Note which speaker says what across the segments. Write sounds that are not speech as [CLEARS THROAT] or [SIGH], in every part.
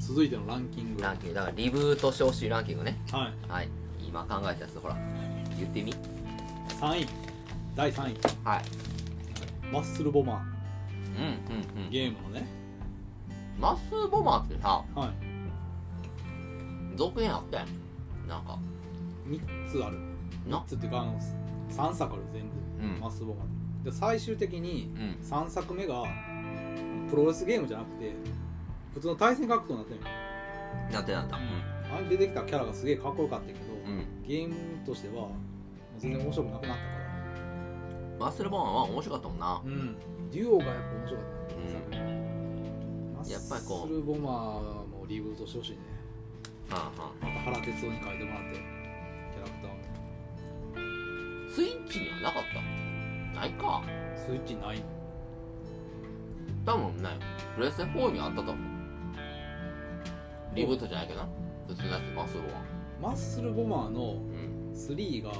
Speaker 1: 続いてのランキング
Speaker 2: ランキングだからリブートしてほしいランキングね
Speaker 1: はい
Speaker 2: はい今考えたやつほら言ってみ
Speaker 1: 3位第3位
Speaker 2: はい
Speaker 1: マッスルボマ
Speaker 2: うんうんう
Speaker 1: ー
Speaker 2: ん
Speaker 1: ゲームのね
Speaker 2: マスボマーってさ
Speaker 1: はい
Speaker 2: 続編あったやんなんか
Speaker 1: 3つある
Speaker 2: な
Speaker 1: 3つっていうかあの3作ある全部
Speaker 2: うん
Speaker 1: マッスルボマーで最終的に
Speaker 2: うん
Speaker 1: 3作目がプロレスゲームじゃなくて普通の対戦格闘になってる
Speaker 2: なってなった
Speaker 1: あれ出てきたキャラがすげえかっこよかったけど、
Speaker 2: うん、うん
Speaker 1: ゲームとしてはもう全然面白くなくなったから
Speaker 2: マッスルボーンは面白かったもんな
Speaker 1: うんデュオがやっぱ面白かったね
Speaker 2: う
Speaker 1: 作
Speaker 2: ん
Speaker 1: 品
Speaker 2: やっぱりこう
Speaker 1: マッスルボマーもリブートしてほしいね
Speaker 2: うん
Speaker 1: また原哲夫に書いてもらってキャラクターも
Speaker 2: うんスイッチにはなかったないか
Speaker 1: スイッチない
Speaker 2: 多分ねプレステ4にあったと思うリブートじゃないけどな普通のやつマッスルボーンは
Speaker 1: マッスルボマーの
Speaker 2: うん
Speaker 1: 3が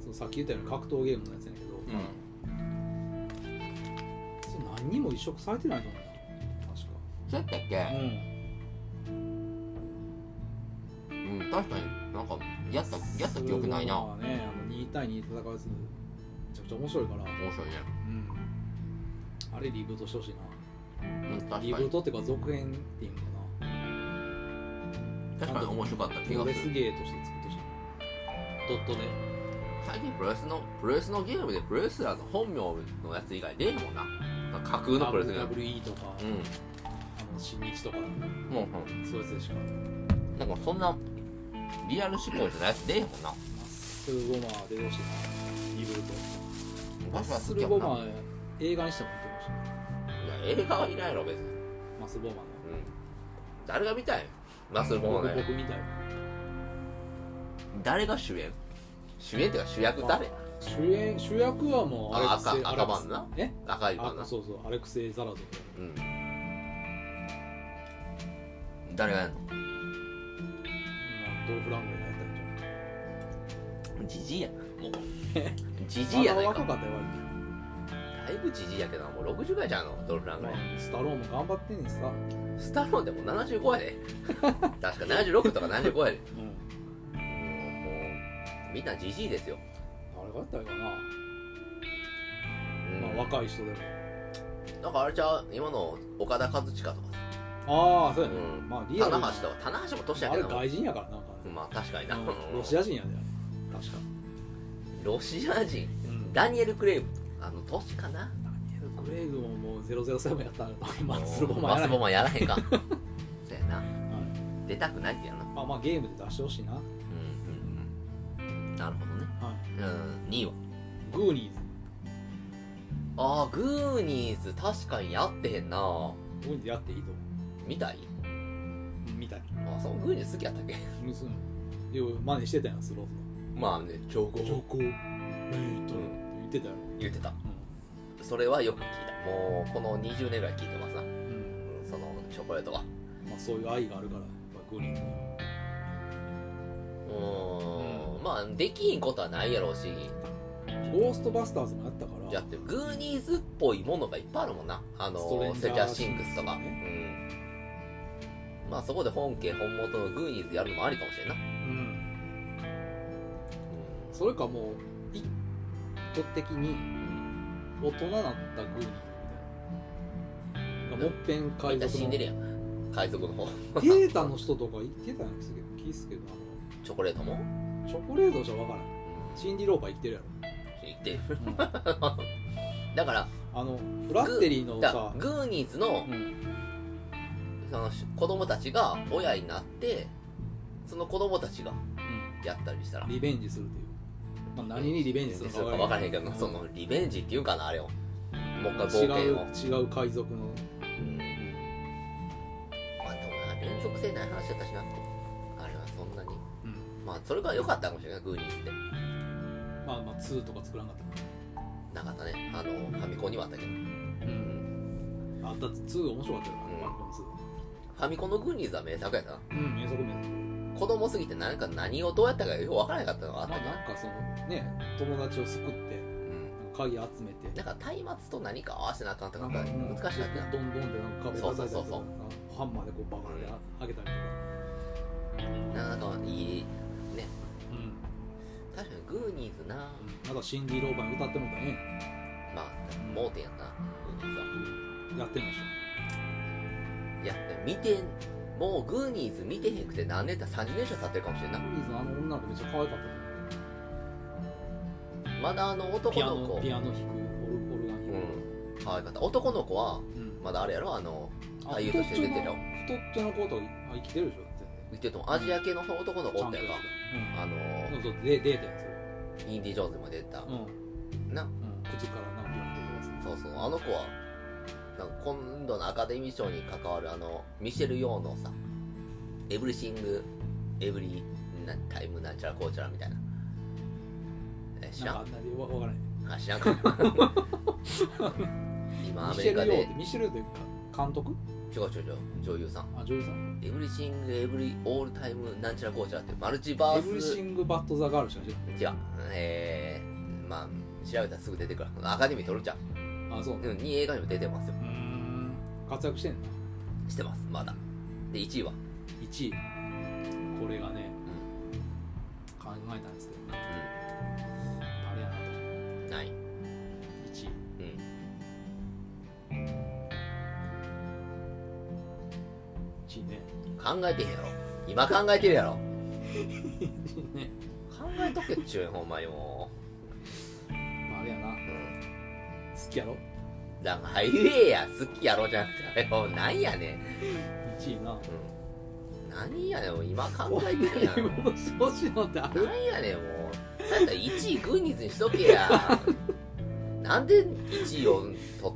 Speaker 1: そのさっき言ったような格闘ゲームのやつやねんけど、
Speaker 2: うん
Speaker 1: それ何にも移植されてないと思うな確か
Speaker 2: そうやったっ
Speaker 1: う
Speaker 2: け
Speaker 1: ん
Speaker 2: うん確かになんかやったやった記憶ないな
Speaker 1: マッスルボマーねあの2対2で戦うやつめちゃくちゃ面白いから
Speaker 2: 面白いね
Speaker 1: うんあれリブートしてほしいな
Speaker 2: うん確か
Speaker 1: リブー
Speaker 2: に
Speaker 1: トっていうか続編っていうのかな
Speaker 2: 確かに面白かった
Speaker 1: プ
Speaker 2: 気
Speaker 1: ロ
Speaker 2: が
Speaker 1: レ
Speaker 2: す
Speaker 1: ス
Speaker 2: る
Speaker 1: ゲーとして作ってほしいドットで
Speaker 2: 最近プロレスのプロレスのゲームでプロレスラーの本名のやつ以外ねえもんな架空のプロレスゲーム
Speaker 1: WWE とか、
Speaker 2: うん
Speaker 1: あの新日とか
Speaker 2: もう、う
Speaker 1: そういうやつでしかマ
Speaker 2: ん、なんかそんなリアル思考じゃないやつ出えへんもんな
Speaker 1: ッスルボマー出てほしいなリブートマッ
Speaker 2: マッ
Speaker 1: ス
Speaker 2: ス
Speaker 1: ル
Speaker 2: ル
Speaker 1: ボ
Speaker 2: ボ
Speaker 1: マ
Speaker 2: マ
Speaker 1: ー映画にしても出てほしい
Speaker 2: いや映画はいないろ別に、うん、
Speaker 1: マスボマーの
Speaker 2: 誰が見たいマッスルボマ
Speaker 1: 僕
Speaker 2: ーね
Speaker 1: 僕みたいな
Speaker 2: 誰が主演主演っていうか主役誰
Speaker 1: 主演主役はもう
Speaker 2: あ
Speaker 1: アレクセイ
Speaker 2: 赤
Speaker 1: アレク
Speaker 2: 赤番な
Speaker 1: え
Speaker 2: 赤いか
Speaker 1: あ
Speaker 2: な
Speaker 1: そうそうアレクセイ・ザラゾフ
Speaker 2: うん誰がやんの
Speaker 1: ドルフ・ラングレーがやったんじゃん
Speaker 2: じじいやな [LAUGHS] もうじじいやない
Speaker 1: ま
Speaker 2: か
Speaker 1: だ若かったよ割と
Speaker 2: だいぶじじいやけどなもう60ぐらいじゃんあのドルフラング
Speaker 1: ま
Speaker 2: レー
Speaker 1: あ、スタローンも頑張ってんねんさ、
Speaker 2: スタローンでも75
Speaker 1: [LAUGHS]
Speaker 2: やで確か76とか75やで
Speaker 1: うん、
Speaker 2: もうみんなじじいですよ、
Speaker 1: あれがやったらいいかな、
Speaker 2: うん
Speaker 1: まあ、若い人でも
Speaker 2: なんかあれちゃう今の岡田和親とかさ、
Speaker 1: ああそうや
Speaker 2: う
Speaker 1: ね、
Speaker 2: ん、
Speaker 1: まあリアル
Speaker 2: 棚橋とか棚橋も年や
Speaker 1: あ
Speaker 2: け
Speaker 1: れ
Speaker 2: どな
Speaker 1: 外人やからななんか
Speaker 2: まあ確かに
Speaker 1: あ
Speaker 2: な、
Speaker 1: れ、
Speaker 2: うん
Speaker 1: ロシア人やで、ね、
Speaker 2: 確かロシア人
Speaker 1: うん、ダ
Speaker 2: ダニエル・クレイブあの年かな
Speaker 1: ニエル・クレイグも [LAUGHS] もう007やったらマッスルボマ
Speaker 2: マ
Speaker 1: ンや
Speaker 2: ス
Speaker 1: らへ
Speaker 2: ボ
Speaker 1: ん
Speaker 2: マンやらへんかそうやな
Speaker 1: はい
Speaker 2: 出たくないってやな
Speaker 1: まあまあゲームで出してほしいな、は
Speaker 2: うんうんうんなるほどね
Speaker 1: い、
Speaker 2: うん2位は
Speaker 1: グーニ
Speaker 2: ああグーニーズ確かにやってへんな
Speaker 1: ーズグーニーズやっていいと思
Speaker 2: 見たいう
Speaker 1: みたい
Speaker 2: あそうグーニーズ好きやったっけ [LAUGHS]
Speaker 1: 娘よう真似してたやんスロー
Speaker 2: まあね超
Speaker 1: ズ
Speaker 2: 高
Speaker 1: コレー
Speaker 2: ト
Speaker 1: 言ってたよ、
Speaker 2: 言ってた
Speaker 1: う
Speaker 2: それはよく聞いたもうこの20年ぐらい聞いてますな、うん
Speaker 1: うん
Speaker 2: んそのチョコレートは
Speaker 1: まあ、そういう愛があるからやっぱグーニーズに
Speaker 2: うーんまあできんことはないやろうし
Speaker 1: ゴーストバスターズもやったから
Speaker 2: やってグーニーズっぽいものがいっぱいあるもんなあの
Speaker 1: ストレンジ
Speaker 2: セ
Speaker 1: ャー
Speaker 2: キャシンクスとか、
Speaker 1: シンクス
Speaker 2: うんまあそこで本家本元のグーニーズやるのもありかもしれんな、
Speaker 1: うん、
Speaker 2: う
Speaker 1: それかもう一途的に
Speaker 2: ん
Speaker 1: 大人なったグーニーズみたいなもっぺん海
Speaker 2: みんな
Speaker 1: 賊
Speaker 2: 死ん
Speaker 1: の
Speaker 2: で
Speaker 1: テ
Speaker 2: るやん海賊の方
Speaker 1: ータの人とか言ってたんですけど聞いすけど
Speaker 2: チョコレートも
Speaker 1: あのチョコレートじゃ分からん
Speaker 2: 死
Speaker 1: シンディ・ローパー生きてるや
Speaker 2: んでる
Speaker 1: ろ、
Speaker 2: [LAUGHS] だから
Speaker 1: あのフラッテリーの
Speaker 2: だか
Speaker 1: さ
Speaker 2: らグーニーズの
Speaker 1: うん
Speaker 2: その子供たちが親になってその子供たちが
Speaker 1: うん
Speaker 2: やったりしたら
Speaker 1: リベンジするっていう、まあ、何にリベンジするの
Speaker 2: か
Speaker 1: か
Speaker 2: 分からへ
Speaker 1: へ
Speaker 2: [LAUGHS] んけど、
Speaker 1: うん
Speaker 2: そのリベンジっていうかなあれをもう一回
Speaker 1: 違
Speaker 2: 冒険
Speaker 1: う
Speaker 2: を
Speaker 1: 違う海賊の
Speaker 2: うんまあでもな連続性ない話だったしなあれはそんなに
Speaker 1: うん
Speaker 2: まあそれが良かったかもしれないグーニーズって
Speaker 1: まあまあ2とか作らなかった
Speaker 2: なかったねあのファミコンにはあったけど
Speaker 1: から
Speaker 2: うん
Speaker 1: あだって2面白かったよな、
Speaker 2: うん
Speaker 1: マルコム
Speaker 2: ファミコンのグーニーズは名作やったな
Speaker 1: 2うん名作名作
Speaker 2: 子供すぎて何か何をどうやったかよく分からなかったのがあっ
Speaker 1: ま
Speaker 2: た
Speaker 1: あ
Speaker 2: けど、
Speaker 1: なんかそのね友達を救って
Speaker 2: うん
Speaker 1: 鍵集めて
Speaker 2: なんか松明と何か合わせなあかんとか
Speaker 1: な
Speaker 2: なんん
Speaker 1: か
Speaker 2: か難しかったな
Speaker 1: どんどんでなんか壁叩いたりとか
Speaker 2: そうそうそうそう
Speaker 1: あハンマーでこうバカで上げたりとか、
Speaker 2: なんかいいね
Speaker 1: うん、
Speaker 2: 確かにグーニーズな
Speaker 1: またシンディ・ローバーに歌ってもうたね
Speaker 2: まあ盲点やなグーニーズは
Speaker 1: やってないでし
Speaker 2: いや見てもうグーニーズ見てへんくて何年だ30年以上経ってるかもしれん
Speaker 1: ょ
Speaker 2: な
Speaker 1: グリーズのあの女の子めっちゃ可愛かったと思う
Speaker 2: まだあの
Speaker 1: ピ
Speaker 2: 男
Speaker 1: ア
Speaker 2: の
Speaker 1: ノ
Speaker 2: 子
Speaker 1: ピアノ弾くオルオルガン弾
Speaker 2: う
Speaker 1: く、
Speaker 2: ん可愛かった男の子は
Speaker 1: うん
Speaker 2: まだあれやろあの
Speaker 1: あ
Speaker 2: 俳優として出てるよ
Speaker 1: 太っちょの子とあ生きてるでしょだって
Speaker 2: 見てると思うアジア系の男の子おったやんか
Speaker 1: う
Speaker 2: あの
Speaker 1: んそうそうで出たやつ
Speaker 2: インディ・ジョーンズにも出てた、
Speaker 1: うん、
Speaker 2: な
Speaker 1: うん、靴からなんかやってるや
Speaker 2: そうそうあの子はなんか今度のアカデミー賞に関わるあのミシェル・ヨーのさ「エブリシング・エブリなタイムなんちゃらこうちゃら」みたいなえ
Speaker 1: つ
Speaker 2: 知
Speaker 1: な
Speaker 2: ら
Speaker 1: んかあ
Speaker 2: ん
Speaker 1: ったりわわからない
Speaker 2: あ知ら
Speaker 1: [LAUGHS]
Speaker 2: んか今ア
Speaker 1: ミ
Speaker 2: メ
Speaker 1: シ
Speaker 2: リ
Speaker 1: ェ
Speaker 2: カ
Speaker 1: ル・ヨ
Speaker 2: で
Speaker 1: ーってミシェルというか監督
Speaker 2: 違う違う違う女優さん
Speaker 1: あ女優さん
Speaker 2: 「エブリシング・エブリオールタイムなんちゃらこうちゃら」ってマルチバ
Speaker 1: エブ
Speaker 2: ー
Speaker 1: リ
Speaker 2: ス
Speaker 1: シング・バット・ザ・ガールしか知ら
Speaker 2: 違うえー、まあ調べたらすぐ出てくるアカデミー撮るじゃん
Speaker 1: ないあそう
Speaker 2: うんに映画にも出てますよ
Speaker 1: うん活躍してんな
Speaker 2: してますまだで1位は
Speaker 1: 1位これがね、考えたんですけど誰やなと
Speaker 2: うんない
Speaker 1: 1位
Speaker 2: うん
Speaker 1: 1位ね
Speaker 2: 考えてへんやろ今考えてるやろ
Speaker 1: 1位ね
Speaker 2: 考えとけっちゅうねんほんまにも
Speaker 1: まああれやな
Speaker 2: う、うん、
Speaker 1: 好きやろ
Speaker 2: だからハイウェイや好きやろじゃなくてよなんやねん、
Speaker 1: 1位な
Speaker 2: うん、何やねんもう今考えてるやん
Speaker 1: 調子乗ってあ [LAUGHS] る
Speaker 2: なんやねんもうそうやったら1位グーニーズにしとけ
Speaker 1: [LAUGHS]
Speaker 2: やなんで1位を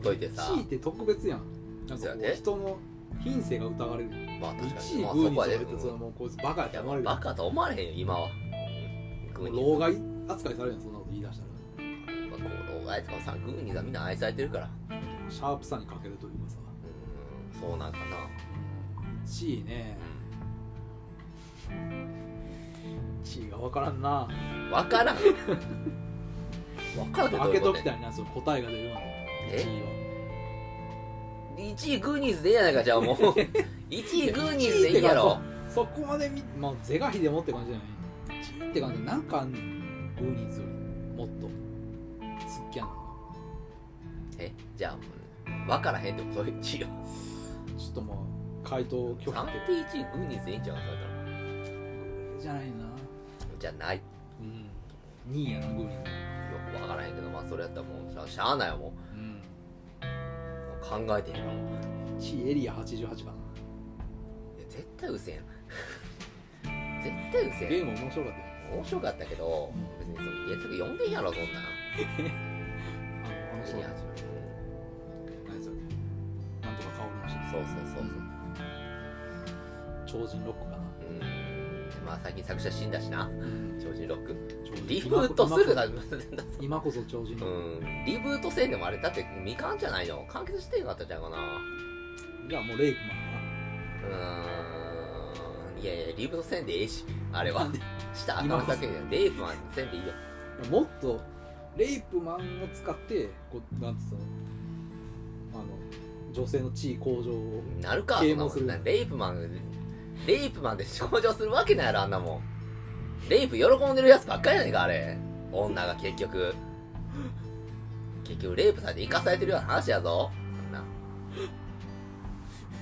Speaker 2: 取っといてさ
Speaker 1: ?1 位って特別やんなん
Speaker 2: そう
Speaker 1: か
Speaker 2: や
Speaker 1: こ
Speaker 2: ね
Speaker 1: う人の品性が疑われる
Speaker 2: まあ確か
Speaker 1: 1
Speaker 2: に
Speaker 1: 位
Speaker 2: まあ
Speaker 1: グー
Speaker 2: そ
Speaker 1: にさ
Speaker 2: こは
Speaker 1: れ
Speaker 2: で、う
Speaker 1: てその
Speaker 2: ん、
Speaker 1: もうこいつバカやっ
Speaker 2: い
Speaker 1: て
Speaker 2: や
Speaker 1: 思
Speaker 2: も
Speaker 1: われ
Speaker 2: う
Speaker 1: る
Speaker 2: バカと思われへんよ今はグーニーズ
Speaker 1: 老害扱いされるやんそんなこと言い出したら
Speaker 2: まあこう老害とかさグーニーズはみんな愛されてるから
Speaker 1: シャープさに欠けるというかさ
Speaker 2: うんそうなんかな
Speaker 1: 1位ね1位が分からんな
Speaker 2: わ [LAUGHS] からんわからんって
Speaker 1: 開
Speaker 2: どうい
Speaker 1: け
Speaker 2: うこと
Speaker 1: ときたいなその答えが出るような
Speaker 2: え
Speaker 1: 1位は
Speaker 2: 1位グーニーズでいいやないかじゃ [LAUGHS] あもう1位グーニーズでいいやろ
Speaker 1: そこまでみまあ是が非でもって感じじゃないチーって感じなんかあんねんグーニーズよりもっとすっきやな
Speaker 2: えじゃあわからへんってこと1位を
Speaker 1: ちょっともう回答拒否
Speaker 2: 3
Speaker 1: って
Speaker 2: 定1位グーニーズでいいんちゃうかそれやっ
Speaker 1: じゃないな
Speaker 2: たらじゃあないよ
Speaker 1: うん2位やなグーニーズ
Speaker 2: くわからへんけどまあそれやったらもうしゃしゃあないよも
Speaker 1: うん
Speaker 2: うもう考えてへんからもう
Speaker 1: 1位エリア88番
Speaker 2: いや絶対うせん [LAUGHS] 絶対うせ
Speaker 1: ゲ
Speaker 2: ん
Speaker 1: ーム面白かったよ
Speaker 2: 面白かったけど別にその原作読んでんやろそんなん
Speaker 1: あのあの人
Speaker 2: いや
Speaker 1: 何でしたっけなんとか薫の人
Speaker 2: そうそうそうそう
Speaker 1: 超人ロックかな
Speaker 2: うんまあ最近作者死んだしな超人ロック
Speaker 1: 超人
Speaker 2: リブートする [LAUGHS] だ
Speaker 1: 今こそ今こそ超人
Speaker 2: う
Speaker 1: ロッ
Speaker 2: んリブートせんでもあれだって未完じゃないの完結してなかったんじゃないか
Speaker 1: クじゃあもうレイクマンかな
Speaker 2: なうーんいやいやリブートせんでええしあれ
Speaker 1: な
Speaker 2: は
Speaker 1: [LAUGHS] んで
Speaker 2: したらあかんだけじゃんレイプマンせんでいいよ
Speaker 1: もっとレイプマンを使ってこうなんつうのあの女性の地位向上を
Speaker 2: なるかそ
Speaker 1: 啓
Speaker 2: んな
Speaker 1: 蒙
Speaker 2: も
Speaker 1: する
Speaker 2: んレイプマンレイプマンで症状するわけないやろあんなもんレイプ喜んでるやつばっかりやねんかあれ女が結局結局レイプされて生かされてるような話やぞあ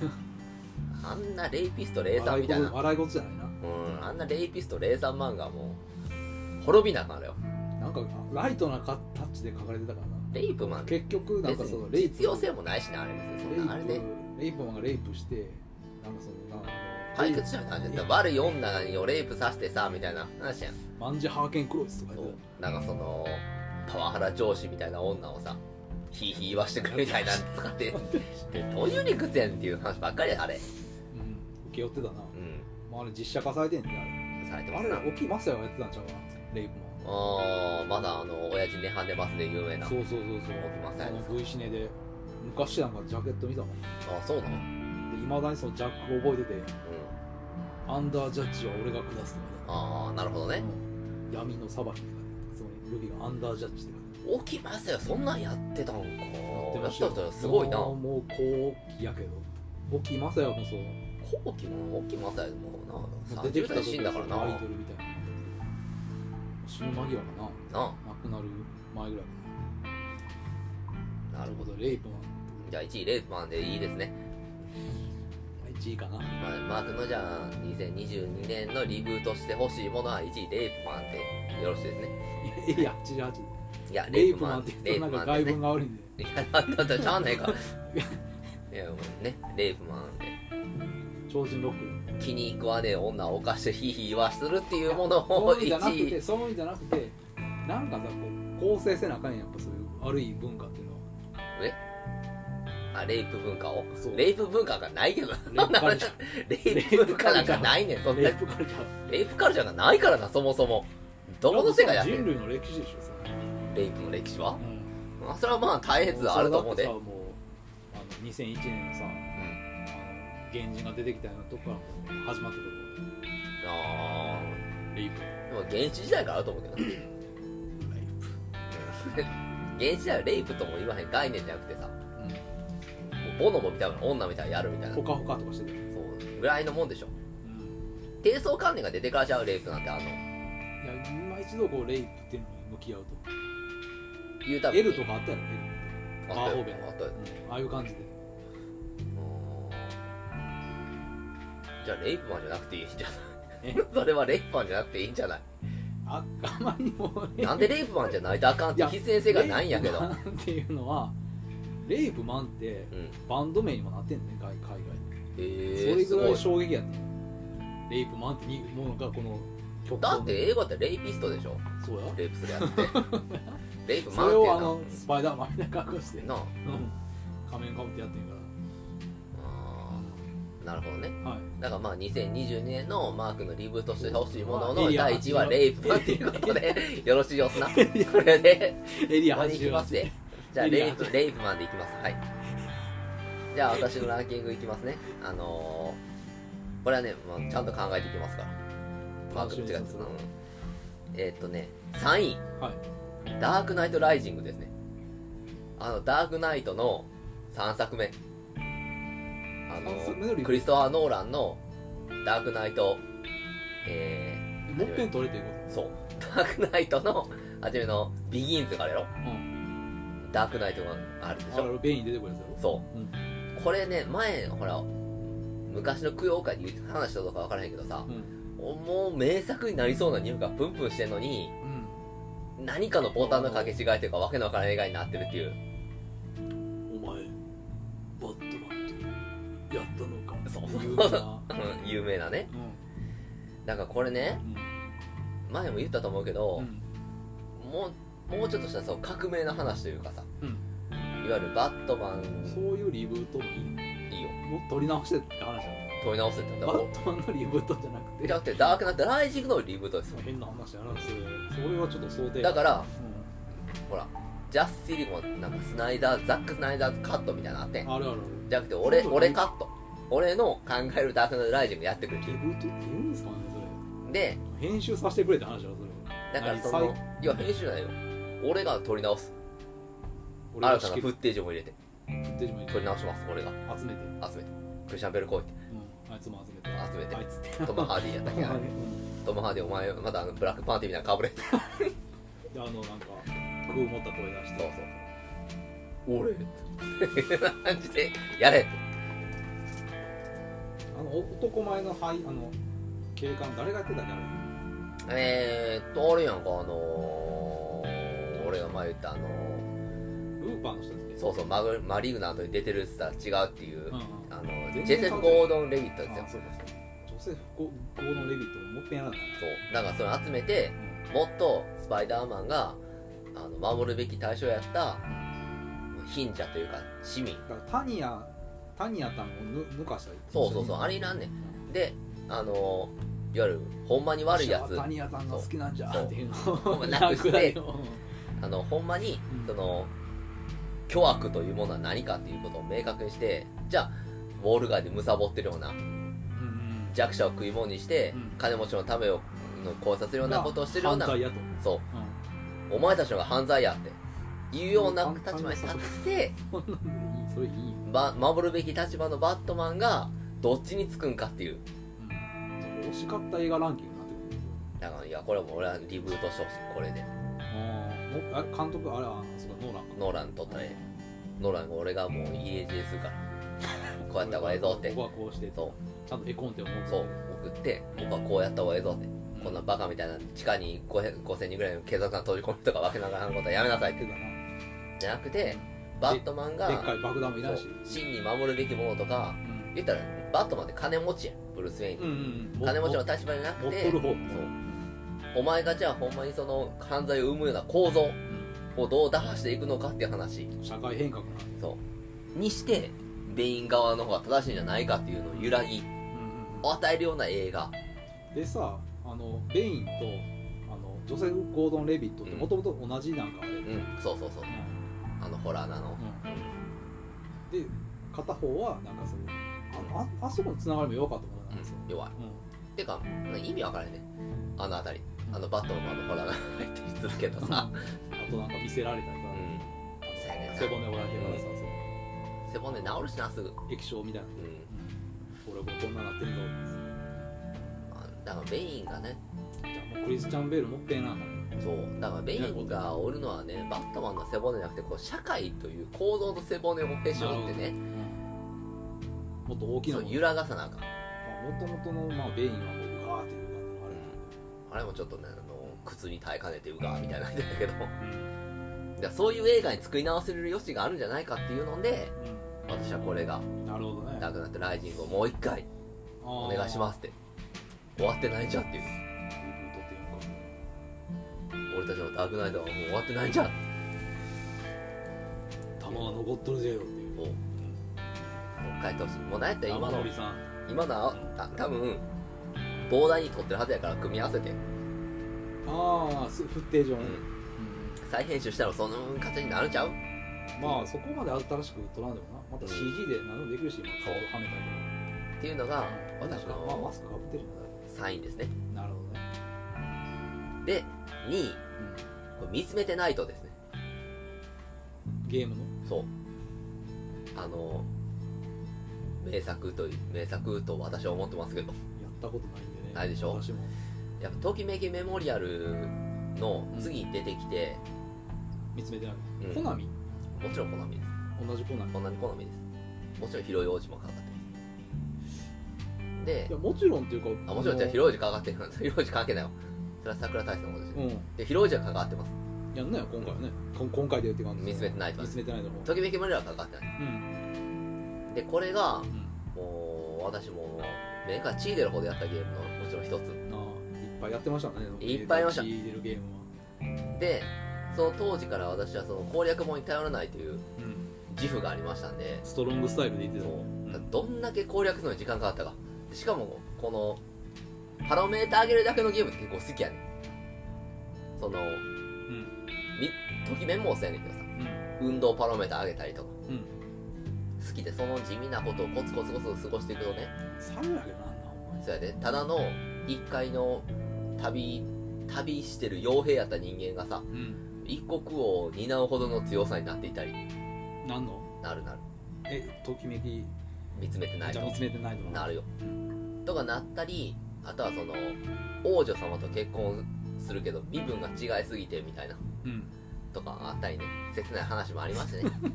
Speaker 2: んなあんなレイピストレイさんみたいな
Speaker 1: 笑い事じゃないな
Speaker 2: うん、あんなレイピスト、レイさん漫画もう滅びなくなるよ。
Speaker 1: なんかライトなかタッチで書かれてたからな
Speaker 2: レイプマン、
Speaker 1: 結局なんか
Speaker 2: 別
Speaker 1: その
Speaker 2: に
Speaker 1: レイプ
Speaker 2: 実用性もないしな、あれ別にそんな。あれ
Speaker 1: レイ
Speaker 2: で
Speaker 1: プレイプマンがレイプしてなんかそのな
Speaker 2: 解決しない感じだった悪い女をレイプさせてさ、みたいな話やん。
Speaker 1: マンジハーケンクロイスとか
Speaker 2: そ
Speaker 1: 言っ
Speaker 2: う
Speaker 1: て
Speaker 2: なんかその、パワハラ上司みたいな女をさ、ヒーヒー言わしてくるみたいなのとか [LAUGHS] って、でどういう理屈やねんっていう話ばっかりや、あれ。
Speaker 1: たうん請け負ってたな、
Speaker 2: うん。
Speaker 1: まあ、あれ実写化されてんね
Speaker 2: されて
Speaker 1: あれ
Speaker 2: ま
Speaker 1: あ
Speaker 2: す
Speaker 1: れ
Speaker 2: な。
Speaker 1: 沖正也がやってたんちゃうかなレイプ
Speaker 2: あー、まだあの、親父ネハネますで有
Speaker 1: マ
Speaker 2: 名な。
Speaker 1: ン
Speaker 2: あ
Speaker 1: そうそうそう
Speaker 2: 沖正
Speaker 1: そうあ
Speaker 2: 也
Speaker 1: の V シネで昔なんかジャケット見たもん
Speaker 2: ー、そうなのうん。
Speaker 1: いまだにそのジャックを覚えてて「アンダージャッジは俺が下す」とかね
Speaker 2: あー、なるほどね。
Speaker 1: うん闇の裁きとかねつまりルビが「アンダージャッジ」とかね
Speaker 2: 沖正也そんなんやってたんか
Speaker 1: やって
Speaker 2: や
Speaker 1: ま
Speaker 2: っ
Speaker 1: した
Speaker 2: た
Speaker 1: よ
Speaker 2: 人すごいな
Speaker 1: もうもう後期やけど大きいマサヤもそう
Speaker 2: 後期も大きいマサヤでもうな
Speaker 1: 出て
Speaker 2: 30
Speaker 1: きた
Speaker 2: 代で
Speaker 1: 時
Speaker 2: 死んだからな
Speaker 1: アイ
Speaker 2: な
Speaker 1: ドルみたいな死ぬ間際か
Speaker 2: あ
Speaker 1: な亡くなる前ぐらい
Speaker 2: な
Speaker 1: な
Speaker 2: る
Speaker 1: る
Speaker 2: ほ
Speaker 1: ほ
Speaker 2: ど
Speaker 1: どレイプマ
Speaker 2: じゃあ1位レイプマンでいいですね、
Speaker 1: ン1位かな
Speaker 2: まあ、マークのじゃあ2022年のリブートしてほしいものは1位レイプマンでよろしいですね
Speaker 1: いやいや18
Speaker 2: いやレ
Speaker 1: レ
Speaker 2: イ
Speaker 1: イ
Speaker 2: プ
Speaker 1: プ
Speaker 2: マ
Speaker 1: マ
Speaker 2: ン
Speaker 1: ンって
Speaker 2: レ
Speaker 1: 言う
Speaker 2: イ
Speaker 1: と
Speaker 2: プ
Speaker 1: な
Speaker 2: マ
Speaker 1: ん
Speaker 2: ン
Speaker 1: か外
Speaker 2: ですね
Speaker 1: 文が悪いんで
Speaker 2: いやだったらし [LAUGHS] ゃあないから
Speaker 1: [LAUGHS]
Speaker 2: いやもうねレイプマンで
Speaker 1: 超人ロック
Speaker 2: 気に食わねえ女を犯してヒーヒー言わするっていうもの
Speaker 1: そう
Speaker 2: を
Speaker 1: いうんじゃなく
Speaker 2: 1位
Speaker 1: てそういうんじゃなくてなんかさこう構成せなあかんやんやっぱそういう悪い文化っていうのは
Speaker 2: あレイプ文化を
Speaker 1: そう
Speaker 2: レイプ文化がないけど
Speaker 1: [LAUGHS] レイプカルチャ
Speaker 2: レイプ文化なんかないねんそ
Speaker 1: ー
Speaker 2: んな
Speaker 1: レイプカルチャー
Speaker 2: レイプカルチャーがないからなそもそもどこの世界やって
Speaker 1: 人
Speaker 2: る
Speaker 1: 類の歴史でしょそれ
Speaker 2: レイプの歴史は
Speaker 1: うん
Speaker 2: まあそれはまあ大変あると思うで
Speaker 1: そだってさもうあの2001年のさ
Speaker 2: うん
Speaker 1: あの原人が出てきたようなとこから始まったとこ
Speaker 2: あ
Speaker 1: レイプ
Speaker 2: ーでも原始時代からあると思う
Speaker 1: [CLEARS THROAT]
Speaker 2: けど原
Speaker 1: レイプ
Speaker 2: 始時代はレイプとも言わへん概念じゃなくてさもうボノボみたいな女みたいなやるみたいなそ
Speaker 1: ほかほかとかしてたよ、
Speaker 2: うぐらいのもんでしょ低層観念が出てからちゃうレイプなんてあの
Speaker 1: いや今一度こうレイプっていうのに向き合うと
Speaker 2: 言うた
Speaker 1: L とかあったやろ L
Speaker 2: あっ
Speaker 1: バー
Speaker 2: たよ
Speaker 1: ホーベン
Speaker 2: あったよ
Speaker 1: うんああいう感じで
Speaker 2: うんじゃあレイプマンじゃなくていいんじゃない
Speaker 1: え
Speaker 2: [LAUGHS] それはレイプマンじゃなくていいんじ
Speaker 1: [LAUGHS]
Speaker 2: ゃない
Speaker 1: ああまりにもね
Speaker 2: なんでレイプマンじゃないとあかんっ
Speaker 1: い
Speaker 2: て
Speaker 1: や
Speaker 2: 必然性がないんやけど
Speaker 1: レイプマンっていうのはレイプマンって
Speaker 2: うんへ
Speaker 1: バンド名にもなってんね海海外
Speaker 2: え
Speaker 1: でそ
Speaker 2: す
Speaker 1: れぐ
Speaker 2: ご
Speaker 1: ら
Speaker 2: い
Speaker 1: い衝撃やってんレイプマンっていうものがこの曲
Speaker 2: だ
Speaker 1: の
Speaker 2: って英語ってレイピストでしょ
Speaker 1: そうや
Speaker 2: レイプするや
Speaker 1: [LAUGHS]
Speaker 2: つってレイプマ
Speaker 1: そ
Speaker 2: ンっ
Speaker 1: れ
Speaker 2: ていう
Speaker 1: をあ
Speaker 2: な
Speaker 1: のスパイダーマンみたいな格好して
Speaker 2: なあ
Speaker 1: うん仮面かぶってやってんか
Speaker 2: あーなるほどね
Speaker 1: らはい
Speaker 2: だからまあ2022年のマークのリブートしてほしいも
Speaker 1: ま
Speaker 2: のの
Speaker 1: あいいや
Speaker 2: 第1位はレイプマンっていうことでよろしいよすなこ
Speaker 1: いや
Speaker 2: れで
Speaker 1: エリア
Speaker 2: ここに行き
Speaker 1: 80
Speaker 2: ますね。じゃあ
Speaker 1: いや
Speaker 2: レイプ、レイプマンで行きます。はい。じゃあ私のランキングいきますね。あのー、これはね、まあ、ちゃんと考えていきますから。マークの違いです。うんえーっとね、3位、
Speaker 1: はい
Speaker 2: ダークナイトライジングですね。あの、ダークナイトの3作目。あの
Speaker 1: 三作目より
Speaker 2: クリストファー・ノーランのダークナイト、え
Speaker 1: もっぺん取れてるこ
Speaker 2: ー、そう、ダークナイトの、初めの、ビギンズからやろ。
Speaker 1: とうん
Speaker 2: ダークナイトがあるでし
Speaker 1: あ
Speaker 2: ょ
Speaker 1: れベイン出てくるやつやろ
Speaker 2: そう、
Speaker 1: うん
Speaker 2: これね前ほら昔の供養会に話したとか分からへんけどさ、
Speaker 1: うん
Speaker 2: もう名作になりそうな匂いがプンプンしてんのに何かのボタンの掛け違いというかわけのわからない映画になってるっていう
Speaker 1: お前バットマンとやったのか
Speaker 2: そう
Speaker 1: 有名な
Speaker 2: うん有名なね
Speaker 1: うん
Speaker 2: だからこれね前も言ったと思うけど
Speaker 1: う、ん
Speaker 2: もうもうちょっとしたそう革命の話というかさ、
Speaker 1: うん
Speaker 2: いわゆるバットマン
Speaker 1: うんそういうリブートもいい
Speaker 2: いいよ
Speaker 1: もう取り直してって話だね
Speaker 2: 取り直すって言った
Speaker 1: バ
Speaker 2: ら
Speaker 1: ットマンのリブートじゃなくて
Speaker 2: じゃなくてダークナイトライジングのリブートですよ
Speaker 1: 変な話やなそれそれはちょっと想定
Speaker 2: だから
Speaker 1: う
Speaker 2: ほらジャスティリもなんかスナイダーザック・スナイダーカットみたいなのあってん
Speaker 1: んあるある
Speaker 2: じゃなくて俺、
Speaker 1: そうそう
Speaker 2: 俺カット。俺の考えるダークナイトライジングやってくれ
Speaker 1: あるリブートって言うんですかねそ
Speaker 2: で、
Speaker 1: れ編集させてくれって話だろそれ
Speaker 2: だからそ
Speaker 1: はい
Speaker 2: の
Speaker 1: 最、
Speaker 2: いや、編集じゃないよ。俺が撮り直す。
Speaker 1: 俺
Speaker 2: 新
Speaker 1: が
Speaker 2: た
Speaker 1: 仕
Speaker 2: な
Speaker 1: 切
Speaker 2: フ
Speaker 1: る
Speaker 2: ッテージも入れて、
Speaker 1: フッテージもいい
Speaker 2: 撮り直します、俺が。
Speaker 1: 集めて
Speaker 2: 集めて。クリシャン・ベル来いって。
Speaker 1: うんあいつも集めて
Speaker 2: 集めて
Speaker 1: あいつって
Speaker 2: トム・ハーディやったっけあれトム・ハーディ、お前、まだあのブラックパンティみたいな被れて。
Speaker 1: であのなんか空を持った声出し
Speaker 2: そう
Speaker 1: て
Speaker 2: そう。俺感じで、やれ
Speaker 1: あの男前のはいあの警官誰がやってたっけあれ
Speaker 2: えーっと、あれやんか、あのー、俺が前言ったあのー、
Speaker 1: ルーパーの人だっけ
Speaker 2: そうそう、マグマリグナントに出てるっつったら違うっていう、
Speaker 1: うんうん
Speaker 2: あの、ジェ
Speaker 1: 全然
Speaker 2: セフ・ゴードン・レビットですよ
Speaker 1: あ。そうかそうかジョセフ・ゴゴードン・レビットももっぺんやらなかっ
Speaker 2: そうだからそれ集めて
Speaker 1: た
Speaker 2: もっとスパイダーマンがあの守るべき対象やった貧者というか市民
Speaker 1: だからタニアタニアタンをぬ抜かしたり
Speaker 2: そうそうそうあれいらんねんであのいわゆるほんまに悪いやつ
Speaker 1: タニアタンが好きなんじゃ
Speaker 2: そう
Speaker 1: っていうの
Speaker 2: そうなくして
Speaker 1: だよ
Speaker 2: あのほんまに
Speaker 1: うん
Speaker 2: その巨悪というものは何かっていうことを明確にしてじゃあウォール街で貪ってるような
Speaker 1: うんうん
Speaker 2: 弱者を食い物にして
Speaker 1: うん
Speaker 2: 金持ちのためをのこうさせるようなことをしてるような
Speaker 1: 犯罪やと
Speaker 2: そう
Speaker 1: うん
Speaker 2: お前たちのが犯罪やっていうような立場に立って
Speaker 1: こんなんでいいそれいいよ、
Speaker 2: ば守るべき立場のバットマンがどっちにつくんかっていう
Speaker 1: うん、ちょっと惜しかった映画ランキングになってくる
Speaker 2: だからいやこれはもう俺はリブートしてほしいこれで
Speaker 1: あーもあ監督あれはそうかノーランか
Speaker 2: ノーラン撮ったらええノーラン俺がもう家路でするからこうやった方がええぞって
Speaker 1: 僕はこうして
Speaker 2: そ
Speaker 1: ちゃんと絵コンテを持
Speaker 2: う
Speaker 1: つ
Speaker 2: そう送って僕はこうやった方がええぞって
Speaker 1: う
Speaker 2: こんな
Speaker 1: っ
Speaker 2: バカみたいな地下に500 5000人ぐらいの警察官閉じ込むとかわけながらんことはやめなさいって
Speaker 1: てたな
Speaker 2: じゃなくてバットマンが
Speaker 1: でっかい爆弾もいらんし
Speaker 2: そう真に守るべきものとか
Speaker 1: うん
Speaker 2: 言ったらバットマンって金持ちやブルース・ウェインって
Speaker 1: うんうんうん
Speaker 2: 金持ちの立場じゃなく
Speaker 1: 持ってとる方
Speaker 2: そうお前がじゃあほんまにその犯罪を生むような構造をどう打破していくのかっていう話
Speaker 1: うん社会変革な
Speaker 2: そうにしてベイン側の方が正しいんじゃないかっていうのを揺らぎを与えるような映画
Speaker 1: でさあのベインとあのジョセフ・ゴードン・レビットってもともと同じなんかあれ、
Speaker 2: うんそうそうそうあのホラーなの
Speaker 1: で片方はなんかそのあああそこのつながりも弱かったもんな、
Speaker 2: うん弱い
Speaker 1: うん
Speaker 2: てか意味わからへんねあの辺りあのバットマンのホラーが入ってりするけどさ
Speaker 1: あとなんか見せられたりさ、
Speaker 2: うんそうやねん
Speaker 1: あ
Speaker 2: な
Speaker 1: と背骨折られてるからさ、そ
Speaker 2: 背骨治るしなすぐ
Speaker 1: の液晶みたいな、
Speaker 2: うん
Speaker 1: 俺もこんななってるぞ
Speaker 2: あだからベインがね
Speaker 1: じゃあもうクリスチャン・ベールもってえな
Speaker 2: そうだからベインがおるのはねバットマンの背骨じゃなくてこう社会という構造の背骨をペショってね
Speaker 1: もっと大きな
Speaker 2: そ
Speaker 1: も
Speaker 2: う
Speaker 1: の
Speaker 2: 揺らがさなあか
Speaker 1: も
Speaker 2: ん、
Speaker 1: ともとの、まあ、ベインはもうガーっていう感
Speaker 2: あれもちょっとねあの靴に耐えかねてうがみたいなんだけ
Speaker 1: じ
Speaker 2: ど
Speaker 1: のあれ、
Speaker 2: だからそういう映画に作り直せる余地があるんじゃないかっていうので私はこれが
Speaker 1: うんなるほどね
Speaker 2: ダークナイトライジングをもう一回お願いしますすって終わってないじゃんっていう
Speaker 1: リブートっていうか
Speaker 2: 俺たちのダークナイトはもう終わってないじゃん
Speaker 1: 玉が残っとるぜよっていう
Speaker 2: もうもう一回やってほしいもう何やったら今
Speaker 1: 天
Speaker 2: の
Speaker 1: 森さん
Speaker 2: 今のああ多分膨大に撮ってるはずやから組み合わせて、
Speaker 1: ああすフッテージを
Speaker 2: う
Speaker 1: ね、うん
Speaker 2: ん、再編集したらその形になるちゃう
Speaker 1: まあそこまで新しく撮らんでもなまた
Speaker 2: うん
Speaker 1: CG で何でもできるし、まあ、顔をはめたり
Speaker 2: っていうのが
Speaker 1: とか
Speaker 2: 私
Speaker 1: 確かまあマ
Speaker 2: の
Speaker 1: スクかぶってるんだ
Speaker 2: サインですね
Speaker 1: なるほどね、
Speaker 2: で2位これ見つめてないとですね
Speaker 1: うん、ゲームの
Speaker 2: そうあの名作という名作と私は思ってますけど
Speaker 1: やったことないんでね
Speaker 2: ないでしょ
Speaker 1: 私も
Speaker 2: やっぱ「ときめきメモリアル」の次に出てきて、
Speaker 1: 見つめてない、
Speaker 2: うん
Speaker 1: コナミ
Speaker 2: もちろん好みです
Speaker 1: 同じコナミ
Speaker 2: こんなに好みですもちろん広い王子もかかってますで
Speaker 1: いやもちろんっていうか
Speaker 2: あ、もちろん、じゃ
Speaker 1: 広
Speaker 2: あ、広い字かか [LAUGHS] ってるんです。広い字関係ないよ。それは桜大使のことです
Speaker 1: う
Speaker 2: よ。
Speaker 1: ん
Speaker 2: で、広い字はかかってます。
Speaker 1: やんなよ今回はね、こん今回でって感じ
Speaker 2: 見つめてないと
Speaker 1: 見つめてないと思う
Speaker 2: ときめきマリアはかかってない。
Speaker 1: うん
Speaker 2: で、これが、
Speaker 1: うん
Speaker 2: もう、私も、メーカーチーデルほどやったゲームの、もちろん一つ。
Speaker 1: なあいっぱいやってましたね
Speaker 2: いっぱいやりました
Speaker 1: 聞いてるゲームは
Speaker 2: で、その当時から私はその攻略本に頼らないという
Speaker 1: うん
Speaker 2: 自負がありましたんで、
Speaker 1: ストロングスタイルで言って
Speaker 2: そ
Speaker 1: たもん
Speaker 2: う。どんだけ攻略するのに時間かかったか。しかも、この、パロメーター上げるだけのゲームって結構好きやねん。その、
Speaker 1: うん
Speaker 2: み、ときめんもそうやねんけどさ、
Speaker 1: うん
Speaker 2: 運動パロメーター上げたりとか。
Speaker 1: うん
Speaker 2: 好きでその地味なことをコツコツコツ過ごしていくとね
Speaker 1: 寒いわけなんなお前
Speaker 2: そうやでただの一回の旅旅してる傭兵やった人間がさ
Speaker 1: うん
Speaker 2: 一国を担うほどの強さになっていたり
Speaker 1: 何の
Speaker 2: なるなる
Speaker 1: えときめき
Speaker 2: 見つめてない
Speaker 1: じ
Speaker 2: と
Speaker 1: ゃあ見つめてないと
Speaker 2: な
Speaker 1: る
Speaker 2: るよとかなったりあとはその王女様と結婚するけど身分が違いすぎてみたいな
Speaker 1: うん
Speaker 2: とかあったりね切ない話もありま
Speaker 1: [LAUGHS]
Speaker 2: してね、うん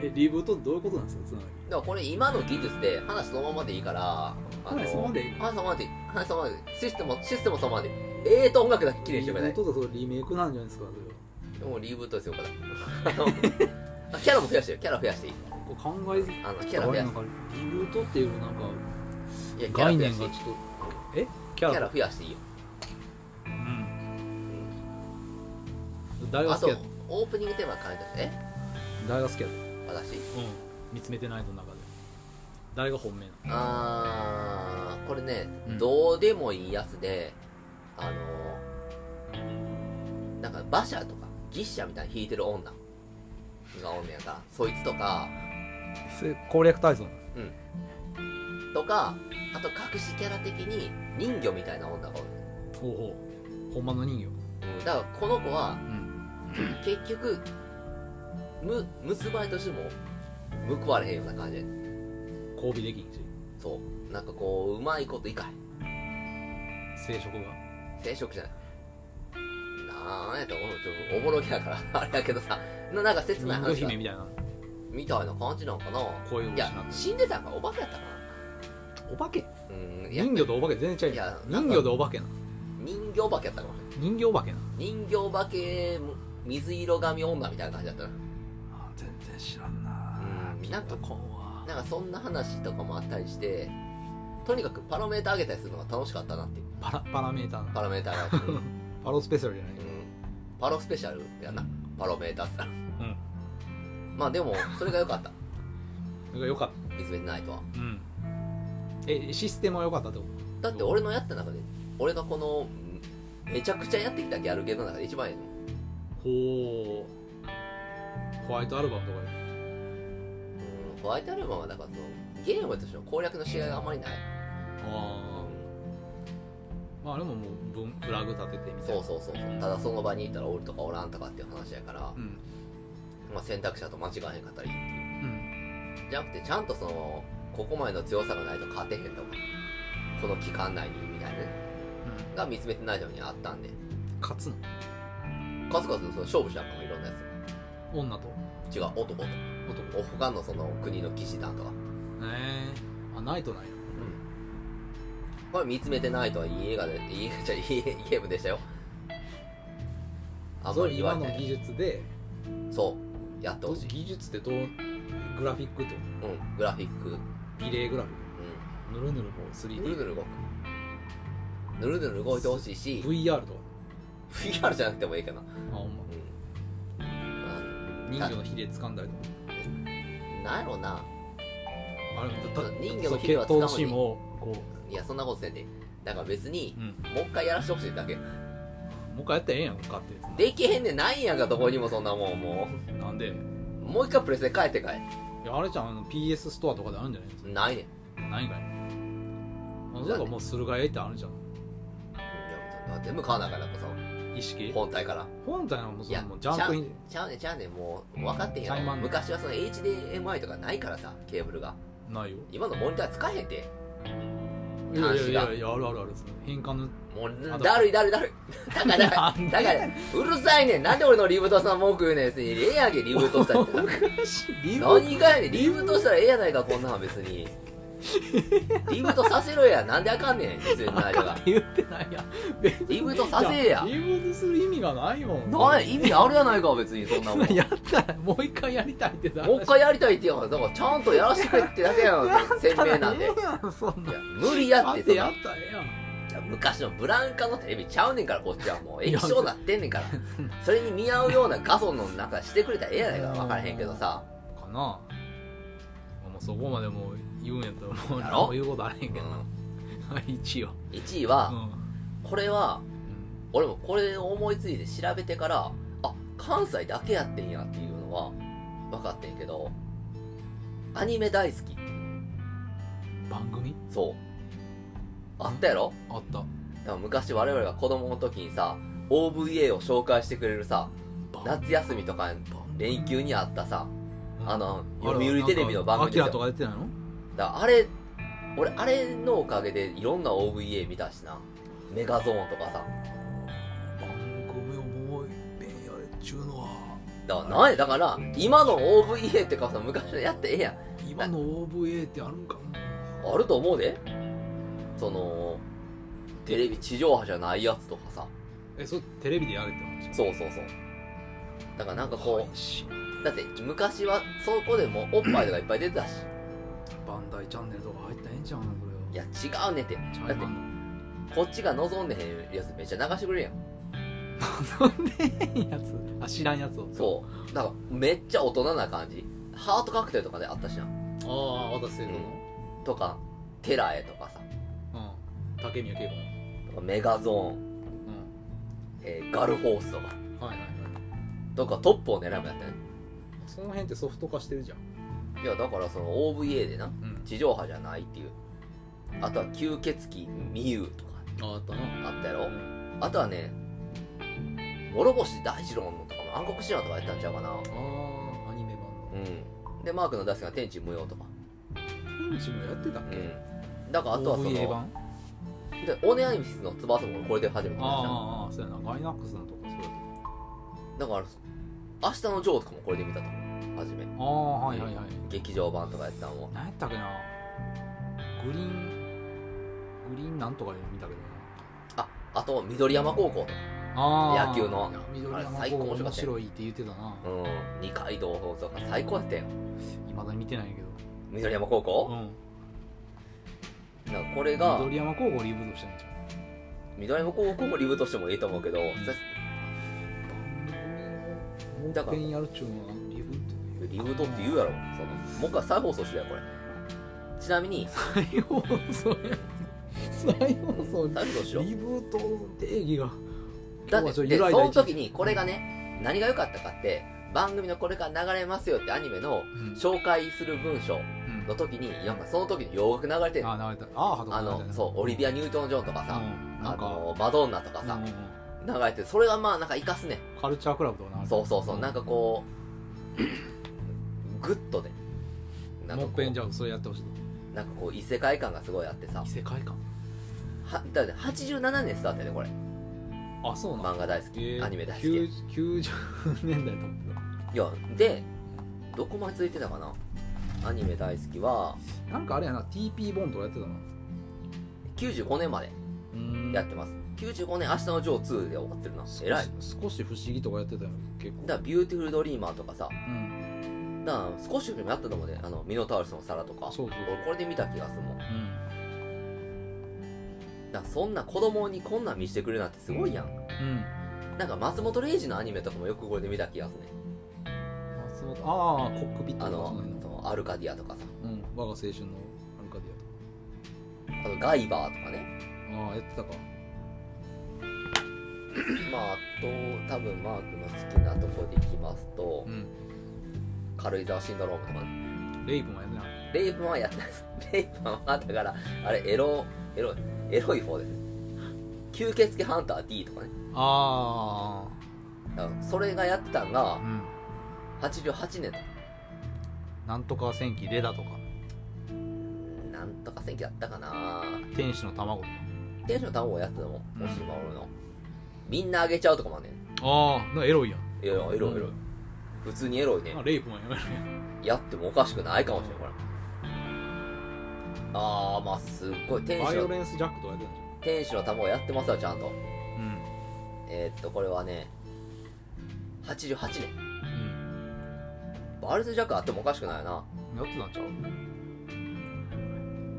Speaker 1: えリブートどういうことなんですかつながり
Speaker 2: でもこれ今の技術で話そのままでいいからあの
Speaker 1: 話そのままでいい
Speaker 2: 話そのままでいい話そのままでいいシステムもシステムもそのままでいいええと音楽だけ綺麗にしてくれない
Speaker 1: リブートだとリメイクなんじゃないですかそれは
Speaker 2: もうリブートですよこれあの [LAUGHS] あキャラも増やしてよキャラ増やしていい
Speaker 1: こう考えず
Speaker 2: あのキャラ
Speaker 1: あ
Speaker 2: 増
Speaker 1: れ
Speaker 2: や
Speaker 1: なん
Speaker 2: し
Speaker 1: かリブートっていうなんか
Speaker 2: ていやキャラ
Speaker 1: 概
Speaker 2: 増や
Speaker 1: 念
Speaker 2: してい
Speaker 1: が
Speaker 2: い
Speaker 1: ちょっとえキ
Speaker 2: キ
Speaker 1: ャラ
Speaker 2: ャラ増やしていいよ
Speaker 1: うん
Speaker 2: うん
Speaker 1: 誰が
Speaker 2: あ
Speaker 1: 好き
Speaker 2: と
Speaker 1: やっ
Speaker 2: オープニングテーマ変えたしね
Speaker 1: た誰が好きやった
Speaker 2: 私
Speaker 1: うん見つめてないの中で誰が本命な
Speaker 2: あーこれね、
Speaker 1: うん
Speaker 2: どうでもいいやつであのなんか馬車とか牛車みたいに弾いてる女がおんねやんかそいつとか
Speaker 1: の攻略体操
Speaker 2: とかあと隠しキャラ的に人魚みたいな女がおる、
Speaker 1: ほうほうほんまの人形
Speaker 2: うん、だからこの子は
Speaker 1: うん
Speaker 2: 結局む結ばれとしても報われへんような感じで
Speaker 1: 交尾できんし
Speaker 2: そうなんかこううまいこといかへん
Speaker 1: 生殖が
Speaker 2: 生殖じゃないなんやったら俺もちょっとおぼろげやから [LAUGHS] あれやけどさななんか切ない
Speaker 1: 人魚
Speaker 2: 話が
Speaker 1: 姫みたいな
Speaker 2: みたいな感じなんかな
Speaker 1: こういう
Speaker 2: い
Speaker 1: ことしな
Speaker 2: や
Speaker 1: くて
Speaker 2: 死んでたんかお化けやったか
Speaker 1: お化け
Speaker 2: なうんいや
Speaker 1: 人魚とお化け全然
Speaker 2: い
Speaker 1: ちゃう
Speaker 2: や
Speaker 1: やん人魚とお化けな
Speaker 2: 人形化けやったかも
Speaker 1: 人魚お化けな
Speaker 2: 人形化け水色髪女みたいな感じだったな
Speaker 1: 全然知らんな
Speaker 2: うんなんか
Speaker 1: こんは
Speaker 2: なんかそんな話とかもあったりしてとにかくパラメーター上げたりするのが楽しかったなっていう
Speaker 1: パラパラメーターな
Speaker 2: パラメーター
Speaker 1: [LAUGHS]
Speaker 2: が、うん
Speaker 1: パロスペシャルじゃない
Speaker 2: うんパロスペシャルやなパロメーターって
Speaker 1: うん
Speaker 2: まあでもそれが良かった
Speaker 1: それが良かっ
Speaker 2: いずれないとは
Speaker 1: たうんえシステムは良かったってこ
Speaker 2: だって俺のやった中で俺がこのうんめちゃくちゃやってきたギャルゲーの中で一番いいの
Speaker 1: とほうホワイトアルバムとかで
Speaker 2: うんホワイトアルバムはだからそのゲームとしての攻略のしがいがあまりない
Speaker 1: ああまあでももうブンフラグ立ててみたい
Speaker 2: そ
Speaker 1: な
Speaker 2: うそうそうそうただその場にいたらおるとかおらんとかっていう話やから、
Speaker 1: うん
Speaker 2: まあ、選択肢だと間違えへんかったらいいっていう
Speaker 1: うん
Speaker 2: じゃなくてちゃんとそのここまでの強さがないと勝てへんとかこの期間内にみたいなね
Speaker 1: うん
Speaker 2: が見つめてないためにあったんで
Speaker 1: 勝つの
Speaker 2: 数々その勝負しなんかもいろんなや
Speaker 1: 女と
Speaker 2: つ違う男と
Speaker 1: 男
Speaker 2: お他のその国の騎士団とか、
Speaker 1: ええあないとないの
Speaker 2: これ見つめてないとはいい映画でいい映画じゃいいゲームでしたよあん
Speaker 1: そ
Speaker 2: ま
Speaker 1: れ
Speaker 2: り言わ
Speaker 1: 今
Speaker 2: れ
Speaker 1: の
Speaker 2: てない
Speaker 1: 技術で
Speaker 2: そうやってほしい、
Speaker 1: 技術ってどうグラフィックってこ
Speaker 2: うん、グラフィック、うん、
Speaker 1: とビレーグラフィックぬるぬるもう
Speaker 2: ぬる
Speaker 1: 3D
Speaker 2: ぬる動くぬるぬる動いてほしいし
Speaker 1: VR とか
Speaker 2: VR じゃなくてもいいかな、
Speaker 1: あほんま
Speaker 2: うん
Speaker 1: 人魚のヒレ掴んだりとか
Speaker 2: うん、なんやろうな
Speaker 1: あれだだ
Speaker 2: 人魚のヒ
Speaker 1: 決
Speaker 2: レは掴む
Speaker 1: 闘シーンをこ
Speaker 2: いやそんなことせんでだから別に
Speaker 1: う、うん、も
Speaker 2: もう一回やらしてほしいだけ
Speaker 1: う一回やったらええやんかって
Speaker 2: できへんねんないんやんかどこにもそんなもんも
Speaker 1: なんで
Speaker 2: うもう一回プレスで帰って帰
Speaker 1: いやあれじゃんあの PS ストアとかであるんじゃないですか
Speaker 2: ないねん
Speaker 1: ないんかいあのだからもうするがええってあるじゃん
Speaker 2: いや全部買わなあかんからこそ
Speaker 1: 意識
Speaker 2: 本体から
Speaker 1: 本体のもう
Speaker 2: い
Speaker 1: そ
Speaker 2: や
Speaker 1: のもうジャンプイン
Speaker 2: ちゃうねんちゃうねんもう分かってへん
Speaker 1: タイマ
Speaker 2: よ
Speaker 1: ン
Speaker 2: 昔はその HDMI とかないからさケーブルが
Speaker 1: ないよ
Speaker 2: 今のモニター使えへんて
Speaker 1: いやいやい
Speaker 2: 端
Speaker 1: や
Speaker 2: 子
Speaker 1: いやあるあるあるその変換の
Speaker 2: も
Speaker 1: あと
Speaker 2: うだるいだるいだる [LAUGHS] いだからだか
Speaker 1: なんで
Speaker 2: らだからうるさいねんなんで俺のリブートさん文句言うねん別にええやんけリブートした [LAUGHS] って
Speaker 1: リブ
Speaker 2: 何がやねんリブートしたらええやないかこんなん別にリブートさせろやなんであかんねん実演の
Speaker 1: あ
Speaker 2: 間
Speaker 1: かん
Speaker 2: が
Speaker 1: って言ってないやん別に
Speaker 2: リブートさせえや
Speaker 1: リブートする意味がないもん
Speaker 2: ない意味あるやないか別にそんなもん
Speaker 1: やったらもう一回やりたいってだ
Speaker 2: もう一回やりたいって言うからだからちゃんとやらせてくれってだけやん鮮明なんでい
Speaker 1: ええやんそんな
Speaker 2: や無理や
Speaker 1: だっ
Speaker 2: っ
Speaker 1: てて
Speaker 2: そん
Speaker 1: や
Speaker 2: な
Speaker 1: ったらええやん
Speaker 2: いや昔のブランカのテレビちゃうねんからこっちはもう液晶なってんねんからそれに見合うような画像の中してくれたらええやないか分からへんけどさ
Speaker 1: かなもうそこまでもう言うんやったらもう
Speaker 2: やろ
Speaker 1: 何も言うことあらへんけどな、
Speaker 2: う
Speaker 1: はい一応
Speaker 2: ん1位
Speaker 1: う
Speaker 2: は
Speaker 1: ん
Speaker 2: これは俺もこれを思いついて調べてからあ関西だけやってんやっていうのは分かってんけどアニメ大好き
Speaker 1: 番組
Speaker 2: そうあったやろ
Speaker 1: あった
Speaker 2: だから昔我々が子供の時にさ OVA を紹介してくれるさ夏休みとか連休にあったさあの読売テレビの番組です
Speaker 1: アキラと
Speaker 2: よ
Speaker 1: か出てないの
Speaker 2: だからあれ俺あれのおかげでいろんな OVA 見たしなメガゾーンとかさ
Speaker 1: 番組をもう一遍やれっちゅうのは
Speaker 2: だからなんやだから今の OVA ってかさ昔のやってええやん
Speaker 1: 今の OVA ってあるんか
Speaker 2: あると思うでそのテレビ地上波じゃないやつとかさ
Speaker 1: えそれテレビでやれって話
Speaker 2: そうそうそうだからなんかこ
Speaker 1: 配信
Speaker 2: うだって昔はそこでもうおっぱいとかいっぱい出てたし
Speaker 1: バンダイチャンネルとか入ったらええんちゃうのこれはい
Speaker 2: や違うねんて
Speaker 1: チ
Speaker 2: だ
Speaker 1: ャ
Speaker 2: っ
Speaker 1: イ
Speaker 2: て
Speaker 1: マン
Speaker 2: こっちが望んでへんやつめっちゃ流してくれるやん
Speaker 1: 望んでへんやつ [LAUGHS] あ知らんやつを
Speaker 2: そうだからめっちゃ大人な感じハートカクテルとかであったしな
Speaker 1: ああ渡瀬戸の
Speaker 2: とかテラエとかさ
Speaker 1: うん竹宮恵子の
Speaker 2: とかメガゾーン、えーガルフォースとか
Speaker 1: うんはいはいはい
Speaker 2: とかトップを狙うやったね
Speaker 1: その辺ってソフト化してるじゃん
Speaker 2: いやだからその OVA でな
Speaker 1: うん
Speaker 2: 地上波じゃないっていうあとは吸血鬼ミユとか
Speaker 1: ああったな
Speaker 2: あったやろあとはね諸星大二郎のとかも暗黒神話とかやったんちゃうかな
Speaker 1: ああアニメ版
Speaker 2: うんでマークの出すが天地無用とか
Speaker 1: の天地もやってたっけ、
Speaker 2: うんだからあとはその
Speaker 1: OVA
Speaker 2: で
Speaker 1: 版
Speaker 2: オネアイミスの翼もこれで初めて見まし
Speaker 1: あーあ
Speaker 2: た
Speaker 1: ーあーそうやなガイナックスのとこそうやって
Speaker 2: だから明日のジョーとかもこれで見たと思う初め
Speaker 1: ああはいはいはい
Speaker 2: 劇場版とかやったのも
Speaker 1: 何やったっけなグリーングリーンなんとかいうの見たけど
Speaker 2: ああと緑山高校とか
Speaker 1: なああ
Speaker 2: 野球の
Speaker 1: いや緑
Speaker 2: あれ
Speaker 1: 山
Speaker 2: 最
Speaker 1: 高
Speaker 2: 高
Speaker 1: 校
Speaker 2: 面
Speaker 1: 面
Speaker 2: 白かったよ
Speaker 1: 白いって言ってたな
Speaker 2: うん二階堂とか最高やったよ
Speaker 1: いまだに見てないんやけど
Speaker 2: 緑山高校
Speaker 1: うん
Speaker 2: なんかこれが
Speaker 1: 緑山高校リブートしたんじゃん
Speaker 2: 緑山高校もリブートしてもいいと思うけどさ
Speaker 1: 番組をもう一遍やるっちゅうのはリブート
Speaker 2: リブートって言うやろそのもう一回再放送してよこれちなみに
Speaker 1: 再放送や再放送
Speaker 2: 再放送しろ
Speaker 1: リブートの定義が
Speaker 2: だ
Speaker 1: 今日はち
Speaker 2: っ
Speaker 1: ょ
Speaker 2: て
Speaker 1: っと
Speaker 2: で
Speaker 1: 揺
Speaker 2: そ
Speaker 1: らいだ
Speaker 2: の時にこれがね何が良かったかって番組のこれから流れますよってアニメの
Speaker 1: うん
Speaker 2: 紹介する文章
Speaker 1: うん
Speaker 2: の時になんかその時に洋楽流れてる
Speaker 1: ああ流れたああはとか
Speaker 2: あ
Speaker 1: 流れた
Speaker 2: の
Speaker 1: ね
Speaker 2: そうオリビア・ニュートン・ジョンとか
Speaker 1: う
Speaker 2: さ、
Speaker 1: んな
Speaker 2: あ
Speaker 1: んか
Speaker 2: のマドンナとか
Speaker 1: う
Speaker 2: さ
Speaker 1: ん、うん
Speaker 2: 流れてそれがまあなんか生かすね
Speaker 1: うんカルチャークラブとか流れた
Speaker 2: そうそうそうなん
Speaker 1: か
Speaker 2: かこうグッとねなんか
Speaker 1: も
Speaker 2: こ
Speaker 1: っ
Speaker 2: う
Speaker 1: ぺんじゃあそれやってほしい
Speaker 2: なんかこう異世界感がすごいあってさ
Speaker 1: 異世界観
Speaker 2: はだって87年スタートやねこれ
Speaker 1: あそうなん
Speaker 2: 漫画大好き、
Speaker 1: えー
Speaker 2: アニメ大好きい
Speaker 1: 90 90年代と思って
Speaker 2: やでどこまでついてたかなアニメ大好きは
Speaker 1: たなんかあれやな TP ボンとかやってたな
Speaker 2: 95年まで
Speaker 1: うん
Speaker 2: やってます95年「明日のジョー2」で終わってるな
Speaker 1: 少し
Speaker 2: 偉い
Speaker 1: 少し不思議とかやってたよ結構
Speaker 2: だからビューティフルドリーマーとかさ
Speaker 1: うん
Speaker 2: だから少しでもやったと思うであのミノタウルスの皿とか
Speaker 1: そうそうそう
Speaker 2: 俺これで見た気がするもんだか
Speaker 1: うん
Speaker 2: らそんな子供にこんなん見してくれるなんてすごいやん
Speaker 1: うん
Speaker 2: なんか松本零士のアニメとかもよくこれで見た気がするね
Speaker 1: 松本ああコックピット
Speaker 2: あ
Speaker 1: とかそ
Speaker 2: の
Speaker 1: の辺の
Speaker 2: アルカディアとかさ
Speaker 1: うん我が青春のアルカディ
Speaker 2: あとガイバーとかね
Speaker 1: アとかああやってたか
Speaker 2: まああと多分マークの好きなとこでいきますと
Speaker 1: うん
Speaker 2: 軽井沢シンドロームとかね
Speaker 1: レイプもやってなかっ
Speaker 2: レイプマンはやったんです [LAUGHS] レイプマンはだからあれエロエロいエロい方です吸血鬼ハンター D とかね
Speaker 1: たあ
Speaker 2: だからそれがやってたん
Speaker 1: あ
Speaker 2: が
Speaker 1: うん
Speaker 2: 88年だ
Speaker 1: なんとか戦記レダとか
Speaker 2: なんとか戦記やったかな
Speaker 1: 天使の卵とか
Speaker 2: 天使の卵をやってたもん
Speaker 1: うん
Speaker 2: もし今俺のみんなあげちゃうとかもね
Speaker 1: ああエロいやん
Speaker 2: いやいやエロいエロい
Speaker 1: うん
Speaker 2: 普通にエロいね
Speaker 1: あレイプもやめるやん
Speaker 2: やってもおかしくないかもしれないこれあーまあすっごい天
Speaker 1: バ
Speaker 2: 使
Speaker 1: イオ
Speaker 2: の
Speaker 1: レンスジャックとかやってたんじ
Speaker 2: 天使の卵やってますよちゃんと
Speaker 1: ゃん
Speaker 2: えーっとこれはね88年
Speaker 1: うん
Speaker 2: バルズジャックあってもおかしくないよな
Speaker 1: うんやってたんちゃ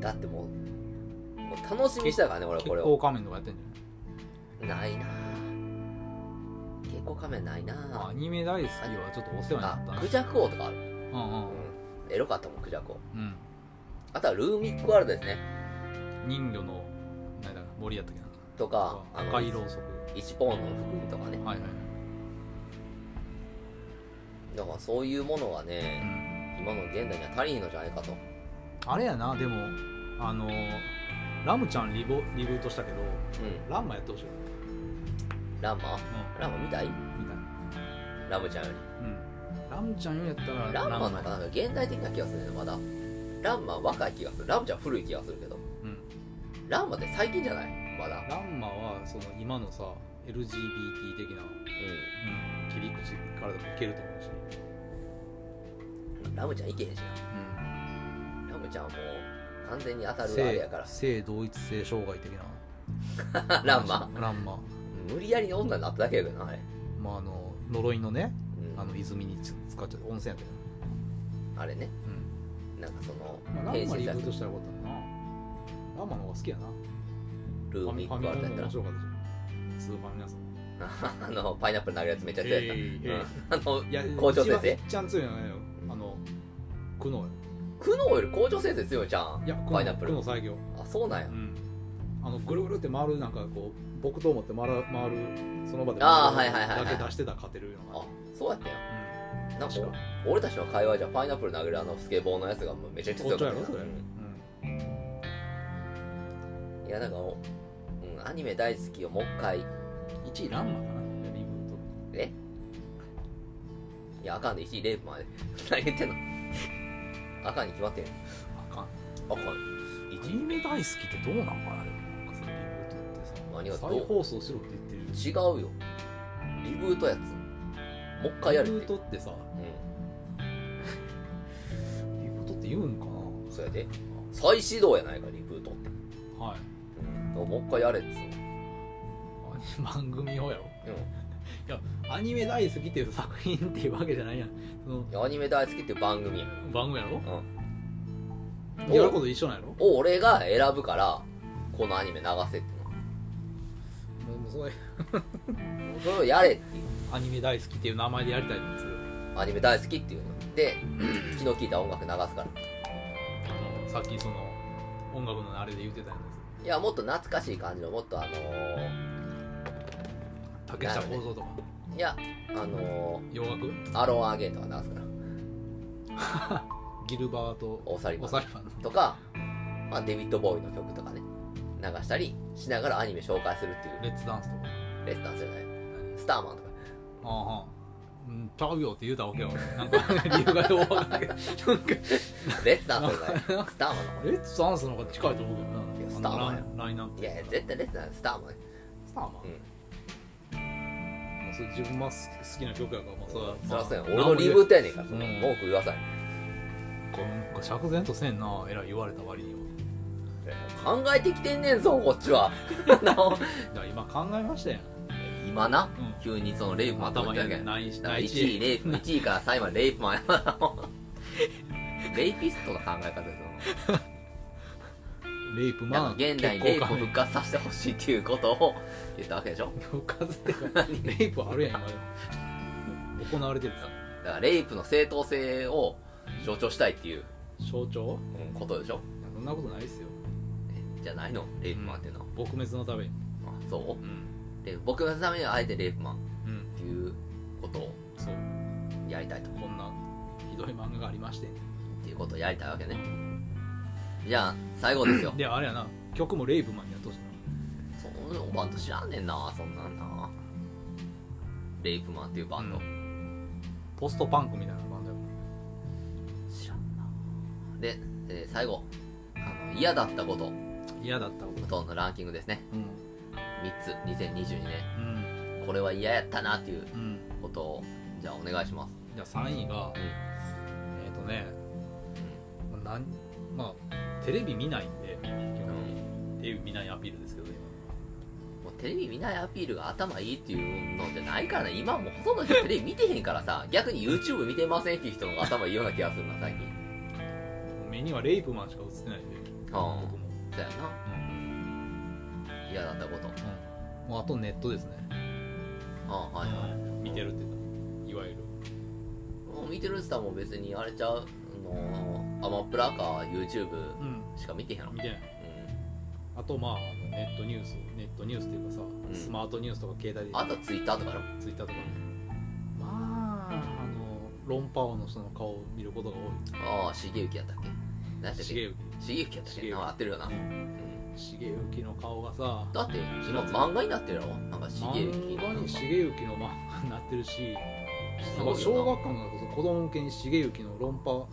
Speaker 1: う
Speaker 2: だってもうもう楽しみにしたからね俺これ
Speaker 1: 結
Speaker 2: を
Speaker 1: 構仮面とかやってんじゃん
Speaker 2: ないな結構仮面ないな
Speaker 1: アニメ大好きはちょっとお世話にな
Speaker 2: あ
Speaker 1: ったな
Speaker 2: クジャク王とかある、
Speaker 1: うん
Speaker 2: うん、エロかったもんクジャク王
Speaker 1: うんうん
Speaker 2: あとはルーミックワールドですね
Speaker 1: 人魚の何だか森やったっけな
Speaker 2: とかあの
Speaker 1: 赤いろうそく
Speaker 2: 1ポーンドの福音とかね
Speaker 1: はいはい
Speaker 2: だからそういうものはね
Speaker 1: うん
Speaker 2: 今の現代には足りひんのじゃないかと
Speaker 1: あれやなでもあのラムちゃんリボリブートしたけど
Speaker 2: う
Speaker 1: ランマやってほしいよね
Speaker 2: んランマランマ見たい
Speaker 1: うんみたいな
Speaker 2: ラムちゃんより
Speaker 1: うんラムちゃんよりやったら
Speaker 2: ランマの方
Speaker 1: や
Speaker 2: がなんか現代的な気がするねまだランマは若い気がするラムちゃんは古い気がするけど
Speaker 1: うん
Speaker 2: ランマって最近じゃないまだ
Speaker 1: ランマはその今のさ LGBT 的な、
Speaker 2: う
Speaker 1: 切り口からでもいけると思うし、
Speaker 2: んラムちゃんいけへんしなラムちゃんはもう完全に当たるあれやから
Speaker 1: 性同一性障害的な
Speaker 2: [LAUGHS] ランマ
Speaker 1: ランマ
Speaker 2: 無理やり女になっただけやけどなあれ、
Speaker 1: まああの呪いのね
Speaker 2: うん、
Speaker 1: あの泉に使っちゃって温泉やったけど
Speaker 2: あれね
Speaker 1: うん
Speaker 2: なんかその
Speaker 1: まあ、ランマリブ
Speaker 2: や
Speaker 1: ー
Speaker 2: つ
Speaker 1: トしたらよかったなランマの方が好きやな
Speaker 2: ルーミックワールドやった
Speaker 1: 面
Speaker 2: ら
Speaker 1: 白かったじゃんスーパー皆さん
Speaker 2: [LAUGHS] あのパイナップル投げるやつめっちゃ強いやつやった、うんあの
Speaker 1: いや
Speaker 2: [LAUGHS] 校長先生
Speaker 1: 一番いっちゃん強いのはねあの苦悩
Speaker 2: 苦悩より校長先生強いじゃん
Speaker 1: いや苦
Speaker 2: パイナッ
Speaker 1: 悩
Speaker 2: プ
Speaker 1: 苦
Speaker 2: ル
Speaker 1: 悩最強
Speaker 2: あそうなんや
Speaker 1: うんあのぐるぐるって回るなんかこう木刀持って回る回るその場で
Speaker 2: あー
Speaker 1: 回る
Speaker 2: はいはいはいはい
Speaker 1: だけ出してたら勝てるような
Speaker 2: あそうやったんや
Speaker 1: うん
Speaker 2: なんか
Speaker 1: 確か
Speaker 2: 俺たちの会話じゃパイナップル投げるあのスケボーのやつがもうめちゃくちゃ強
Speaker 1: 校長
Speaker 2: か
Speaker 1: や
Speaker 2: った
Speaker 1: ろ
Speaker 2: な
Speaker 1: それ、う
Speaker 2: うん
Speaker 1: ん、
Speaker 2: いやなんかもう、うん、アニメ大好きをもう一回
Speaker 1: 1位ランマかなリブート
Speaker 2: えいや、あかんで、1位レイプまで。 [LAUGHS] 何言ってんのあかんに決まってんの
Speaker 1: あかん
Speaker 2: あかん。
Speaker 3: ア
Speaker 2: 1
Speaker 3: ニメ大好きってどうなんかなでも
Speaker 1: そのリブートってさ
Speaker 2: ありがとう
Speaker 1: 再放送しろって言ってる
Speaker 2: 違うよ。リブートやつ。もう一回や
Speaker 1: リ
Speaker 2: る
Speaker 1: ブ
Speaker 2: っ
Speaker 1: ー
Speaker 2: て。
Speaker 1: トってさ
Speaker 2: うん。
Speaker 1: リブートって言うんか
Speaker 2: そうやで。再始動やないか、リブートって。
Speaker 1: なはい
Speaker 2: うん。もう一回やれっつうの。
Speaker 1: アニ番組をやろ
Speaker 2: うん。
Speaker 1: アニメ大好きっていう作品っていうわけじゃないやんその
Speaker 2: いやアニメ大好きっていう番組や
Speaker 1: 番組やろ
Speaker 2: うん
Speaker 1: やること一緒なんやろも
Speaker 2: を俺が選ぶからこのアニメ流せって
Speaker 1: うもうそれ
Speaker 2: のそれをやれっていう
Speaker 1: アニメ大好きっていう名前でやりたいんですよ
Speaker 2: アニメ大好きっていうので気の利いた音楽流すから
Speaker 1: あのさっきその音楽のあれで言ってたやつ
Speaker 2: いやもっと懐かしい感じのもっとあのー、
Speaker 1: 竹下幸三とか
Speaker 2: いやあの
Speaker 1: 洋楽
Speaker 2: ー、アロン・アーゲンとか流すから
Speaker 1: ギルバート・
Speaker 2: オーサリバ
Speaker 1: オ
Speaker 2: ン
Speaker 1: サリバンの
Speaker 2: とか、まあ、デビッド・ボーイの曲とかね流したりしながらアニメ紹介するってい
Speaker 1: レ
Speaker 2: う
Speaker 1: ッツダンスとか
Speaker 2: レッスタンスじゃないスターマンとか
Speaker 1: ああはんうんちゃうよって言うたわけよなんか理由がようわからんけどなんか
Speaker 2: レッスタンスじゃないスターマンの
Speaker 1: レッツダンスの方が近いと思うけどない
Speaker 2: や
Speaker 1: あの
Speaker 2: スターマンや
Speaker 1: ラインナッ
Speaker 2: 方
Speaker 1: プ
Speaker 2: いやいや絶対レッスタンススターマン
Speaker 1: スターマン、まあ、それ自分まあ好き好きな曲やからまあそれは
Speaker 2: そ
Speaker 1: ま
Speaker 2: ら
Speaker 1: あ
Speaker 2: そうやん俺のリブートやねんからそんな
Speaker 1: うん
Speaker 2: 文句言わさい
Speaker 1: なんか釈然とせんなえらい言われた割には
Speaker 2: 考えてきてんねんぞこっちはなお
Speaker 1: だから今考えましたやん、
Speaker 2: 今な
Speaker 1: うん
Speaker 2: 急にそのレイプマンと思ってたけど
Speaker 1: ないない
Speaker 2: 1位レイプ1位から最後までレイプマンやなレイピストの考え方で
Speaker 1: レイプ
Speaker 2: その
Speaker 1: マン
Speaker 2: 現代にレイプを復活させてほしいっていうことを言ったわけでしょ
Speaker 1: 復活っていうかレイプあるやん今でも行われてるさ
Speaker 2: だからレイプの正当性を象徴したいっていう
Speaker 1: 象徴
Speaker 2: うんことでしょ
Speaker 1: いやそんなことないですよ
Speaker 2: じゃないのレイプマンっていうのは
Speaker 1: 撲滅のために
Speaker 2: あそ
Speaker 1: うん
Speaker 2: うで僕のためにあえてレイプマン
Speaker 1: うん
Speaker 2: っていうことを
Speaker 1: そう
Speaker 2: やりたいと
Speaker 1: こんなひどい漫画がありまして
Speaker 2: っていうことをやりたいわけねじゃあ最後ですよ
Speaker 1: であれやな曲もレイプマンにやっとし
Speaker 2: そんなおバンド知らんねんなそんなんなレイプマンっていうバンド、
Speaker 1: うポストパンクみたいなバンドや
Speaker 2: 知らんなで、えー最後あの嫌だったこと
Speaker 1: 嫌だったこと
Speaker 2: とのランキングですね
Speaker 1: うん
Speaker 2: 3つ2022年
Speaker 1: うん
Speaker 2: これは嫌やったなっていう
Speaker 1: うん
Speaker 2: ことをじゃあお願いします
Speaker 1: じゃあ3位が
Speaker 2: うん
Speaker 1: えっ、とねまあなんまあテレビ見ないんで基
Speaker 2: う
Speaker 1: 本的に
Speaker 2: ん
Speaker 1: テレビ見ないアピールですけど今
Speaker 2: もうテレビ見ないアピールが頭いいっていうのじゃないからね今もうほとんどの人テレビ見てへんからさ逆に YouTube 見てませんっていう人の方が頭いいような気がするな最
Speaker 1: [LAUGHS]
Speaker 2: 近
Speaker 1: もう目にはレイプマンしか映ってないんで
Speaker 2: あ
Speaker 1: 僕も
Speaker 2: あそうやな嫌だったこと
Speaker 1: もうあとネットですね、
Speaker 2: ああはいはい
Speaker 1: 見てるっていわゆる
Speaker 2: もう見てる人はもう別にあれちゃうあのーアマプラか YouTube
Speaker 1: うん
Speaker 2: しか見てへんのうん
Speaker 1: 見てないあとまああのネットニュースネットニュースっていうかさ、
Speaker 2: ん
Speaker 1: スマートニュースとか携帯で
Speaker 2: あとは Twitter とかあるもん
Speaker 1: ツイッターとかまああの論破王の人の顔を見ることが多
Speaker 2: ああ重幸やったっけ何やっ
Speaker 1: い
Speaker 2: たっ
Speaker 1: 重
Speaker 2: け
Speaker 1: 幸
Speaker 2: 重幸や
Speaker 1: 重
Speaker 2: ったっけ
Speaker 1: 幸
Speaker 2: なんか合ってるよな、
Speaker 1: う
Speaker 2: うん
Speaker 1: 重幸の顔がさ
Speaker 2: だって今漫画になってるやろなんか重幸
Speaker 1: 漫画に重
Speaker 2: す
Speaker 1: 幸の漫画になってるしなん
Speaker 2: ご
Speaker 1: か
Speaker 2: い
Speaker 1: 小
Speaker 2: よ
Speaker 1: 学校の中で子供向けに重幸の論破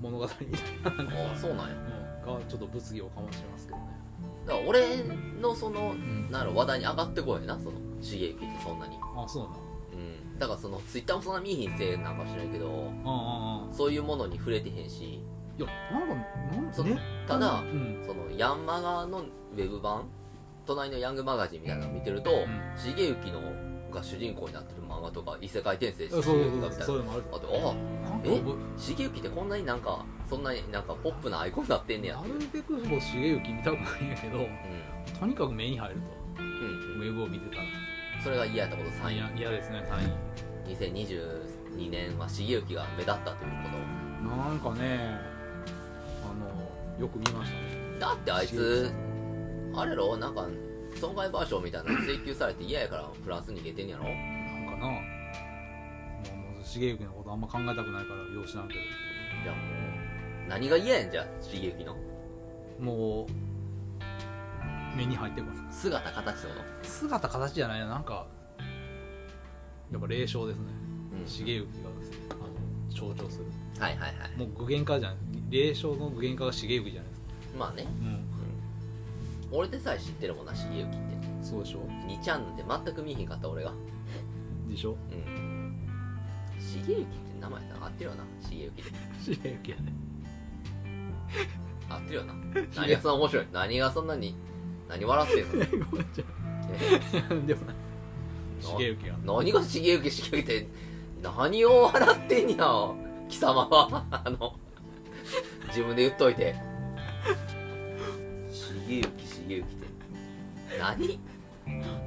Speaker 1: 物語みたいな
Speaker 2: なああそうなんや
Speaker 1: のがちょっと物議を醸しますけどね、
Speaker 2: だから俺のそのなんやろ話題に上がってこいなその重幸ってそんなに
Speaker 1: あそうなんだ
Speaker 2: うんだからその Twitter もそんな見えへんせいなんかもしれんけど
Speaker 1: ああああ
Speaker 2: そういうものに触れてへんし
Speaker 1: いやなんかなん
Speaker 2: そ
Speaker 1: か
Speaker 2: う
Speaker 1: ね
Speaker 2: ただ
Speaker 1: うん
Speaker 2: そのヤンマガのウェブ版隣のヤングマガジンみたいなの見てると、
Speaker 1: ん
Speaker 2: 重幸のが主人公になってる漫画とか異世界転生して
Speaker 1: そう
Speaker 2: る
Speaker 1: そう
Speaker 2: みた
Speaker 1: そ
Speaker 2: いうな
Speaker 1: そういうのもある
Speaker 2: あとあ
Speaker 1: なんか
Speaker 2: え
Speaker 1: もう
Speaker 2: 重幸ってこんなになんかそんなになんかポップなアイコンになってんねや
Speaker 1: な
Speaker 2: って
Speaker 1: るべくほぼ重幸見たくないんやけどとにかく目に入ると
Speaker 2: うん、うん
Speaker 1: ウェブを見てた
Speaker 2: それが嫌やったこと
Speaker 1: ら
Speaker 2: 3
Speaker 1: 嫌嫌ですね単位
Speaker 2: 位2022年は重幸が目立ったというこ
Speaker 1: なんかねあのよく見ましたね
Speaker 2: とだってあいつあれやろなんか損害賠償みたいなの請求されて嫌やからフランスに逃げてんやろ
Speaker 1: なんかなもうもう重幸のことあんま考えたくないから養子なんけ
Speaker 2: じゃあもう何が嫌やんじゃあ重幸の
Speaker 1: どもう目に入ってこない
Speaker 2: 姿形ってこと
Speaker 1: 姿形じゃないななんかやっぱ霊障ですね
Speaker 2: ううん
Speaker 1: 重幸があの象徴する
Speaker 2: はいはいはい
Speaker 1: もう具現化じゃん霊障の具現化が重幸じゃないですか
Speaker 2: まあね
Speaker 1: うん
Speaker 2: 俺でさえ知ってるもんな重幸って
Speaker 1: そうでしょ
Speaker 2: 2ちゃんで全く見えへんかった俺が
Speaker 1: でしょ
Speaker 2: うん重幸って名前な合ってるよな重幸で
Speaker 1: 重幸やね
Speaker 2: 合ってる [LAUGHS] よな何がそんな面白い何がそんなに何笑ってんの
Speaker 1: [LAUGHS] ごめんちゃ
Speaker 2: え
Speaker 1: んでも [LAUGHS] な重幸が
Speaker 2: 何が重幸重幸って何を笑ってんや貴様は [LAUGHS] あの自分で言っといて重幸重幸って何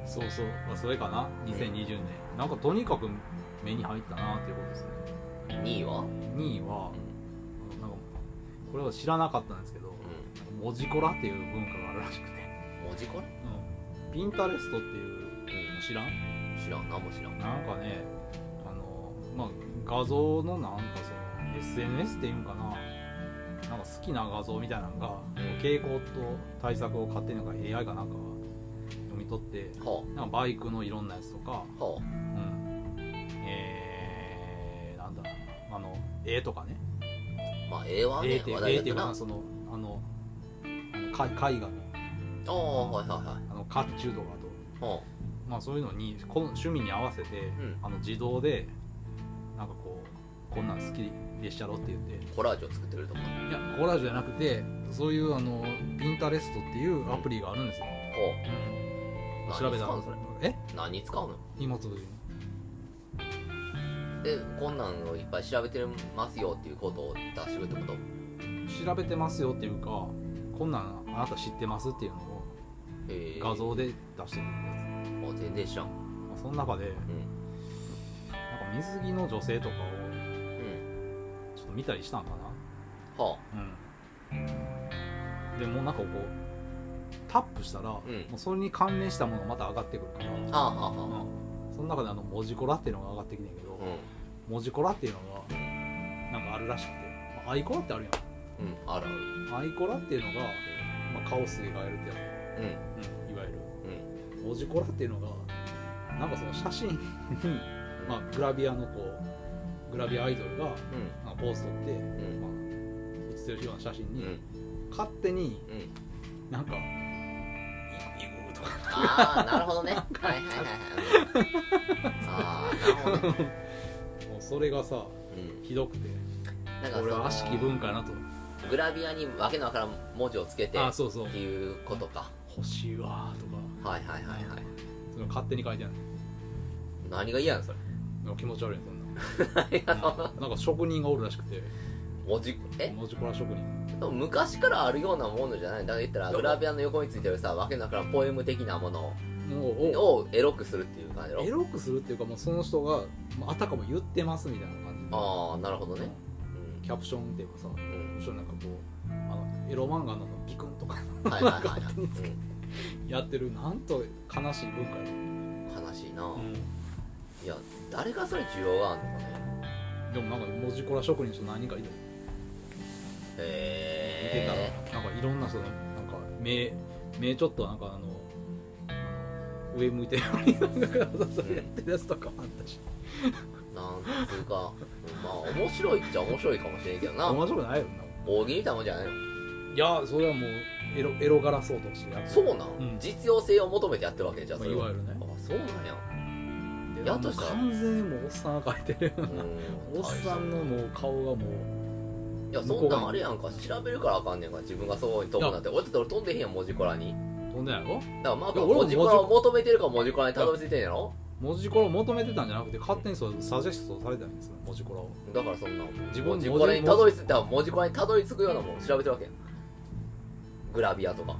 Speaker 1: そうそう、まあ、それかな2020年なんかとにかく目に入ったなっていうことですね
Speaker 2: 2位は
Speaker 1: 2位はなんかこれは知らなかったんですけど
Speaker 2: う
Speaker 1: 文字コラっていう文化があるらしくて、
Speaker 2: ん文字これ
Speaker 1: ピンタレストっていう
Speaker 2: うん
Speaker 1: 知らん
Speaker 2: 知らん何も知らん
Speaker 1: なんかねあのまあ画像のなんかその SNS っていうんかななんか好きな画像みたいなのが傾向と対策を勝手になんか AI かなんか読み取って
Speaker 2: は
Speaker 1: なんかバイクのいろんなやつとか
Speaker 2: あはあ
Speaker 1: うんえー、なんだあの絵とかね
Speaker 2: まあ絵は
Speaker 1: 絵
Speaker 2: ね
Speaker 1: って絵
Speaker 2: 話
Speaker 1: って
Speaker 2: 題
Speaker 1: い
Speaker 2: や
Speaker 1: う
Speaker 2: った
Speaker 1: か
Speaker 2: な
Speaker 1: なそのあのあのか絵画の
Speaker 2: ああはいはいは
Speaker 1: あの甲冑とかと
Speaker 2: いは
Speaker 1: まあ、そういうのにこの趣味に合わせて、
Speaker 2: ん
Speaker 1: あの自動でなんかこうこんなん好きでっしゃろって言って
Speaker 2: あコラージュを作ってるとか
Speaker 1: いやコラージュじゃなくてそういうあのピンタレストっていうアプリがあるんですよ、
Speaker 2: ほう
Speaker 1: 調べたら
Speaker 2: 何使うのそれ
Speaker 1: え
Speaker 2: 何に使うの
Speaker 1: 荷物の時に
Speaker 2: でこんなんをいっぱい調べてますよっていうことを出してるってこと
Speaker 1: 調べてますよっていうかこんなんあなた知ってますっていうのを
Speaker 2: へえ
Speaker 1: 画像で出してるや
Speaker 2: もう全然知らん
Speaker 1: つ、まあ、その中でなんか
Speaker 2: うん
Speaker 1: 水着の女性とかを
Speaker 2: うん
Speaker 1: ちょっと見たりしたんかな
Speaker 2: は
Speaker 1: うん、でもうなんかこうタップしたら、
Speaker 2: ん
Speaker 1: もうそれに関連したものがまた上がってくるから、
Speaker 2: あはあはあはあ
Speaker 1: うんその中であの文字コラっていうのが上がってきてんけど、
Speaker 2: う
Speaker 1: 文字コラっていうのがなんかあるらしくて、まあ、アイコラってあるや
Speaker 2: んうんあるある
Speaker 1: んアイコラっていうのが、まあ、顔すげ替えるってや
Speaker 2: うん
Speaker 1: つ、いわゆる
Speaker 2: うん
Speaker 1: 文字コラっていうのがなんかその写真に、まあ、グラビアのこうグラビアアイドルが
Speaker 2: うん
Speaker 1: なんかポーズ取って、
Speaker 2: うん
Speaker 1: まあ、写ってるような写真
Speaker 2: うん
Speaker 1: に、
Speaker 2: うん
Speaker 1: 勝手に
Speaker 2: うん
Speaker 1: なんかイグイグとか
Speaker 2: ああなるほどねはいはいはいはいうんああなるほどね
Speaker 1: もうそれがさ
Speaker 2: うん
Speaker 1: ひどくて
Speaker 2: なんかそ
Speaker 1: 俺は
Speaker 2: の
Speaker 1: 悪しき文化やなと
Speaker 2: グラビアにわけのわからん文字をつけて
Speaker 1: あ
Speaker 2: っ
Speaker 1: そうそう
Speaker 2: ていうことか
Speaker 1: 欲しいわーとか
Speaker 2: はいはいはいはい
Speaker 1: その勝手に書いてある
Speaker 2: 何が嫌なのそれ
Speaker 1: なんか気持ち悪いねそんな
Speaker 2: [LAUGHS] 何がその
Speaker 1: うんなんか職人がおるらしくて
Speaker 2: 文字え
Speaker 1: 文字コラ職人
Speaker 2: でも昔からあるようなものじゃないだから言ったらグラビアの横についてるさわけのわからんポエム的なもの
Speaker 1: を
Speaker 2: をエロくするっていう感じだろ
Speaker 1: エロくするっていうかもうその人がまああたかも言ってますみたいな感じ
Speaker 2: ああなるほどね
Speaker 1: うんキャプションっていうかさ
Speaker 2: うん、うん
Speaker 1: むしろなんかこうあのエロ漫画のビクンとか [LAUGHS]
Speaker 2: はいはいはい、
Speaker 1: 勝手につけやってるなんと悲しい文化や、
Speaker 2: うん悲しいな、
Speaker 1: ん、
Speaker 2: いや誰がそれ需要があるのかね
Speaker 1: でもなんか文字コラ職人の人何人かいたよ見てたら
Speaker 2: へ
Speaker 1: なんかいろんな人のなんか目目ちょっとなんかあのあの上向いてるようになんかそれやってるやつとかもあったし
Speaker 2: えなんつうかまあ面白いっちゃ面白いかもしれんけどな
Speaker 1: 面白くないよ
Speaker 2: 大喜利たもんじゃないの
Speaker 1: ないやそれはもうエロエロ柄相当してやる
Speaker 2: そうなん、
Speaker 1: うん
Speaker 2: 実用性を求めてやってるわけじゃん
Speaker 1: まあ、
Speaker 2: それ
Speaker 1: い
Speaker 2: は
Speaker 1: わ
Speaker 2: あ
Speaker 1: ゆるね
Speaker 2: そうなん
Speaker 1: [LAUGHS]
Speaker 2: や
Speaker 1: で
Speaker 2: やっとしたら
Speaker 1: もう完全にもうおっさんが描いてるよ
Speaker 2: う
Speaker 1: うなお
Speaker 2: ん
Speaker 1: っさんのもう顔がも
Speaker 2: いやそんなんあれやんか調べるからあかんねんから自分がそうに飛ぶなんて俺だって俺飛んでへんやん文字コラに
Speaker 1: う飛んでないよ
Speaker 2: だからマーク
Speaker 1: い
Speaker 2: は
Speaker 1: や俺も
Speaker 2: 文字コラを求めてるから文字コラにたどり着いてんやろ
Speaker 1: 文字コラを求めてたんじゃなくて勝手にそうサジェストされたんですよ文字コラを
Speaker 2: だからそんな
Speaker 1: 自分
Speaker 2: 文
Speaker 1: の
Speaker 2: 字コラにたどり着いたら文字コラにたどり着くようなもん調べてるわけやんグラビアとか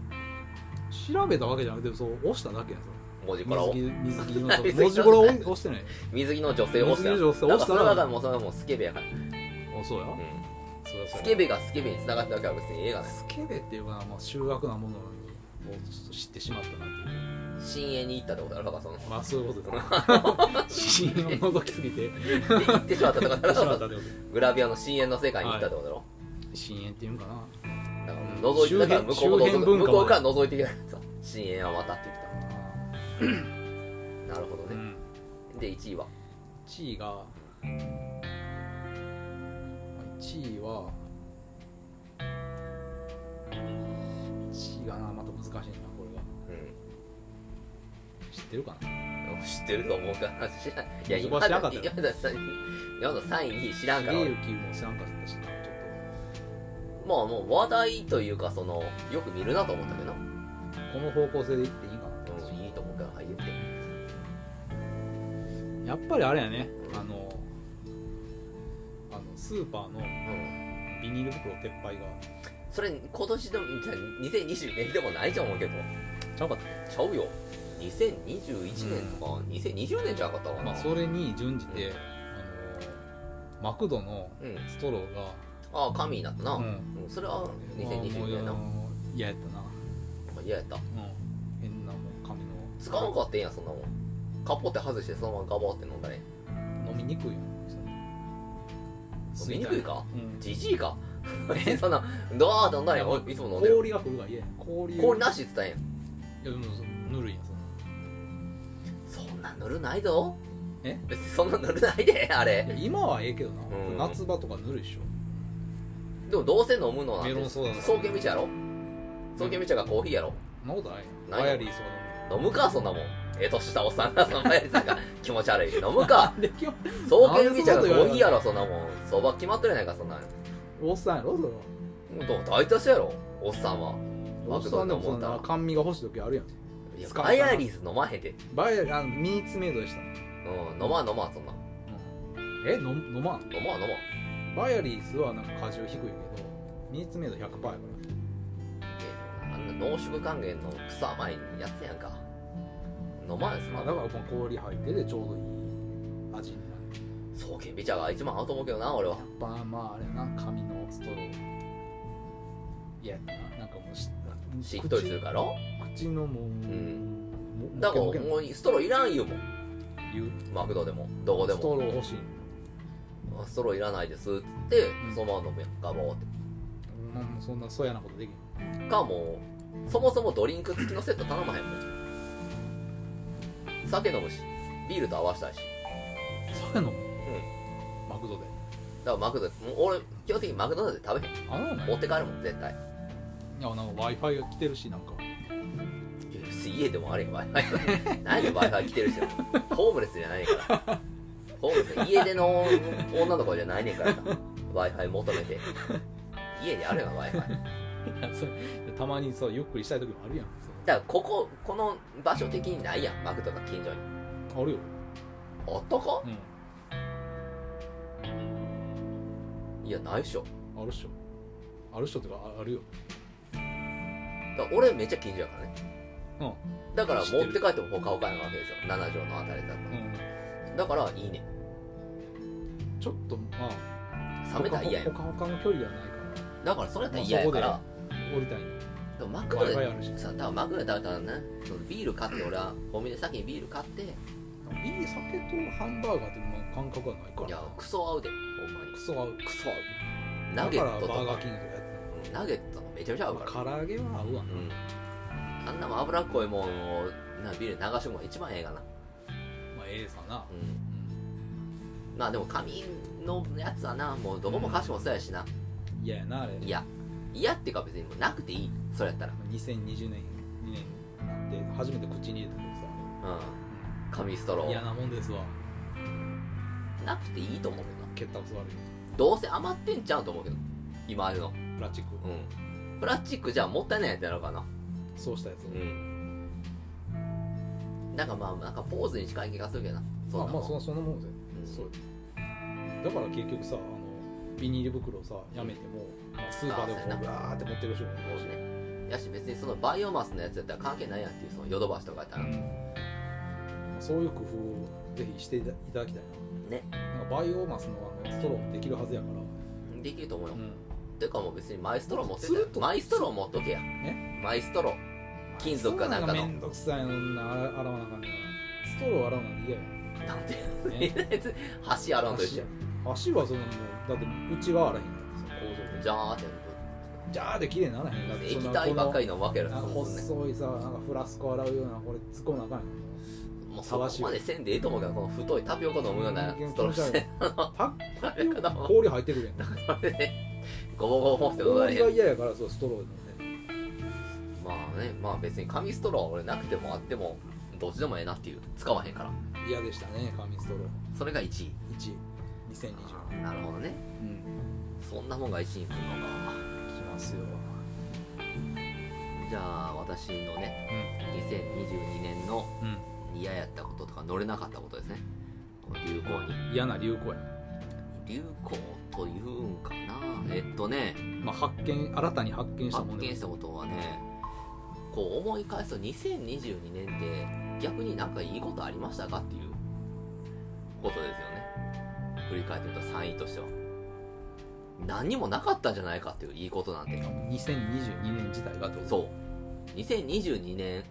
Speaker 1: 調べたわけじゃなくてそう押しただけやんそ
Speaker 2: 文字コラを
Speaker 1: れ水着水着の
Speaker 2: 水着
Speaker 1: 文字コラを押してない
Speaker 2: 水着の女性を押し
Speaker 1: 水着
Speaker 2: たら
Speaker 1: の女性を押したら
Speaker 2: だからそれはだからもうそれはもうスケベやから、
Speaker 1: あ [LAUGHS] そうや、
Speaker 2: うん、
Speaker 1: そりゃそう
Speaker 2: ス
Speaker 1: や
Speaker 2: ケベがスケベに繋がってるわけは別に映画ない
Speaker 1: スケベっていうのはまあ醜悪なものをちょっと知ってしまったなっていう
Speaker 2: 深淵に行ったってことだろだからその
Speaker 1: まあそういうこと [LAUGHS] ですね死因を覗きすぎ [LAUGHS] てし
Speaker 2: で行ってしまったとかだ
Speaker 1: ま
Speaker 2: か
Speaker 1: ったってこ
Speaker 2: らグラビアの深淵の世界に行ったってことだろ、
Speaker 1: と深淵っていうんかな
Speaker 2: だから
Speaker 1: うん
Speaker 2: 覗いてだから向こう
Speaker 1: 周
Speaker 2: も
Speaker 1: 辺
Speaker 2: 覗く
Speaker 1: 文
Speaker 2: 向
Speaker 1: 化
Speaker 2: こ
Speaker 1: も
Speaker 2: うから覗いていけないさ深淵はまたって言ってたなるほど
Speaker 1: う
Speaker 2: ね、
Speaker 1: ん
Speaker 2: で1位は
Speaker 1: 地位が1位は1位がなまた難しいなこれが
Speaker 2: う。
Speaker 1: 知ってるかなん
Speaker 2: 知ってると思うから、知らん。いや、
Speaker 1: 水
Speaker 2: 今
Speaker 1: 越
Speaker 2: ま
Speaker 1: 知らんか
Speaker 2: だ
Speaker 1: ったよ
Speaker 2: 今まだ3位、今まだ3位、2位知らんから
Speaker 1: 重
Speaker 2: 俺。
Speaker 1: 幸も知らんかったしなちょっ
Speaker 2: まあもう話題というか、その、よく見るなと思ったけど
Speaker 1: と
Speaker 2: な。
Speaker 1: この方向性でいっていいかなって
Speaker 2: うん、いいと思うから、はい、言って。
Speaker 1: やっぱりあれやねあのあのスーパーの
Speaker 2: うん。
Speaker 1: ビニール袋撤廃が
Speaker 2: それ、今年の、じゃあ2020年でもないと思うけど。
Speaker 1: ちゃうかった
Speaker 2: ちゃうよ。2021年とか、2020年じゃなかったかな。
Speaker 1: まあそれに準じて、
Speaker 2: うん
Speaker 1: あのマクドの
Speaker 2: うん。
Speaker 1: ストローが、
Speaker 2: ああ、神になったな。
Speaker 1: う
Speaker 2: うんん。それは
Speaker 1: まあもう
Speaker 2: 2020年な。
Speaker 1: 嫌やったな、
Speaker 2: 嫌やった。
Speaker 1: うん、変なもん紙の
Speaker 2: 使わんかってんやん、そんなもん。カポって外して、そのままガバって飲んだね。
Speaker 1: 飲みにくいよその
Speaker 2: 飲みにくいか
Speaker 1: うん
Speaker 2: じじいか。 [LAUGHS] そんな、ドアーって飲んだね。おいいつも飲んでる。
Speaker 1: 氷が来るから嫌や氷
Speaker 2: 氷なしって言って
Speaker 1: いやでもそのぬるいやんその
Speaker 2: たんや。そんなぬるないぞ。
Speaker 1: え
Speaker 2: 別にそんなぬるないで、 [LAUGHS] あ
Speaker 1: い
Speaker 2: れ。
Speaker 1: や今はええけどな、
Speaker 2: ん
Speaker 1: 夏場とかぬるいっしょ
Speaker 2: でもどうせ飲むのなん
Speaker 1: メロ
Speaker 2: て
Speaker 1: ン、ソーダとか
Speaker 2: 創建道やろ創建道やがコーヒーやろ
Speaker 1: そんなことない
Speaker 2: ないよ
Speaker 1: ワイヤリーそうだ
Speaker 2: 飲むか、そんなもん。ええ年したおっ
Speaker 1: [LAUGHS]
Speaker 2: さんが、その前にさんが気持ち悪い。飲むか。
Speaker 1: で今日
Speaker 2: 創建道やがコーヒーやろ、そんなもん。相場決まってるやないか、そんなん。
Speaker 1: おっさんやろそれは
Speaker 2: どう大多数やろ、おっさんは。
Speaker 1: おっさんでもそんな甘味が欲しい時あるやん
Speaker 2: いや
Speaker 1: 使うか
Speaker 2: バ
Speaker 1: な
Speaker 2: イアリーズ飲まへんて。
Speaker 1: バイヤリーあのミーツメイドでした、
Speaker 2: うん、飲まん飲まん、そんな。
Speaker 1: え飲飲まん
Speaker 2: 飲まん飲まん。
Speaker 1: バイヤリーズはなんか果汁低いけどミーツメイド100%やから
Speaker 2: あんな濃縮還元の草甘いやつやんか飲まんす
Speaker 1: ま
Speaker 2: ま
Speaker 1: あだからこの氷入っててちょうどいい味になる
Speaker 2: そうけんビチャが一番合うと思うけどな俺は
Speaker 1: やっぱまああれやな紙のストローいやななんかもうし
Speaker 2: しっとりするから
Speaker 1: 口口のもう、
Speaker 2: ん
Speaker 1: も
Speaker 2: だからも
Speaker 1: もけもけ
Speaker 2: うストローいらんよもん
Speaker 1: 言う
Speaker 2: マクドでもどこで
Speaker 1: ストロ
Speaker 2: も
Speaker 1: ー欲しい
Speaker 2: あストローいらないですっつって
Speaker 1: ん
Speaker 2: そのまま飲むやんガバーっ
Speaker 1: まあもうそんなそやなことできん
Speaker 2: てかもうそもそもドリンク付きのセット頼まへんもん酒飲むしビールと合わせたいし
Speaker 1: そやの
Speaker 2: ん
Speaker 1: マクドで
Speaker 2: だからマクドもう俺基本的にマクドナルドで食べへん
Speaker 1: あのね
Speaker 2: 持って帰るもん絶対
Speaker 1: いやなんか w i f i が来てるしなんか
Speaker 2: いや別に家でもあれ [LAUGHS] や Wi-Fi 何で Wi-Fi 来てる人ホームレスじゃないねんからホームレスの家での女の子じゃないねんからさ Wi-Fi 求めて家であるよな Wi-Fi だか
Speaker 1: いやそれたまにそうゆっくりしたい時もあるやんそ
Speaker 2: らこここの場所的にないやんマクとか近所に
Speaker 1: うあるよ
Speaker 2: あったか
Speaker 1: うん
Speaker 2: いやないっしょ
Speaker 1: あるっしょあるっしょってかああるよ
Speaker 2: だから俺めっちゃ近所やからね
Speaker 1: う
Speaker 2: だから
Speaker 1: 知って
Speaker 2: 持
Speaker 1: る
Speaker 2: って帰っても他置かないわけですよ7畳のあたりだった
Speaker 1: う
Speaker 2: らだからいいね
Speaker 1: んちょっとまあ
Speaker 2: 冷めたら嫌や
Speaker 1: ほ
Speaker 2: ん
Speaker 1: かほかの距離ではないから
Speaker 2: だからそれやったら嫌やから、
Speaker 1: 降りたいの
Speaker 2: でもマクド
Speaker 1: w i
Speaker 2: で
Speaker 1: f i あるし
Speaker 2: さ多分マクドで食べたらねそのビール買って俺はコンビニで先にビール買って
Speaker 1: ビール酒とハンバーガーってまあ感覚はないから
Speaker 2: いやクソ合うでほんまに
Speaker 1: クソ合う
Speaker 2: クソ合うナゲッ
Speaker 1: だ
Speaker 2: トと
Speaker 1: からバー
Speaker 2: か
Speaker 1: ガーキングとかやってる
Speaker 2: うんナゲットとかめちゃめちゃ合うから、
Speaker 1: 唐揚げは合うわな
Speaker 2: うん、あんなもん脂っこいもんをなビールで流し込むのが一番ええがな、
Speaker 1: まあええさな
Speaker 2: うん、
Speaker 1: うん
Speaker 2: まあでも紙のやつはなもうどこもかしこもそうやしな
Speaker 1: 嫌やなあれ
Speaker 2: いやいやっていうか別にもうなくていいそれやったら
Speaker 1: 2020年2年になって初めて口に入れたけどさ
Speaker 2: うん紙ストロ
Speaker 1: 嫌
Speaker 2: ー
Speaker 1: なもんですわ
Speaker 2: なくていいと思うけどな
Speaker 1: 蹴ったこそ悪い
Speaker 2: どうせ余ってんちゃうと思うけど今あるの
Speaker 1: プラチック
Speaker 2: うんプラスチックじゃもったいないやつやろうかな
Speaker 1: そうしたやつ
Speaker 2: うんなんかまあなんかポーズに近い気がするけどな
Speaker 1: ま
Speaker 2: そ
Speaker 1: あ
Speaker 2: んな
Speaker 1: ま
Speaker 2: も
Speaker 1: あ
Speaker 2: ん
Speaker 1: そんなそんなもんぜ
Speaker 2: うん
Speaker 1: そうだから結局さあのビニール袋さやめてもまあスーパーでも
Speaker 2: あそうやな
Speaker 1: こうわーって持ってる人もいるし
Speaker 2: そうねやし別にそのバイオマスのやつやったら関係ないやんっていうそのヨドバシとかやったら、
Speaker 1: そういう工夫をぜひしていただきたい
Speaker 2: ね
Speaker 1: ななんかバイオマスのあのストローもできるはずやから、
Speaker 2: できると思うよ、ていうかもう別にマイストロー持って
Speaker 1: すると
Speaker 2: たらマイストロー持っとけやマイストロー金属かなんかの
Speaker 1: そんめんどくさいのんな洗洗わなあかんねんストロー洗うなんて嫌
Speaker 2: [LAUGHS]
Speaker 1: や
Speaker 2: なんて
Speaker 1: ね
Speaker 2: いうやつ [LAUGHS] 箸洗うんと一緒
Speaker 1: 足はそのもうだってうちがあらへんからその構造で
Speaker 2: じゃーって
Speaker 1: ジャーで綺麗にならへんだってそん
Speaker 2: 液
Speaker 1: な
Speaker 2: 体ばっか
Speaker 1: こ
Speaker 2: り飲むわけや
Speaker 1: の
Speaker 2: ろ
Speaker 1: なんか
Speaker 2: そうっすね
Speaker 1: 細いさなんかフラスコ洗うようなこれ突っ込むなあかんやん
Speaker 2: ももうそ
Speaker 1: 正しい
Speaker 2: こまでせんでいいと思うけどこの太いタピオカ飲むようなストローして [LAUGHS]
Speaker 1: たタピオカ氷入ってくるやん
Speaker 2: それでごぼごぼってことだ
Speaker 1: 氷が
Speaker 2: ね
Speaker 1: 嫌やからそうストローでね
Speaker 2: まあねまあ別に紙ストローは俺なくてもあってもどっちでもええなっていう使わへんから
Speaker 1: 嫌でしたね紙ストロー
Speaker 2: それが1位
Speaker 1: 1 2020年
Speaker 2: なるほどね
Speaker 1: うん
Speaker 2: そんなもんが1位に来るのか
Speaker 1: きますよ
Speaker 2: じゃあ私のね
Speaker 1: う
Speaker 2: 2022年の
Speaker 1: ん
Speaker 2: 嫌やったこととか乗れなかったことですねこの流行に
Speaker 1: うん嫌な流行や
Speaker 2: 流行というんかなえっとね
Speaker 1: まあ発見新たに発見した
Speaker 2: 発
Speaker 1: もん
Speaker 2: 見したことはねこう思い返すと2022年って逆になんかいいことありましたかっていうことですよね振り返ってみた3位としては何にもなかったんじゃないかっていういいことなんて
Speaker 1: 2022年自体がってこと
Speaker 2: そう2022年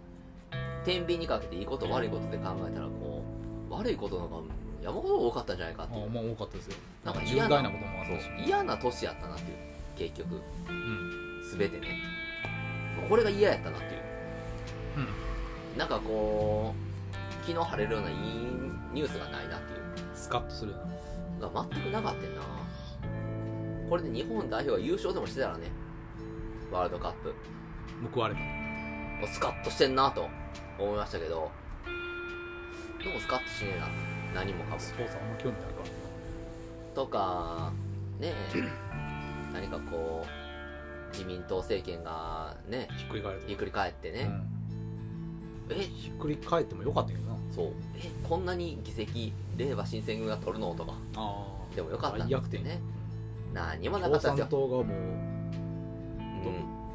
Speaker 2: 天秤にかけていいこと悪いことで考えたらこう悪いことの方が山ほど多かったんじゃないかってい
Speaker 1: あ
Speaker 2: う
Speaker 1: まあ多かったですよ
Speaker 2: なんか
Speaker 1: 重
Speaker 2: 嫌
Speaker 1: 大
Speaker 2: な
Speaker 1: なこともあっ
Speaker 2: そ
Speaker 1: たし
Speaker 2: う嫌な年やったなっていう結局
Speaker 1: うん
Speaker 2: 全てねこれが嫌やったなっていう
Speaker 1: うん
Speaker 2: なんかこう昨日晴れるようないいニュースがないなっていう
Speaker 1: スカッとするよな
Speaker 2: のが全くなかったよなこれで日本代表が優勝でもしてたらねワールドカップ
Speaker 1: 報われた
Speaker 2: もうスカッとしてんなと思いましたけどでもスカッとしねえな何もかも
Speaker 1: スポーツあんま興味ないから
Speaker 2: とかねえ何かこう自民党政権がね
Speaker 1: ひっくり返ると
Speaker 2: ひっくり返って
Speaker 1: う
Speaker 2: ね、
Speaker 1: ん
Speaker 2: え
Speaker 1: ひっくり返ってもよかったけどな
Speaker 2: そうえこんなに議席令和新選組が取るのとか
Speaker 1: ああ
Speaker 2: でもよかったん
Speaker 1: 大
Speaker 2: で
Speaker 1: 逆
Speaker 2: す
Speaker 1: 転
Speaker 2: よね何もなか
Speaker 1: 共
Speaker 2: った
Speaker 1: 産
Speaker 2: ですよ、
Speaker 1: 党がもう
Speaker 2: う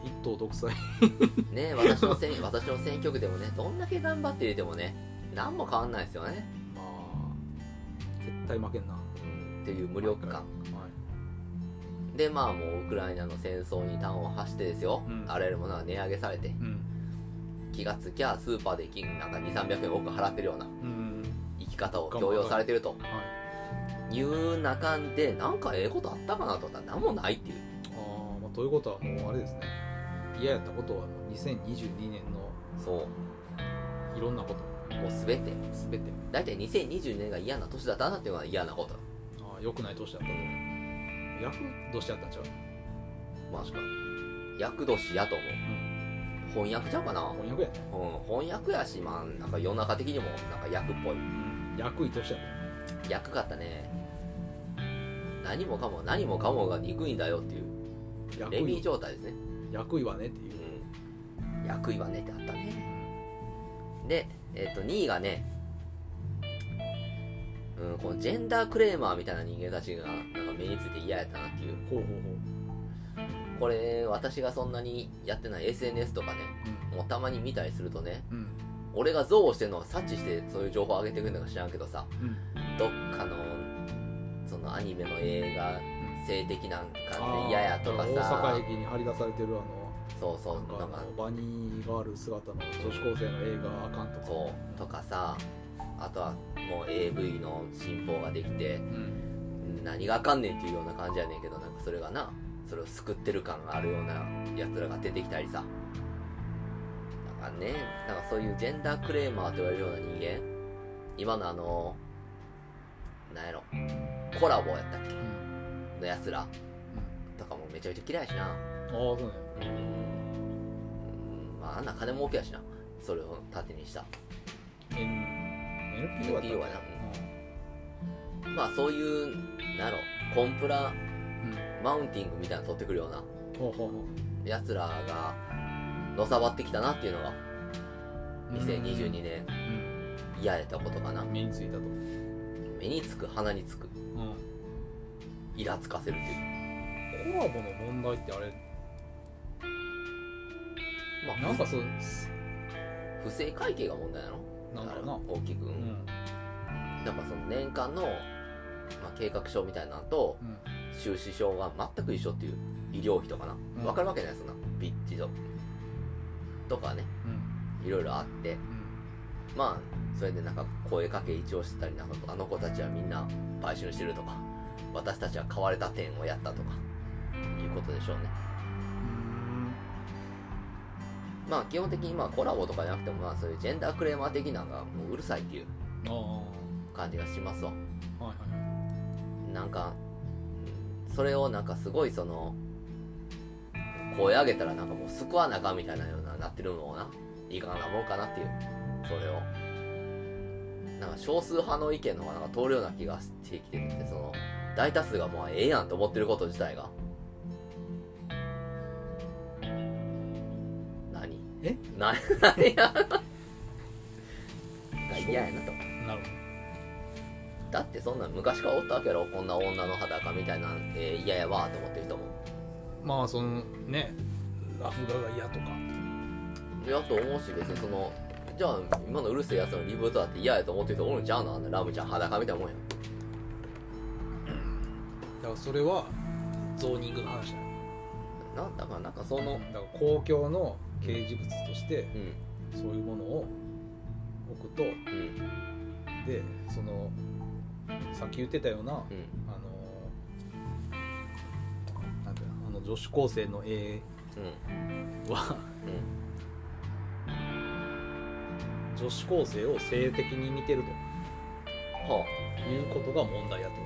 Speaker 1: 一党独裁
Speaker 2: ん、 [LAUGHS] ね私の選私の選挙区でもねどんだけ頑張って入れてもね何も変わんないですよね、
Speaker 1: まあ絶対負けんな
Speaker 2: うん、っていう無力感
Speaker 1: はい
Speaker 2: でまあもうウクライナの戦争に端を発してですよ、
Speaker 1: うん
Speaker 2: あらゆるものが値上げされて
Speaker 1: うん
Speaker 2: 気がつきゃスーパーで金なんか2300円多く払ってるような
Speaker 1: うん
Speaker 2: 生き方を強要されてると
Speaker 1: はい
Speaker 2: いう中でなんかええことあったかなと思ったら何もないっていう
Speaker 1: ああまあということはもうあれですね嫌やったことはもう2022年の
Speaker 2: そ
Speaker 1: いろんなこと
Speaker 2: うもう全て
Speaker 1: 全て
Speaker 2: 大体2020年が嫌な年だったなっていうのが嫌なこと
Speaker 1: ああ良くない年だったと役年やったんちゃう
Speaker 2: まあ確か厄年やと思う翻訳ちゃうかな、
Speaker 1: 翻訳やね
Speaker 2: うん、翻訳やしまあなんか世の中的にもなんか役っぽい
Speaker 1: 役い年やっ
Speaker 2: 役かったね何もかも何もかもが憎いんだよっていう
Speaker 1: た
Speaker 2: レ
Speaker 1: 役
Speaker 2: ミー
Speaker 1: い
Speaker 2: 状態ですね
Speaker 1: 役いわねっていう
Speaker 2: うん役いわねってあったねでえっ、と2位がねうん、このジェンダークレーマーみたいな人間たちがなんか目について嫌やったなっていう
Speaker 1: ほうほうほう
Speaker 2: これ私がそんなにやってない SNS とかねもうたまに見たりするとね
Speaker 1: うん
Speaker 2: 俺が憎悪してるのを察知してそういう情報を上げてくるのか知らんけどさ
Speaker 1: うんうん
Speaker 2: どっかのそのアニメの映画性的なんかで嫌やとか
Speaker 1: 大
Speaker 2: さ
Speaker 1: 阪駅に張り出されてるあの
Speaker 2: そうそう
Speaker 1: なんか
Speaker 2: な
Speaker 1: あ
Speaker 2: んか
Speaker 1: のバニーガール姿の女子高生の映画あかんとか
Speaker 2: そうとかさあとはもう AV の新法ができて
Speaker 1: うん
Speaker 2: 何があかんねんっていうような感じやねんけどなんかそれがなそれを救ってる感があるようなやつらが出てきたりさなんかねなんかそういうジェンダークレーマーと言われるような人間今のあのなんやろコラボやったっ
Speaker 1: うんうん
Speaker 2: けのやつらとかもめちゃめちゃ嫌いやしな
Speaker 1: ああそうね
Speaker 2: うんうんまああんな金儲けやしなそれを盾にした
Speaker 1: N NPO やったっけ
Speaker 2: NPO やまあそういうなんやろコンプラ
Speaker 1: うんうん
Speaker 2: マウンティングみたいなの取ってくるような
Speaker 1: ほうほうほう
Speaker 2: やつらがのさばってきたなっていうのが
Speaker 1: うん
Speaker 2: 2022年
Speaker 1: うん
Speaker 2: 嫌やったことかな
Speaker 1: 目についたとう
Speaker 2: 目につく鼻につく
Speaker 1: ん
Speaker 2: イラつかせるっていう
Speaker 1: コラボの問題ってあれ
Speaker 2: ま
Speaker 1: なん
Speaker 2: あ
Speaker 1: かそう
Speaker 2: 不正会計が問題なの
Speaker 1: なんだろうな
Speaker 2: 大きく、
Speaker 1: うんうん
Speaker 2: なんかその年間の、まあ、計画書みたいなのと収支表が全く一緒っていう医療費とかな、
Speaker 1: うん
Speaker 2: わかるわけないそんなピッチととかね
Speaker 1: うん
Speaker 2: いろいろあってまあそれでなんか声かけ一応してたりなんかあの子たちはみんな買収してるとか私たちは買われた点をやったとかいうことでしょうね
Speaker 1: うん
Speaker 2: まあ基本的にまあコラボとかじゃなくてもまあそういうジェンダークレーマー的なのがもううるさいっていう
Speaker 1: あ
Speaker 2: 感じがしますわ
Speaker 1: あはいはい
Speaker 2: なんかうんそれをなんかすごいその声上げたらなんかもう救わなあかんみたいなようななってるのをないかがなもんかなっていうそれをなんか少数派の意見の方がなんか通るような気がしてきてるってその大多数がもうええやんと思ってること自体が何
Speaker 1: え
Speaker 2: な何や [LAUGHS] なんか嫌やなと
Speaker 1: なる
Speaker 2: だってそんなん昔からおったわけやろこんな女の裸みたいなえー嫌、やわと思ってる人も
Speaker 1: ほどまあそのねラフ画が嫌とか
Speaker 2: であと思うし別にそのじゃあ今のうるせえやつのリブートだって嫌やと思ってる人おるんちゃうのあんなラムちゃん裸みたいなもんや
Speaker 1: だからそれはゾーニングの話だよ
Speaker 2: なだからなんかその
Speaker 1: だから公共の掲示物として
Speaker 2: うん
Speaker 1: そういうものを置くと
Speaker 2: うん
Speaker 1: でそのさっき言ってたようなあ
Speaker 2: うん
Speaker 1: のなんていうのあの女子高生の絵は
Speaker 2: うん
Speaker 1: 女子高生を性的に見てる
Speaker 2: うんは
Speaker 1: ということが問題やと思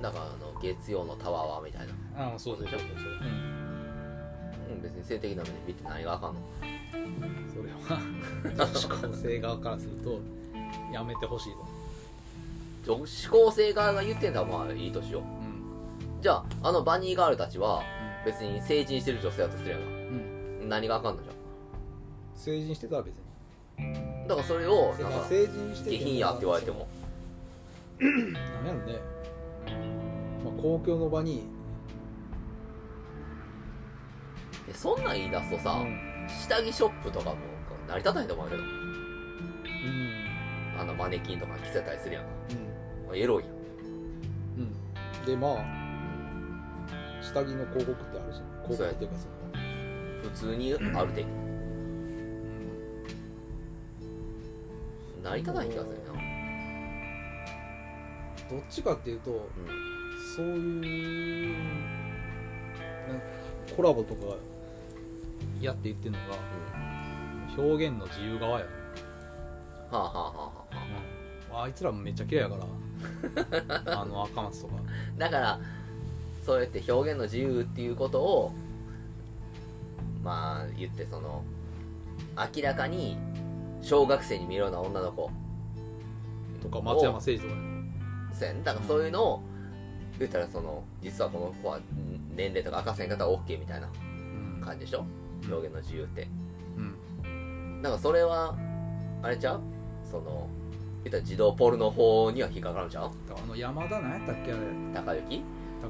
Speaker 2: あだからあの月曜のタワーはみたいな
Speaker 1: うああそ
Speaker 2: そうそうそう
Speaker 1: うん
Speaker 2: うん別に性的な目で見て何があかんの
Speaker 1: それ
Speaker 2: [LAUGHS]
Speaker 1: は女子高生側からするとやめてほしいと、
Speaker 2: 女子高生側が言ってんだまあいいとしよ
Speaker 1: う
Speaker 2: うんじゃああのバニーガールたちは別に成人してる女性だとするやんか
Speaker 1: うん、
Speaker 2: 何があかんのじゃん
Speaker 1: 成人してたら別に
Speaker 2: だからそれをなんか
Speaker 1: 成人して
Speaker 2: 下品やって言われても
Speaker 1: なんやろね、まあ、公共の場に、
Speaker 2: でそんなん言い出すとさ、
Speaker 1: うん
Speaker 2: 下着ショップとかも成り立たないと思うけど
Speaker 1: うん
Speaker 2: あのマネキンとかに着せたりするやんか
Speaker 1: う
Speaker 2: もうエロいやん
Speaker 1: んうん、でまあ下着の広告ってあるし広告っていうかその
Speaker 2: 普通にあるで
Speaker 1: うん
Speaker 2: 成り立たない気がするな
Speaker 1: どっちかっていうと
Speaker 2: うん
Speaker 1: そういうなんかコラボとかやって言ってるのが
Speaker 2: うん
Speaker 1: 表現の自由側や、
Speaker 2: はあはあはあは
Speaker 1: うん、あいつらもめっちゃ綺麗やから
Speaker 2: [LAUGHS]
Speaker 1: あの赤松とか
Speaker 2: あだからそうやって表現の自由っていうことをまあ言ってその明らかに小学生に見るような女の子
Speaker 1: とか松山誠二とかね
Speaker 2: せんだからそういうのを言ったらその実はこの子は年齢とか明かせん方は OK みたいな
Speaker 1: うん
Speaker 2: 感じでしょ表現の自由って
Speaker 1: うん
Speaker 2: なんかそれはあれちゃうその言ったら児童ポルの方には引っかかるんちゃう
Speaker 1: だからあの山田なんやったっけあれ
Speaker 2: 高雪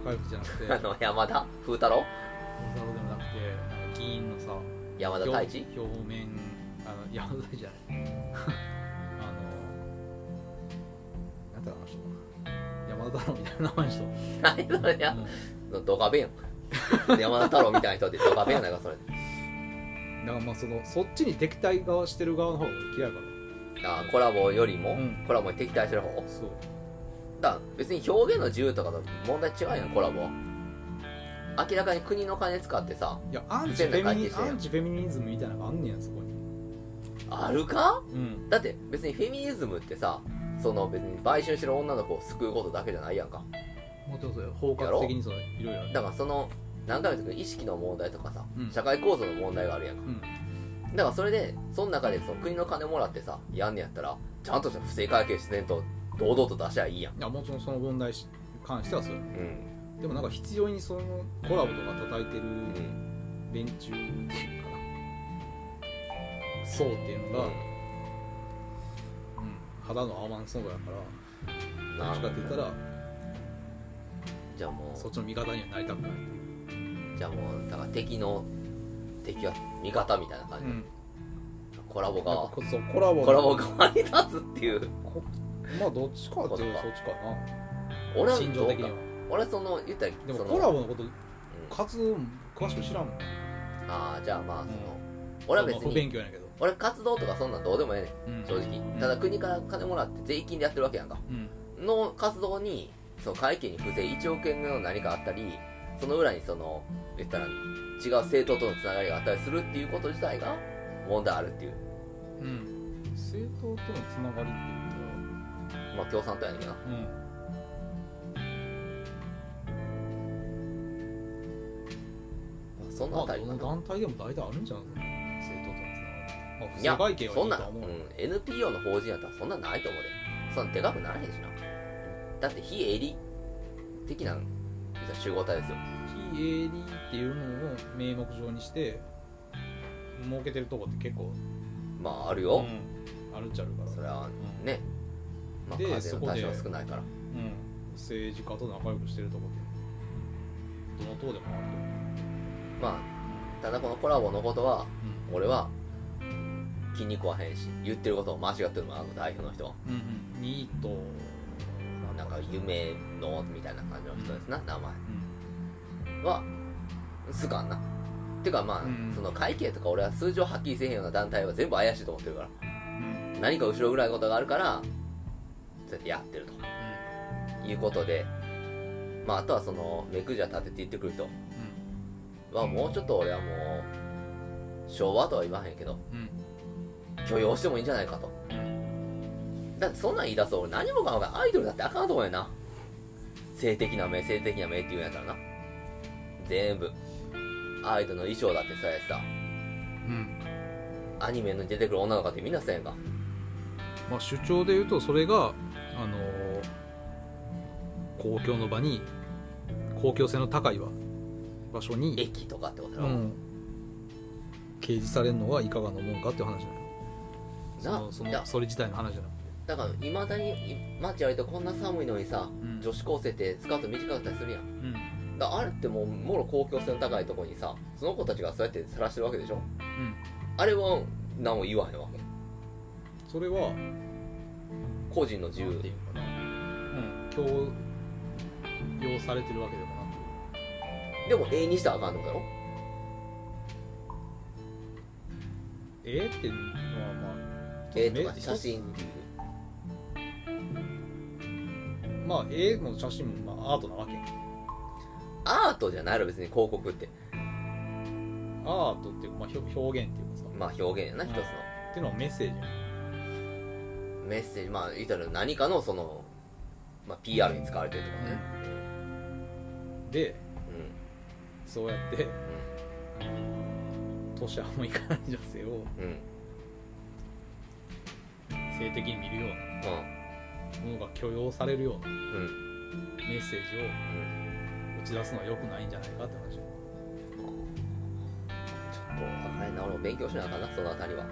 Speaker 1: 高之じゃな
Speaker 2: [LAUGHS]
Speaker 1: くて
Speaker 2: あの山田風太郎
Speaker 1: 小太郎でもなくてなんか議員のさ
Speaker 2: 山田太一
Speaker 1: 表表面あの山田大じゃない [LAUGHS] あのなんて話し山田太郎みたいな名前の人、
Speaker 2: 何 [LAUGHS] それや
Speaker 1: うん
Speaker 2: ドカベンやん山田太郎みたいな人ってドカベンやないかそれ
Speaker 1: だからまあそのそっちに敵対側してる側の方が嫌いか
Speaker 2: あコラボよりも、
Speaker 1: うん
Speaker 2: コラボに敵対してる方
Speaker 1: らそう
Speaker 2: だから別に表現の自由とかと問題違うやんコラボは明らかに国の金使ってさ
Speaker 1: いやアンチフェミ
Speaker 2: 全然関係
Speaker 1: ニ
Speaker 2: してない
Speaker 1: アンチフェミニズムみたいなのがあんねやそこに
Speaker 2: あるか
Speaker 1: うん
Speaker 2: だって別にフェミニズムってさその別に売春してる女の子を救うことだけじゃないやんか
Speaker 1: もうちょっと包括的にそのいろいろある
Speaker 2: だからその何回も言ったけど意識の問題とかさ、
Speaker 1: うん
Speaker 2: 社会構造の問題があるやんか
Speaker 1: うん
Speaker 2: だからそれでその中でその国の金もらってさやんねやったらちゃんとした不正会計自然と堂々と出しゃいいやん
Speaker 1: いやもちろんその問題に関してはそう
Speaker 2: うん
Speaker 1: でもなんか必要にそのコラボとか叩いてる
Speaker 2: うん
Speaker 1: 連中っていうかな層っていうのが、うん、肌のアーマンソングやからど
Speaker 2: な
Speaker 1: っちか
Speaker 2: る
Speaker 1: って
Speaker 2: ほ
Speaker 1: 言った
Speaker 2: ど
Speaker 1: ら
Speaker 2: じゃあも
Speaker 1: そっちの味方にはなりたくないっていう、
Speaker 2: うじゃあもうだから敵の敵は味方みたいな感じ、コラボ
Speaker 1: なんか
Speaker 2: 側
Speaker 1: こそうコラボ
Speaker 2: コラボ側に立つっていう
Speaker 1: こまあどっちかっていうと
Speaker 2: こ
Speaker 1: そっちか
Speaker 2: 俺
Speaker 1: な
Speaker 2: は
Speaker 1: 心情
Speaker 2: どう
Speaker 1: 的に
Speaker 2: か
Speaker 1: は
Speaker 2: 俺はその言ったら
Speaker 1: でも
Speaker 2: その
Speaker 1: コラボのこと
Speaker 2: うん
Speaker 1: 活動詳しく知らんもん
Speaker 2: ああじゃあまあその、
Speaker 1: うん
Speaker 2: 俺は別
Speaker 1: まあ不
Speaker 2: に
Speaker 1: 勉強やねんけど、
Speaker 2: 俺活動とかそんなんどうでもええねん
Speaker 1: うん
Speaker 2: 正直、
Speaker 1: うん
Speaker 2: ただ国から金もらって税金でやってるわけやんか
Speaker 1: うん
Speaker 2: の活動にその会計に不正1億円の何かあったりその裏にその言ったら違う政党とのつながりがあったりするっていうこと自体が問題あるっていう
Speaker 1: うん政党とのつながりって言
Speaker 2: まあ共産党やねんけどな
Speaker 1: ったらうん
Speaker 2: まあその
Speaker 1: ま
Speaker 2: あ
Speaker 1: あ
Speaker 2: たり
Speaker 1: ど
Speaker 2: か
Speaker 1: の
Speaker 2: な
Speaker 1: 団体でも大体あるんじゃないですか政党との
Speaker 2: い
Speaker 1: つながりま
Speaker 2: や
Speaker 1: あ不正会計はい
Speaker 2: そ
Speaker 1: い
Speaker 2: ん
Speaker 1: と
Speaker 2: なん、
Speaker 1: は
Speaker 2: う
Speaker 1: 思
Speaker 2: ん
Speaker 1: う、
Speaker 2: NPO の法人やったらそんなんないと思うでそんなでかくならへんしなだって非営利的な言うたら集合体ですよ
Speaker 1: 非営利っていうのを名目上にして儲けてるとこって結構、
Speaker 2: まあある
Speaker 1: う
Speaker 2: よ、
Speaker 1: ん、あるっちゃあるから
Speaker 2: それは
Speaker 1: うん
Speaker 2: ねまあ
Speaker 1: で
Speaker 2: 課税
Speaker 1: そ
Speaker 2: の
Speaker 1: こで
Speaker 2: 対象が少ないから
Speaker 1: うん、政治家と仲良くしてるとこってどの党でもあると思う
Speaker 2: まあただこのコラボのことは
Speaker 1: うん
Speaker 2: 俺は気に食わへんし言ってることを間違ってるもんあの代表の人は
Speaker 1: うんうん、ニートな
Speaker 2: なん
Speaker 1: ん
Speaker 2: か
Speaker 1: か
Speaker 2: 夢のみたいな感じの人ですな、名前
Speaker 1: うん
Speaker 2: はすかんなてかまあ、
Speaker 1: うん
Speaker 2: その会計とか俺は数字をはっきりせえへんような団体は全部怪しいと思ってるから
Speaker 1: うん
Speaker 2: 何か後ろぐらいのことがあるからそうやってやってるということでまああとはその目くじゃ立てて言ってくる人はもうちょっと俺はもう昭和とは言わへんけど
Speaker 1: うん
Speaker 2: 許容してもいいんじゃないかと
Speaker 1: うん
Speaker 2: だってそんなん言い出すと俺何もかもがアイドルだってあかんと思うよな性的な目性的な目って言うんやったらな全部アイドルの衣装だってそうやしさ
Speaker 1: うん
Speaker 2: アニメに出てくる女の子ってみんなそうやんか
Speaker 1: まあ主張で言うとそれがあのー公共の場に公共性の高いわ場所に、
Speaker 2: 駅とかってことや
Speaker 1: う
Speaker 2: ろ、
Speaker 1: ん、掲示されるのはいかがなもんかっていう話じゃないそ
Speaker 2: な
Speaker 1: のそ
Speaker 2: いや
Speaker 1: のそれ自体の話じゃない、
Speaker 2: だからいまだにい街歩いてこんな寒いのにさ
Speaker 1: うん
Speaker 2: 女子高生ってスカート短かったりするや
Speaker 1: う
Speaker 2: ん
Speaker 1: ん
Speaker 2: だからあれってもうもろ公共性の高いとこにさその子たちがそうやって晒してるわけでしょ
Speaker 1: うん、
Speaker 2: あれは何も言わへんわけ
Speaker 1: それは
Speaker 2: 個人の自
Speaker 1: なん
Speaker 2: 由
Speaker 1: ていうのかな、うん、強要されてるわけでもなく
Speaker 2: でも永遠にしたらあかんってことだろ
Speaker 1: えーっていうのはまあ
Speaker 2: 絵とか
Speaker 1: め
Speaker 2: 写真っていう
Speaker 1: まあ絵も写真も、まあ、アートなわけ
Speaker 2: アートじゃないの別に広告って
Speaker 1: アートっていうか、まあ、ひょ表現っていうかさ、
Speaker 2: まあ表現やな一つ
Speaker 1: っていうのはメッセージやん
Speaker 2: のメッセージまあ言ったら何かのその、まあ、PR に使われてるってことね
Speaker 1: で
Speaker 2: うん
Speaker 1: そうやって年はもいかない女性を
Speaker 2: うんうん
Speaker 1: 性的に見るようなものが許容されるような
Speaker 2: うんうん
Speaker 1: メッセージを打ち出すのは良くないんじゃないかって話
Speaker 2: ちょっと分からんな俺も勉強しなあかんなそのあたりは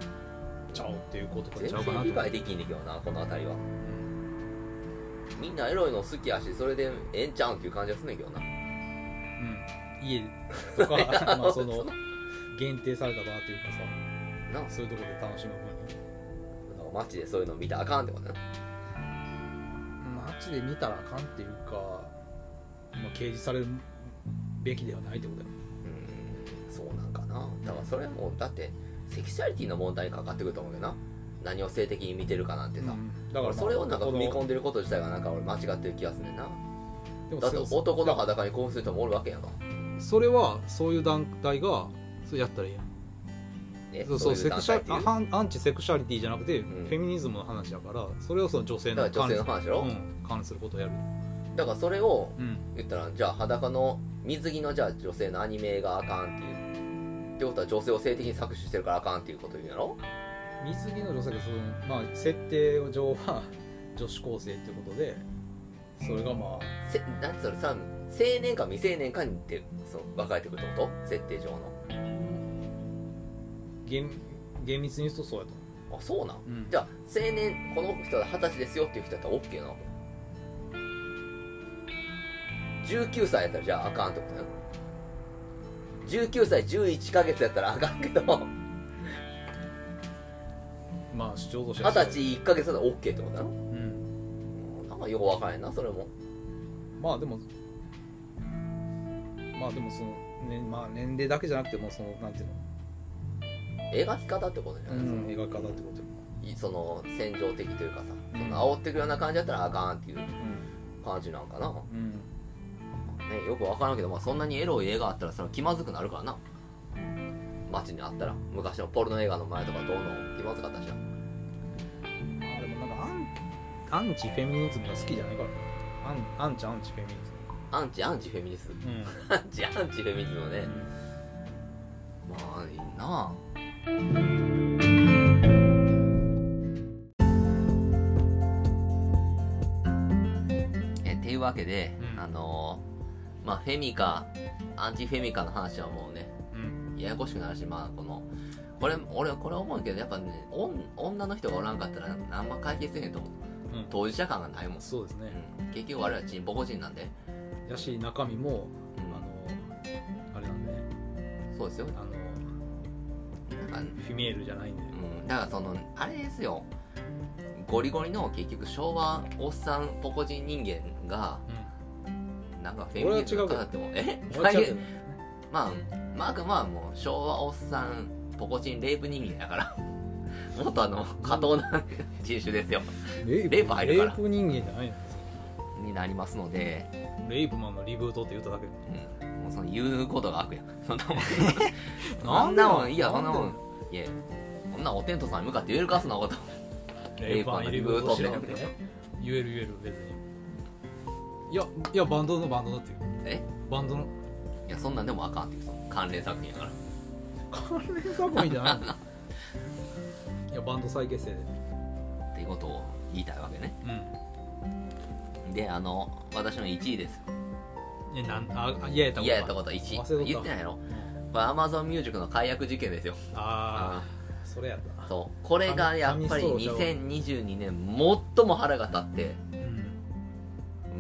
Speaker 1: ちゃうっていうことか
Speaker 2: 全
Speaker 1: ちゃうかな [LAUGHS] と
Speaker 2: 然理
Speaker 1: 思
Speaker 2: 解
Speaker 1: う
Speaker 2: できんねんけどなこのあたりは
Speaker 1: うん
Speaker 2: みんなエロいの好きやしそれでええんちゃうんっていう感じはすんねんけどな
Speaker 1: うん家とかまあその限定された場っていうかさ
Speaker 2: ななんか
Speaker 1: そういうところで楽しむ分に
Speaker 2: 街でそういうの見たらあかんってことな
Speaker 1: 街で見たらあかんっていうか、まあ、掲示されるべきではないってことだよ
Speaker 2: うんそうなんかなだからそれもうだってセクシャリティの問題にかかってくると思うけどな何を性的に見てるかなんて
Speaker 1: だ
Speaker 2: さ、
Speaker 1: からまあ
Speaker 2: それをなんか踏み
Speaker 1: こ
Speaker 2: 込んでること自体がなんか俺間違ってる気がするねんな
Speaker 1: のでも
Speaker 2: だって
Speaker 1: そう
Speaker 2: 男の裸に興奮する人もおるわけやんか
Speaker 1: それはそういう団体がそれやったらいいやん
Speaker 2: え
Speaker 1: そうそう
Speaker 2: いう
Speaker 1: セ
Speaker 2: 団
Speaker 1: クシャ
Speaker 2: 体っ
Speaker 1: リ
Speaker 2: ていう
Speaker 1: アンアンチセクシャリティじゃなくて、
Speaker 2: ん
Speaker 1: フェミニズムの話だからそれをその女性の
Speaker 2: だから女性の話やろ
Speaker 1: うん、関連することをやる
Speaker 2: だからそれを
Speaker 1: うん
Speaker 2: 言ったらじゃあ裸の水着のじゃあ女性のアニメがあかんっていうってことは女性を性的に搾取してるからあかんっていうこと言うんやろ
Speaker 1: 水着の女性がその、まあ、設定上は [LAUGHS] 女子高生っていうことでそれがまあ
Speaker 2: せなんつうのさ青年か未成年かにってその分かれてくるってこと設定上の
Speaker 1: 厳厳密に言うとそうやと思
Speaker 2: あそうなん
Speaker 1: う、うん
Speaker 2: じゃあ青年この人は二十歳ですよっていう人だったら OK なわけ19歳やったらじゃああかんってことだよ19歳11ヶ月やったらあかんけど20
Speaker 1: まあ主張としてはそう
Speaker 2: 歳1ヶ月だったら OK ってことだろ
Speaker 1: うん
Speaker 2: なんかよくわからへんなそれも
Speaker 1: まあでもまあでもその、ねまあ、年齢だけじゃなくてもそのなんていうの,、
Speaker 2: 描き方ってことじゃない、
Speaker 1: その描き方ってことよ、
Speaker 2: その戦場的というかさ
Speaker 1: う
Speaker 2: そ
Speaker 1: ん
Speaker 2: の煽ってくような感じだったらあかんっていう
Speaker 1: う
Speaker 2: 感じなんかな、ね、
Speaker 1: ん
Speaker 2: よくわからんけど、まあ、そんなにエロい絵があったらそれは気まずくなるからな街にあったら昔のポルノ映画の前とかどうの気まずかったしな
Speaker 1: あでもなんかアンアンチフェミニズムが好きじゃないからアンアンチアンチフェミニズ
Speaker 2: アンチアンチフェミニズム
Speaker 1: ムうん
Speaker 2: [LAUGHS] アンチアンチフェミニズムねまあいいなえっていうわけで、
Speaker 1: うん
Speaker 2: あのーまあフェミかアンチフェミかの話はもうね
Speaker 1: うん
Speaker 2: ややこしくなるしまあこのこれ俺これ思うけどやっぱねおん女の人がおらんかったらあんま解決せへんと思う
Speaker 1: うん
Speaker 2: 当事者感がないもん、
Speaker 1: そうですね
Speaker 2: うん結局我々チンポコ人なんで、
Speaker 1: やし中身も
Speaker 2: う
Speaker 1: あ
Speaker 2: ん
Speaker 1: のあれなんでね
Speaker 2: そうですよ
Speaker 1: あの
Speaker 2: なんか
Speaker 1: フィメールじゃないんで
Speaker 2: うん、だからそのあれですよゴリゴリの結局昭和おっさんポコ人人間がなんかフェミニズム
Speaker 1: 俺
Speaker 2: か
Speaker 1: は
Speaker 2: だ
Speaker 1: 違う
Speaker 2: ってもえ
Speaker 1: 終わっちゃうけ
Speaker 2: [LAUGHS]
Speaker 1: ど
Speaker 2: 大変まあまああくまあもう昭和おっさんポコチンレイプ人間やから [LAUGHS] もっとあの過当な人種ですよ
Speaker 1: レ
Speaker 2: レイプ入るから
Speaker 1: レイプ人間じゃないの
Speaker 2: になりますので、
Speaker 1: レイプマンのリブートって言っただけで
Speaker 2: うん、もうその言うことが悪や [LAUGHS] そんなもん
Speaker 1: な
Speaker 2: そ
Speaker 1: ん
Speaker 2: ん
Speaker 1: で
Speaker 2: なもんいいやそんなもんいやこんなんおテントさんに向かって言えるかそんなこと
Speaker 1: レイパーにリブートしろってね言える言える別にいやいやバンドのバンドだっていう
Speaker 2: え
Speaker 1: バンドの
Speaker 2: いやそんなんでもあかんっていうその関連作品やから
Speaker 1: 関連作品じゃないの [LAUGHS] いやバンド再結成で
Speaker 2: っていうことを言いたいわけね
Speaker 1: うん
Speaker 2: であの私の1位です
Speaker 1: いやなんああ嫌やったこと
Speaker 2: 嫌やったこと1
Speaker 1: 忘れ
Speaker 2: 位
Speaker 1: とった
Speaker 2: 言ってないやろこれ Amazon ミュージックの解約事件ですよ
Speaker 1: ああそれやったな
Speaker 2: そうこれがやっぱり
Speaker 1: 神神
Speaker 2: 2022年最も腹が立って
Speaker 1: う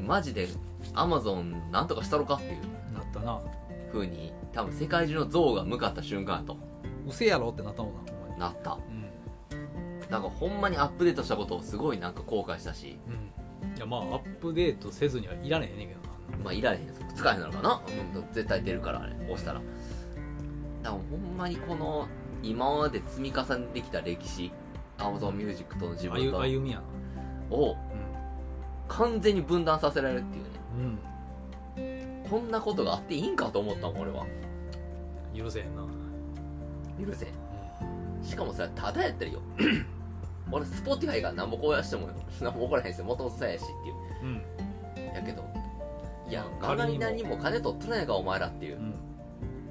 Speaker 1: ん
Speaker 2: マジで Amazon なんとかしたろかっていう
Speaker 1: なったな
Speaker 2: 風に多分世界中の像が向かった瞬間やと
Speaker 1: うせやろってなったもんなほんまに
Speaker 2: なった
Speaker 1: う
Speaker 2: なんかほんまにアップデートしたことをすごいなんか後悔したし
Speaker 1: んうんいやまあアップデートせずにはいらねえねんけどな
Speaker 2: まあいられへん使えへんのかな、うん、絶対出るからあれ押したらだからほんまにこの今まで積み重ねてきた歴史 Amazon ミュージックとの自分
Speaker 1: あ
Speaker 2: と
Speaker 1: ゆ歩みやな
Speaker 2: を完全に分断させられるっていうね
Speaker 1: うん、
Speaker 2: こんなことがあっていいんかと思ったもん俺は
Speaker 1: うん、許せへんな、うん
Speaker 2: 許せんしかもそれはただやったらよ [CLEARS THROAT] 俺 Spotify が何もこうやしても何も怒らへんしもともとそうやしっていう
Speaker 1: うん
Speaker 2: やけどいや
Speaker 1: まあ
Speaker 2: あんなに
Speaker 1: 仮に
Speaker 2: 何も金取っとらないかお前らっていう
Speaker 1: う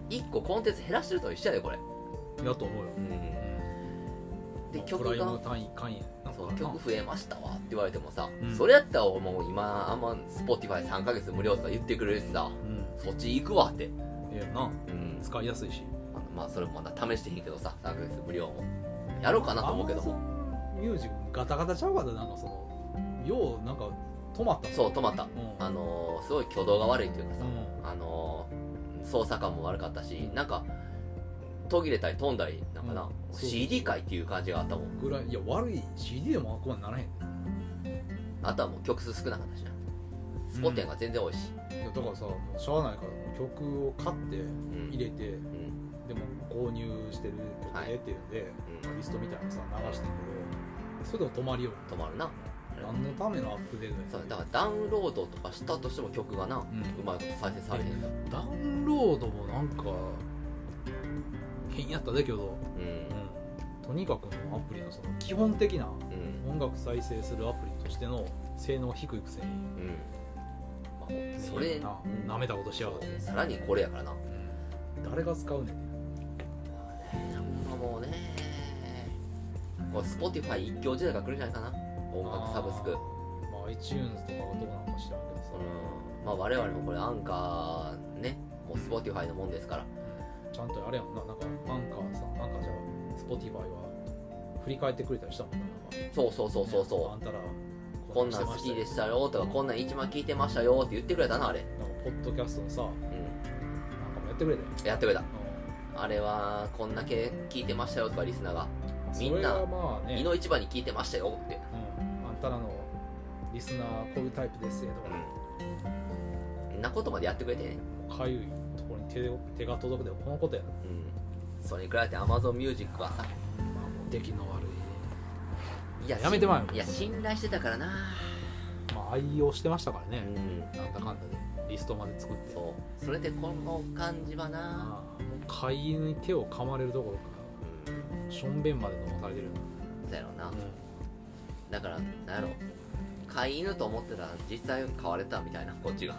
Speaker 2: 一個コンテンツ減らしてると一緒やでこれ
Speaker 1: んやと思うよ
Speaker 2: うんで
Speaker 1: まあ
Speaker 2: 曲
Speaker 1: プライ
Speaker 2: が
Speaker 1: ム単位単位なん
Speaker 2: そ
Speaker 1: か
Speaker 2: う曲増えましたわって言われてもさ、
Speaker 1: うん
Speaker 2: それやったらもう今あんま Spotify3 ヶ月無料とか言ってくれるしさ
Speaker 1: うん
Speaker 2: そっち行くわって、
Speaker 1: ええよな
Speaker 2: うん、
Speaker 1: 使いやすいし
Speaker 2: あのまあそれもまだ試してへんけどさ3ヶ月無料もやろうかなと思うけども
Speaker 1: ンミュージックガタガタちゃうかったなんかそのようなんか止まった
Speaker 2: そう止まった
Speaker 1: うん
Speaker 2: あのーすごい挙動が悪いというかさ
Speaker 1: う、ん
Speaker 2: あのー操作感も悪かったしなんか途切れたり飛んだりなんかな、
Speaker 1: うんそう
Speaker 2: CD 界っていう感じがあったもん
Speaker 1: ぐらいいや悪い CD でもあくまでならへん
Speaker 2: あとはもう曲数少なかったしなスポティが全然多いし、
Speaker 1: いやだからさもうしゃあないから曲を買って
Speaker 2: うん
Speaker 1: 入れて、
Speaker 2: うん
Speaker 1: でも購入してる曲
Speaker 2: はい
Speaker 1: ねっていうんで、
Speaker 2: うん
Speaker 1: リストみたいなのさ流してんけどそれでも止まりよる
Speaker 2: 止まるな
Speaker 1: 何のためのアップデートや
Speaker 2: そうだからダウンロードとかしたとしても曲がな、う
Speaker 1: うん
Speaker 2: まいこと再生されへんだ、
Speaker 1: ダウンロードもなんか変やっただけど、
Speaker 2: うん
Speaker 1: うん、とにかくもうアプリのその基本的な
Speaker 2: うん
Speaker 1: 音楽再生するアプリとしての性能低いくせに
Speaker 2: うんまあ、それ
Speaker 1: な舐めたことしやがって、
Speaker 2: さらにこれやからな
Speaker 1: うん誰が使うねん
Speaker 2: もうねこれ Spotify 一強時代が来るんじゃないかな音楽サブスク
Speaker 1: あーまあ iTunes とかがどうなのか知らんけどさ、
Speaker 2: うんまあ我々もこれアンカーねもう Spotify のもんですから
Speaker 1: ちゃんとあれやもんななんかアンカーさアンカーじゃあ Spotify は振り返ってくれたりしたもんななんか
Speaker 2: そうそうそうそう
Speaker 1: あ
Speaker 2: そ
Speaker 1: んたら
Speaker 2: うこんなん好きでしたよとかこんなん一番聞いてましたよって言ってくれたなあれ、
Speaker 1: なんかポッドキャストのさな
Speaker 2: うん
Speaker 1: かもやってくれたよ、
Speaker 2: やってくれた
Speaker 1: う
Speaker 2: あれはこんだけ聞いてましたよとかリスナーが
Speaker 1: ん、
Speaker 2: みんな
Speaker 1: それはまあね、
Speaker 2: 胃の市場に聞いてましたよって、
Speaker 1: うん、あんたらのリスナーこういうタイプですよとか
Speaker 2: うん、んなことまでやってくれてね、
Speaker 1: かゆいところに手を手が届くでもこのことやな、
Speaker 2: うん、それに比べて Amazon ミュージックはさ
Speaker 1: まあ、もう出来の悪い
Speaker 2: いや
Speaker 1: やめてまえよ
Speaker 2: 信いや信頼してたからな
Speaker 1: まあ、愛用してましたから
Speaker 2: う
Speaker 1: ね、
Speaker 2: ん
Speaker 1: なんだかんだでリストまで作って
Speaker 2: そうそれでこの感じはな
Speaker 1: ああもう飼い犬に手を噛まれるどころか
Speaker 2: うん
Speaker 1: しょんべんまで飲まされてるよ
Speaker 2: そうやろな
Speaker 1: な、
Speaker 2: だからなんやろ飼い犬と思ってたら実際飼われたみたいなこっちが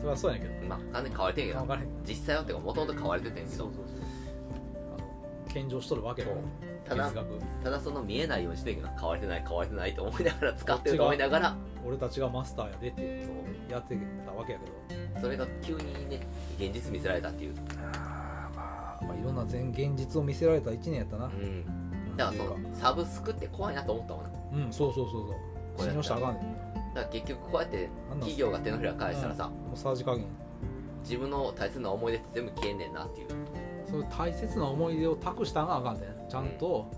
Speaker 1: それはそうやねんけ
Speaker 2: まあ完全に飼われてんけ
Speaker 1: ど
Speaker 2: ど
Speaker 1: 噛まれへん
Speaker 2: 実際はってかもともと飼われててんけ
Speaker 1: そう
Speaker 2: ど
Speaker 1: そうそうあの献上しとるわけだ
Speaker 2: そうただ
Speaker 1: 哲学
Speaker 2: ただその見えないようにしてんけど飼われてない飼われてないと思いながら使ってると思いながら
Speaker 1: 俺たちがマスターやでっていう
Speaker 2: そう
Speaker 1: ことをやってたわけやけど
Speaker 2: それが急にね現実見せられたっていう
Speaker 1: あーまあまあいろんな全現実を見せられた1年やったな
Speaker 2: うん
Speaker 1: うん
Speaker 2: だからそのサブスクって怖いなと思ったもんな
Speaker 1: うんそうそうそうそう信用したらあかんねん
Speaker 2: だから結局こうやって
Speaker 1: あんなん
Speaker 2: 企業が手のひら返したらさ
Speaker 1: もうさじ加減
Speaker 2: 自分の大切な思い出って全部消えんねんなっていう
Speaker 1: そういう大切な思い出を託したんがあかんねんちゃんと、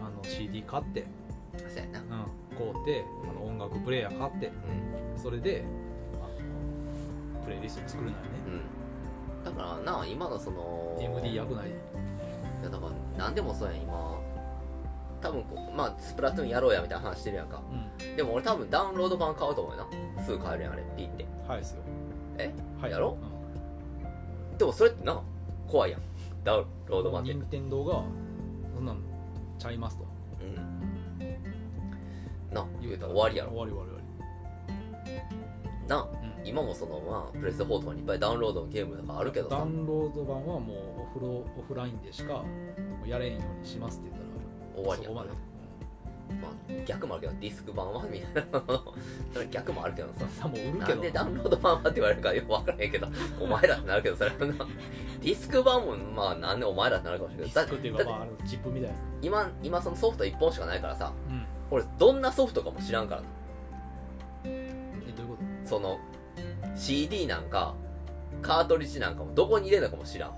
Speaker 1: あの CD 買って、
Speaker 2: そうやなう
Speaker 1: うん、買うてあの音楽プレイヤー買って
Speaker 2: ん
Speaker 1: それであのプレイリスト作るのよね
Speaker 2: うんだからな今のその
Speaker 1: DVD
Speaker 2: や
Speaker 1: 役ない
Speaker 2: だから何でもそうやん今多分こうまあスプラトゥーンやろうやみたいな話してるやんか
Speaker 1: う
Speaker 2: でも俺多分ダウンロード版買うと思うよなすぐ買えるやんあれピッて
Speaker 1: んはいですよ
Speaker 2: え
Speaker 1: はい
Speaker 2: やろ
Speaker 1: うん
Speaker 2: でもそれってな怖いやんダウンロード版って
Speaker 1: 任天堂がそんなんちゃいますと
Speaker 2: うんな言うたら終わりやろ
Speaker 1: 終わり終わり終わり、
Speaker 2: な
Speaker 1: うん
Speaker 2: 今もそのまあプレステ4とかにいっぱいダウンロードのゲームとかあるけど
Speaker 1: ダ
Speaker 2: さ
Speaker 1: ウンロード版はもうオフロオフラインでしかもうやれんようにしますって言ったら
Speaker 2: 終わりや
Speaker 1: そ
Speaker 2: ん
Speaker 1: こ
Speaker 2: か
Speaker 1: まで、
Speaker 2: らまあ、逆もあるけどディスク版はみたいな [LAUGHS] それ逆もあるけどさ
Speaker 1: うん、もう売る
Speaker 2: な
Speaker 1: け
Speaker 2: ん
Speaker 1: ど
Speaker 2: でダウンロード版はって言われるかよく分からへんけどお前らってなるけどそれ [LAUGHS] はなディスク版もまあなんでお前らってなるかもしれ
Speaker 1: ディ
Speaker 2: ないけどだ
Speaker 1: スクっていうか、まあ、あのチップみたいなや
Speaker 2: だって今今そのソフト1本しかないからさ
Speaker 1: つうん
Speaker 2: 俺どんなソフトかも知らんからな
Speaker 1: えどういうこ
Speaker 2: その CD なんかカートリッジなんかもどこに入れるのかも知らん
Speaker 1: と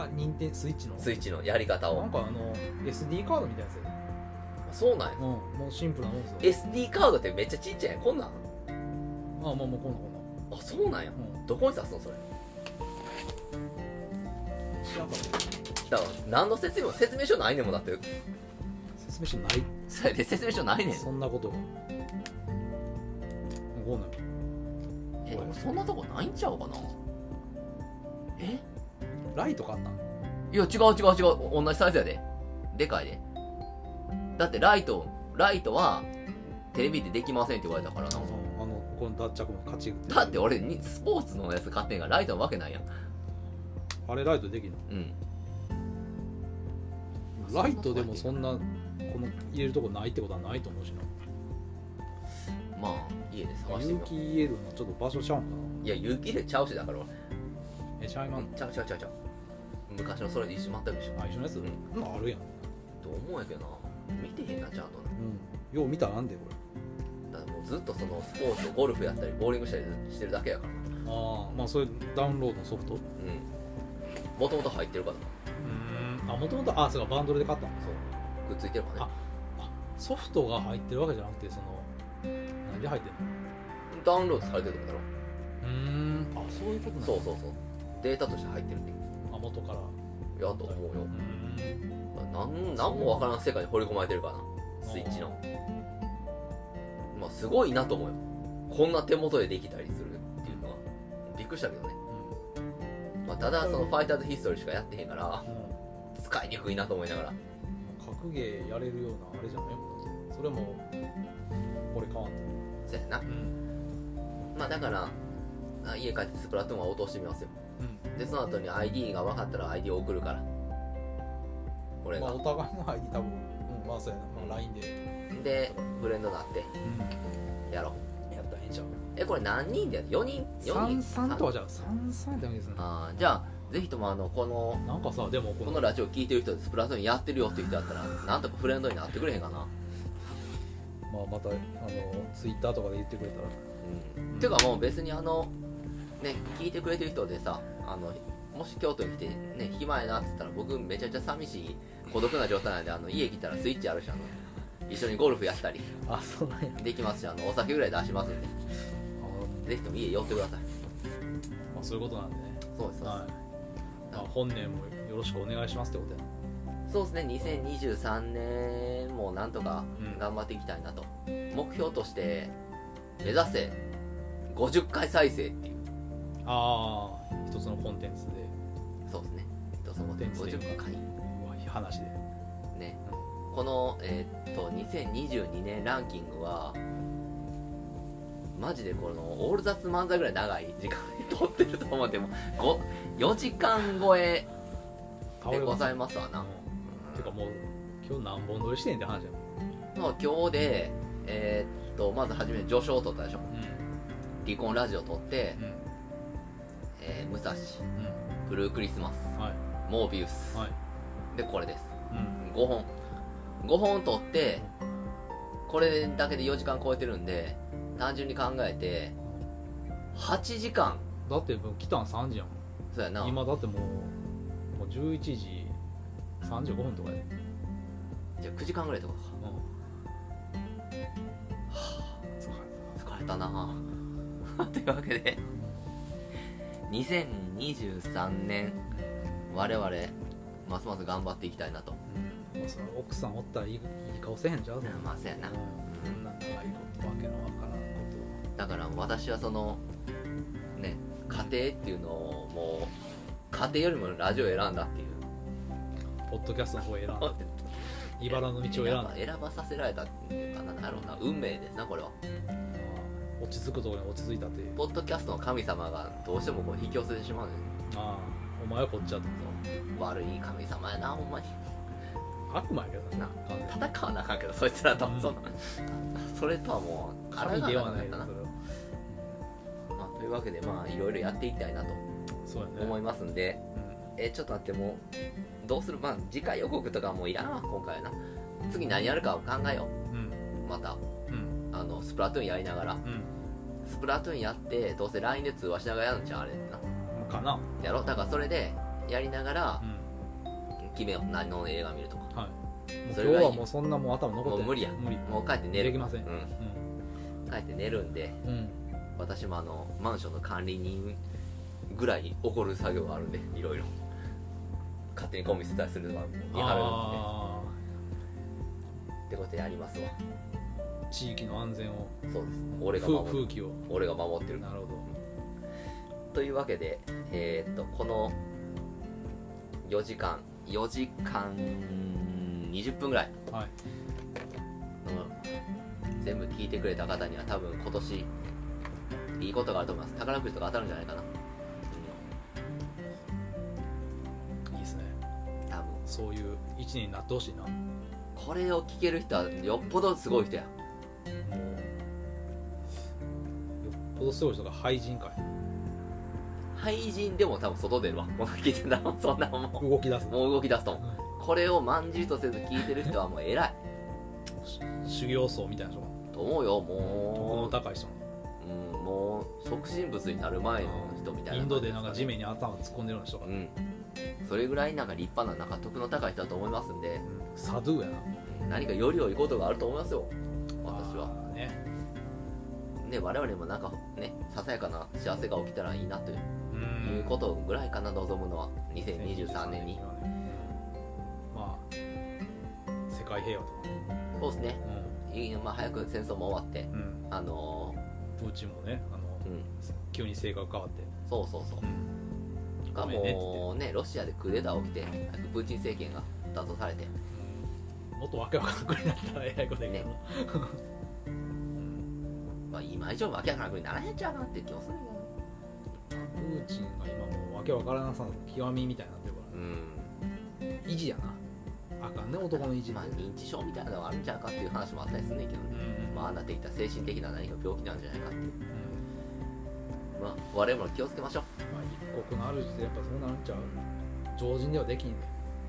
Speaker 1: あ任天スイッチの
Speaker 2: スイッチのやり方
Speaker 1: な
Speaker 2: を
Speaker 1: んかあの SD カードみたいなやつや
Speaker 2: そうなんや
Speaker 1: うんもうシンプルなもんですよ
Speaker 2: SD カードってめっちゃちっちゃいやんこんなん
Speaker 1: ああまあもうこんなこんな
Speaker 2: あそうなんや
Speaker 1: うん
Speaker 2: どこに刺すのそれ
Speaker 1: 知らんかった
Speaker 2: だから何の説明も説明書ないねんもんだって
Speaker 1: 説明書ない
Speaker 2: [LAUGHS] それで説明書ないねん
Speaker 1: そんなことがもうこうなんよ
Speaker 2: えでもそんなとこないんちゃうかなえ
Speaker 1: ライト買ったん
Speaker 2: いや違う違う違う同じサイズやででかいでだってライトライトはテレビでできませんって言われたからな
Speaker 1: あのこの脱着も勝ち
Speaker 2: だって俺にスポーツのやつ買ってんからライトのわけないやん
Speaker 1: あれライトできんの
Speaker 2: うん
Speaker 1: ライトでもそんなこの入れるとこないってことはないと思うしな
Speaker 2: まあ家で探して
Speaker 1: 有
Speaker 2: みよ
Speaker 1: 機 EL のちょっと場所ちゃうんか
Speaker 2: ういや雪でちゃうしだから俺
Speaker 1: なえちゃいま
Speaker 2: うんんちゃうちゃうちゃうちゃう昔のそれで一緒全く一緒
Speaker 1: あ一緒のやつ、
Speaker 2: うん
Speaker 1: うん、あるやん、
Speaker 2: と思うんやけどな見てへんなちゃんとな
Speaker 1: うん、よう見たらなんでこれ
Speaker 2: だからもうずっとそのスポーツゴルフやったりボーリングしたりしてるだけやから
Speaker 1: ああまあそれダウンロードのソフトう
Speaker 2: うんもともと入ってるから
Speaker 1: んあもともとあそうかバンドルで買ったの
Speaker 2: そうくっついてるからね
Speaker 1: ソフトが入ってるわけじゃなくてその何で入ってるの
Speaker 2: ダウンロードされてるってことだろ、
Speaker 1: うーんあそういうことなの
Speaker 2: そうそうそうデータとして入ってるってい
Speaker 1: あ元から
Speaker 2: うやと思うよ
Speaker 1: うーん
Speaker 2: なんなんもわからん世界に放り込まれてるからなスイッチのまあすごいなと思うよこんな手元でできたりするっていうのはびっくりしたけどね、まあ、ただそのファイターズヒストリーしかやってへんから
Speaker 1: うんうん
Speaker 2: 使いにくいなと思いながら
Speaker 1: 格ゲーやれるようなあれじゃないもんそれもこれ買わんと
Speaker 2: そやな
Speaker 1: うん
Speaker 2: まあだからあ家帰ってスプラトゥーンは落としてみますよ
Speaker 1: うん
Speaker 2: でその後に ID が分かったら ID 送るから俺
Speaker 1: まあ
Speaker 2: が
Speaker 1: お互いの ID 多分うんまあそうやな、まあ、LINE で
Speaker 2: でフレンドになってやろう
Speaker 1: やったらいいんちゃう
Speaker 2: えこれ何人だよ4人4人
Speaker 1: 33とはじゃあ33やったらいいですね
Speaker 2: あーじゃあぜひともあのこの
Speaker 1: なんかさでもこ
Speaker 2: こ
Speaker 1: の
Speaker 2: のラジオ聞いてる人でスプラトゥーンやってるよっていう人だったらなんとかフレンドになってくれへんかな
Speaker 1: まあ、またあのツイッターとかで言ってくれたら
Speaker 2: うんていうかもう別にあのね聞いてくれてる人でさあのもし京都に来てね暇やなって言ったら僕めちゃくちゃ寂しい孤独な状態なんであの家来たらスイッチあるしあの一緒にゴルフやったり
Speaker 1: あそうなんや
Speaker 2: できますしあのお酒ぐらい出しますんで
Speaker 1: あ、
Speaker 2: ぜひとも家寄ってください
Speaker 1: まあ、そういうことなんでね
Speaker 2: そうですそうです、
Speaker 1: はい、まあ、本年もよろしくお願いしますってことや
Speaker 2: そうですね2023年もなんとか頑張っていきたいなと、目標として目指せ50回再生っていう
Speaker 1: ああ一つのコンテンツで
Speaker 2: そうですねとそ
Speaker 1: コ
Speaker 2: こで
Speaker 1: ンテンツという
Speaker 2: 50
Speaker 1: か
Speaker 2: 回
Speaker 1: うわ話で
Speaker 2: ねこのえーっと2022年ランキングはマジでこのオール雑漫才ぐらい長い時間に撮ってると思っても4時間超え
Speaker 1: 倒
Speaker 2: で
Speaker 1: れ
Speaker 2: ござい
Speaker 1: ま
Speaker 2: ますわな
Speaker 1: すてかもう今日何本撮りしてんって話やもん
Speaker 2: まあ今日でえーっとまず初めに序章を取ったでしょ
Speaker 1: うん
Speaker 2: 離婚ラジオ取って、
Speaker 1: うん
Speaker 2: えー武蔵
Speaker 1: う
Speaker 2: ブルークリスマス
Speaker 1: んはい
Speaker 2: モービウス、
Speaker 1: はい
Speaker 2: でこれです
Speaker 1: うん
Speaker 2: 5本5本取ってこれだけで4時間超えてるんで単純に考えて8時間
Speaker 1: だってもう来たん3時やも
Speaker 2: そうやなん
Speaker 1: 今だってもうもう11時35分とかや
Speaker 2: じゃあ9時間ぐらいとかか
Speaker 1: うん疲れ
Speaker 2: 疲れたな [LAUGHS] ぁというわけで2023年我々ますます頑張っていきたいなと
Speaker 1: たもうそれ奥さんおったらいいいい顔せへんちゃう
Speaker 2: まあそうやな
Speaker 1: そんな長いことわけのわからんこと
Speaker 2: だから私はそのね家庭っていうのをもう家庭よりもラジオを選んだっていう
Speaker 1: ポッドキャストの方を選んだ茨の道を選んだ
Speaker 2: 選ば選ばさせられたっていうかななるほどな運命ですなこれは
Speaker 1: 落ち着くところに落ち着いたという
Speaker 2: ポッドキャストの神様がどうしてもこう引き寄せてしまうのよ
Speaker 1: ああお前はこっちだと
Speaker 2: 悪い神様やなほんまに
Speaker 1: 悪魔やけどな
Speaker 2: な戦わなあかんけどそいつらと、
Speaker 1: うん
Speaker 2: そんなそれとはもう
Speaker 1: 神ではない
Speaker 2: 抗
Speaker 1: よ
Speaker 2: わ
Speaker 1: それ
Speaker 2: かっ
Speaker 1: は
Speaker 2: たな、まあ、というわけでまあいろいろやっていきたいなと
Speaker 1: そうやね
Speaker 2: 思いますんで、
Speaker 1: うん
Speaker 2: えちょっと待ってもうどうするまあ次回予告とかもういらんわ今回はな次何やるかを考えようまた
Speaker 1: うん
Speaker 2: あのスプラトゥーンやりながら
Speaker 1: うんうん
Speaker 2: スプラトゥーンやってどうせ LINE で通話しながらやるんちゃうあれな
Speaker 1: かな
Speaker 2: やろだからそれでやりながら
Speaker 1: うん
Speaker 2: 決めよう何の映画見るとか
Speaker 1: はいもう今日
Speaker 2: それがいい
Speaker 1: はもうそんなもう頭残ってない
Speaker 2: もう無理や
Speaker 1: 無理
Speaker 2: もう帰って寝
Speaker 1: で
Speaker 2: る
Speaker 1: きません
Speaker 2: う
Speaker 1: うん
Speaker 2: ん帰って寝るんで
Speaker 1: うん
Speaker 2: 私もあのマンションの管理人ぐらいに怒る作業があるんでいろいろ勝手にゴミ捨てたりするのが見張
Speaker 1: あ
Speaker 2: るんでってことでやりますわ
Speaker 1: あ地域の安全を
Speaker 2: そうです俺が
Speaker 1: 風
Speaker 2: 守
Speaker 1: 風
Speaker 2: る
Speaker 1: 紀を
Speaker 2: 俺が守ってる
Speaker 1: なるほど
Speaker 2: というわけでえーっとこの4時間4時間20分ぐらい
Speaker 1: はい
Speaker 2: うん全部聞いてくれた方には多分今年いいことがあると思います宝くじとか当たるんじゃないかな、う
Speaker 1: いいですね
Speaker 2: ん、多分
Speaker 1: そういう一年になってほしいなも
Speaker 2: これを聞ける人はよっぽどすごい人や
Speaker 1: うよっぽどすごい人が廃人かい
Speaker 2: 廃人でも多分外出るわこの聞いてんだろそんなもんも
Speaker 1: 動き出す
Speaker 2: う動き出すと思うこれをまんじりとせず聞いてる人はもう偉い
Speaker 1: 修行僧みたいな人が
Speaker 2: と思うよ
Speaker 1: 徳
Speaker 2: も
Speaker 1: の
Speaker 2: う、
Speaker 1: 高い人
Speaker 2: うん、もう即身仏になる前の人みたいな
Speaker 1: インドでなんか地面に頭突っ込んでるような人が、
Speaker 2: うんそれぐらいなんか立派ななんか徳の高い人だと思いますんで
Speaker 1: サドゥーやな
Speaker 2: 何かより良いことがあると思いますよ私は
Speaker 1: あーね
Speaker 2: ね我々もなんかねささやかな幸せが起きたらいいなという,、
Speaker 1: うん
Speaker 2: いうことぐらいかな望むのは2023年に
Speaker 1: はねまあ世界平和とかね
Speaker 2: そうですねいいまあ、早く戦争も終わって
Speaker 1: うん、うん、
Speaker 2: あの
Speaker 1: プーチンもねあの
Speaker 2: ーうん
Speaker 1: 急に性格変わって、
Speaker 2: そうそうそう
Speaker 1: うん
Speaker 2: が
Speaker 1: ごめんねって
Speaker 2: もうねロシアでクーデター起きて早くプーチン政権が打倒されて
Speaker 1: もっとわけわからなくなったらえらいことやけど、
Speaker 2: ねまあ今以上わけわからなくならへんちゃうかなって気もするよ
Speaker 1: プーチンが今もうわけわからなさの極みみたいになってるか
Speaker 2: うん
Speaker 1: ら意地やなあかんね男の意地
Speaker 2: まあ認知症みたいなのがあるんちゃうかっていう話もあったりすんねんけど
Speaker 1: う
Speaker 2: ね
Speaker 1: ん
Speaker 2: まあああなってきた精神的な何か病気なんじゃないかっていう
Speaker 1: うん
Speaker 2: まあ我々も気をつけましょう
Speaker 1: まあ一国の主でやっぱそうなるんちゃう常人ではできんね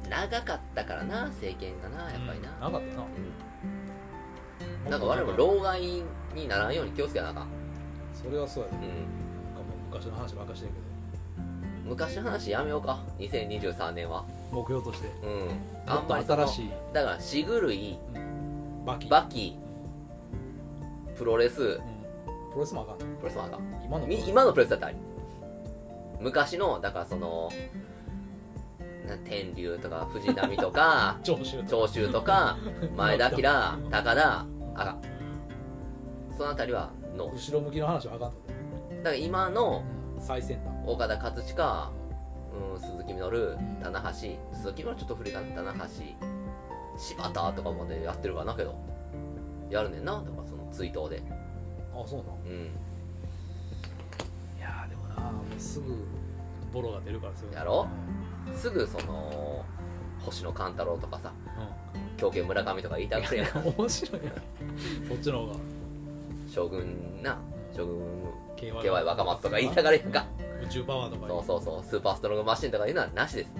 Speaker 2: 長かったからな政権がなやっぱりな、
Speaker 1: なかったな
Speaker 2: うんなんか我々も老害にならんように気をつけなあかん、
Speaker 1: それはそうやで
Speaker 2: う
Speaker 1: なん
Speaker 2: ん、
Speaker 1: かもう昔の話ばっかりしてる
Speaker 2: 昔の話やめようか2023年は
Speaker 1: けど目標として
Speaker 2: うん
Speaker 1: も
Speaker 2: あ
Speaker 1: っ
Speaker 2: んまり
Speaker 1: と
Speaker 2: その
Speaker 1: 新しい
Speaker 2: だからシグルイ
Speaker 1: バキ
Speaker 2: バキプロレスプ
Speaker 1: うんプロレスもあかんね
Speaker 2: ロレスはあかん
Speaker 1: 今の
Speaker 2: み今のプロレスだったらあり昔のだからそのな天竜とか藤波とか
Speaker 1: 長州
Speaker 2: 長州とか
Speaker 1: [LAUGHS]
Speaker 2: 前田明高田あかんそのあたりはノー
Speaker 1: 後ろ向きの話はあかんと
Speaker 2: だから今の
Speaker 1: 最先端
Speaker 2: 岡田勝親、うん、鈴木みのる棚橋鈴木みのるちょっと古いかな棚橋柴田とかまでやってるからなけどやるねんなとかその追悼で
Speaker 1: あそうなの
Speaker 2: うん
Speaker 1: いやーでもなもうすぐボロが出るからそれ
Speaker 2: やろすぐその星野勘太郎とかさ狂犬村上とか言いたがるやん
Speaker 1: うん、 [LAUGHS] 面白いねそっちの方が
Speaker 2: 将軍な将軍
Speaker 1: KY
Speaker 2: KY 若松とか言いたがるやんか
Speaker 1: 宇宙パワーとか
Speaker 2: そうそうそうスーパーストロングマシンとかいうのはなしですもう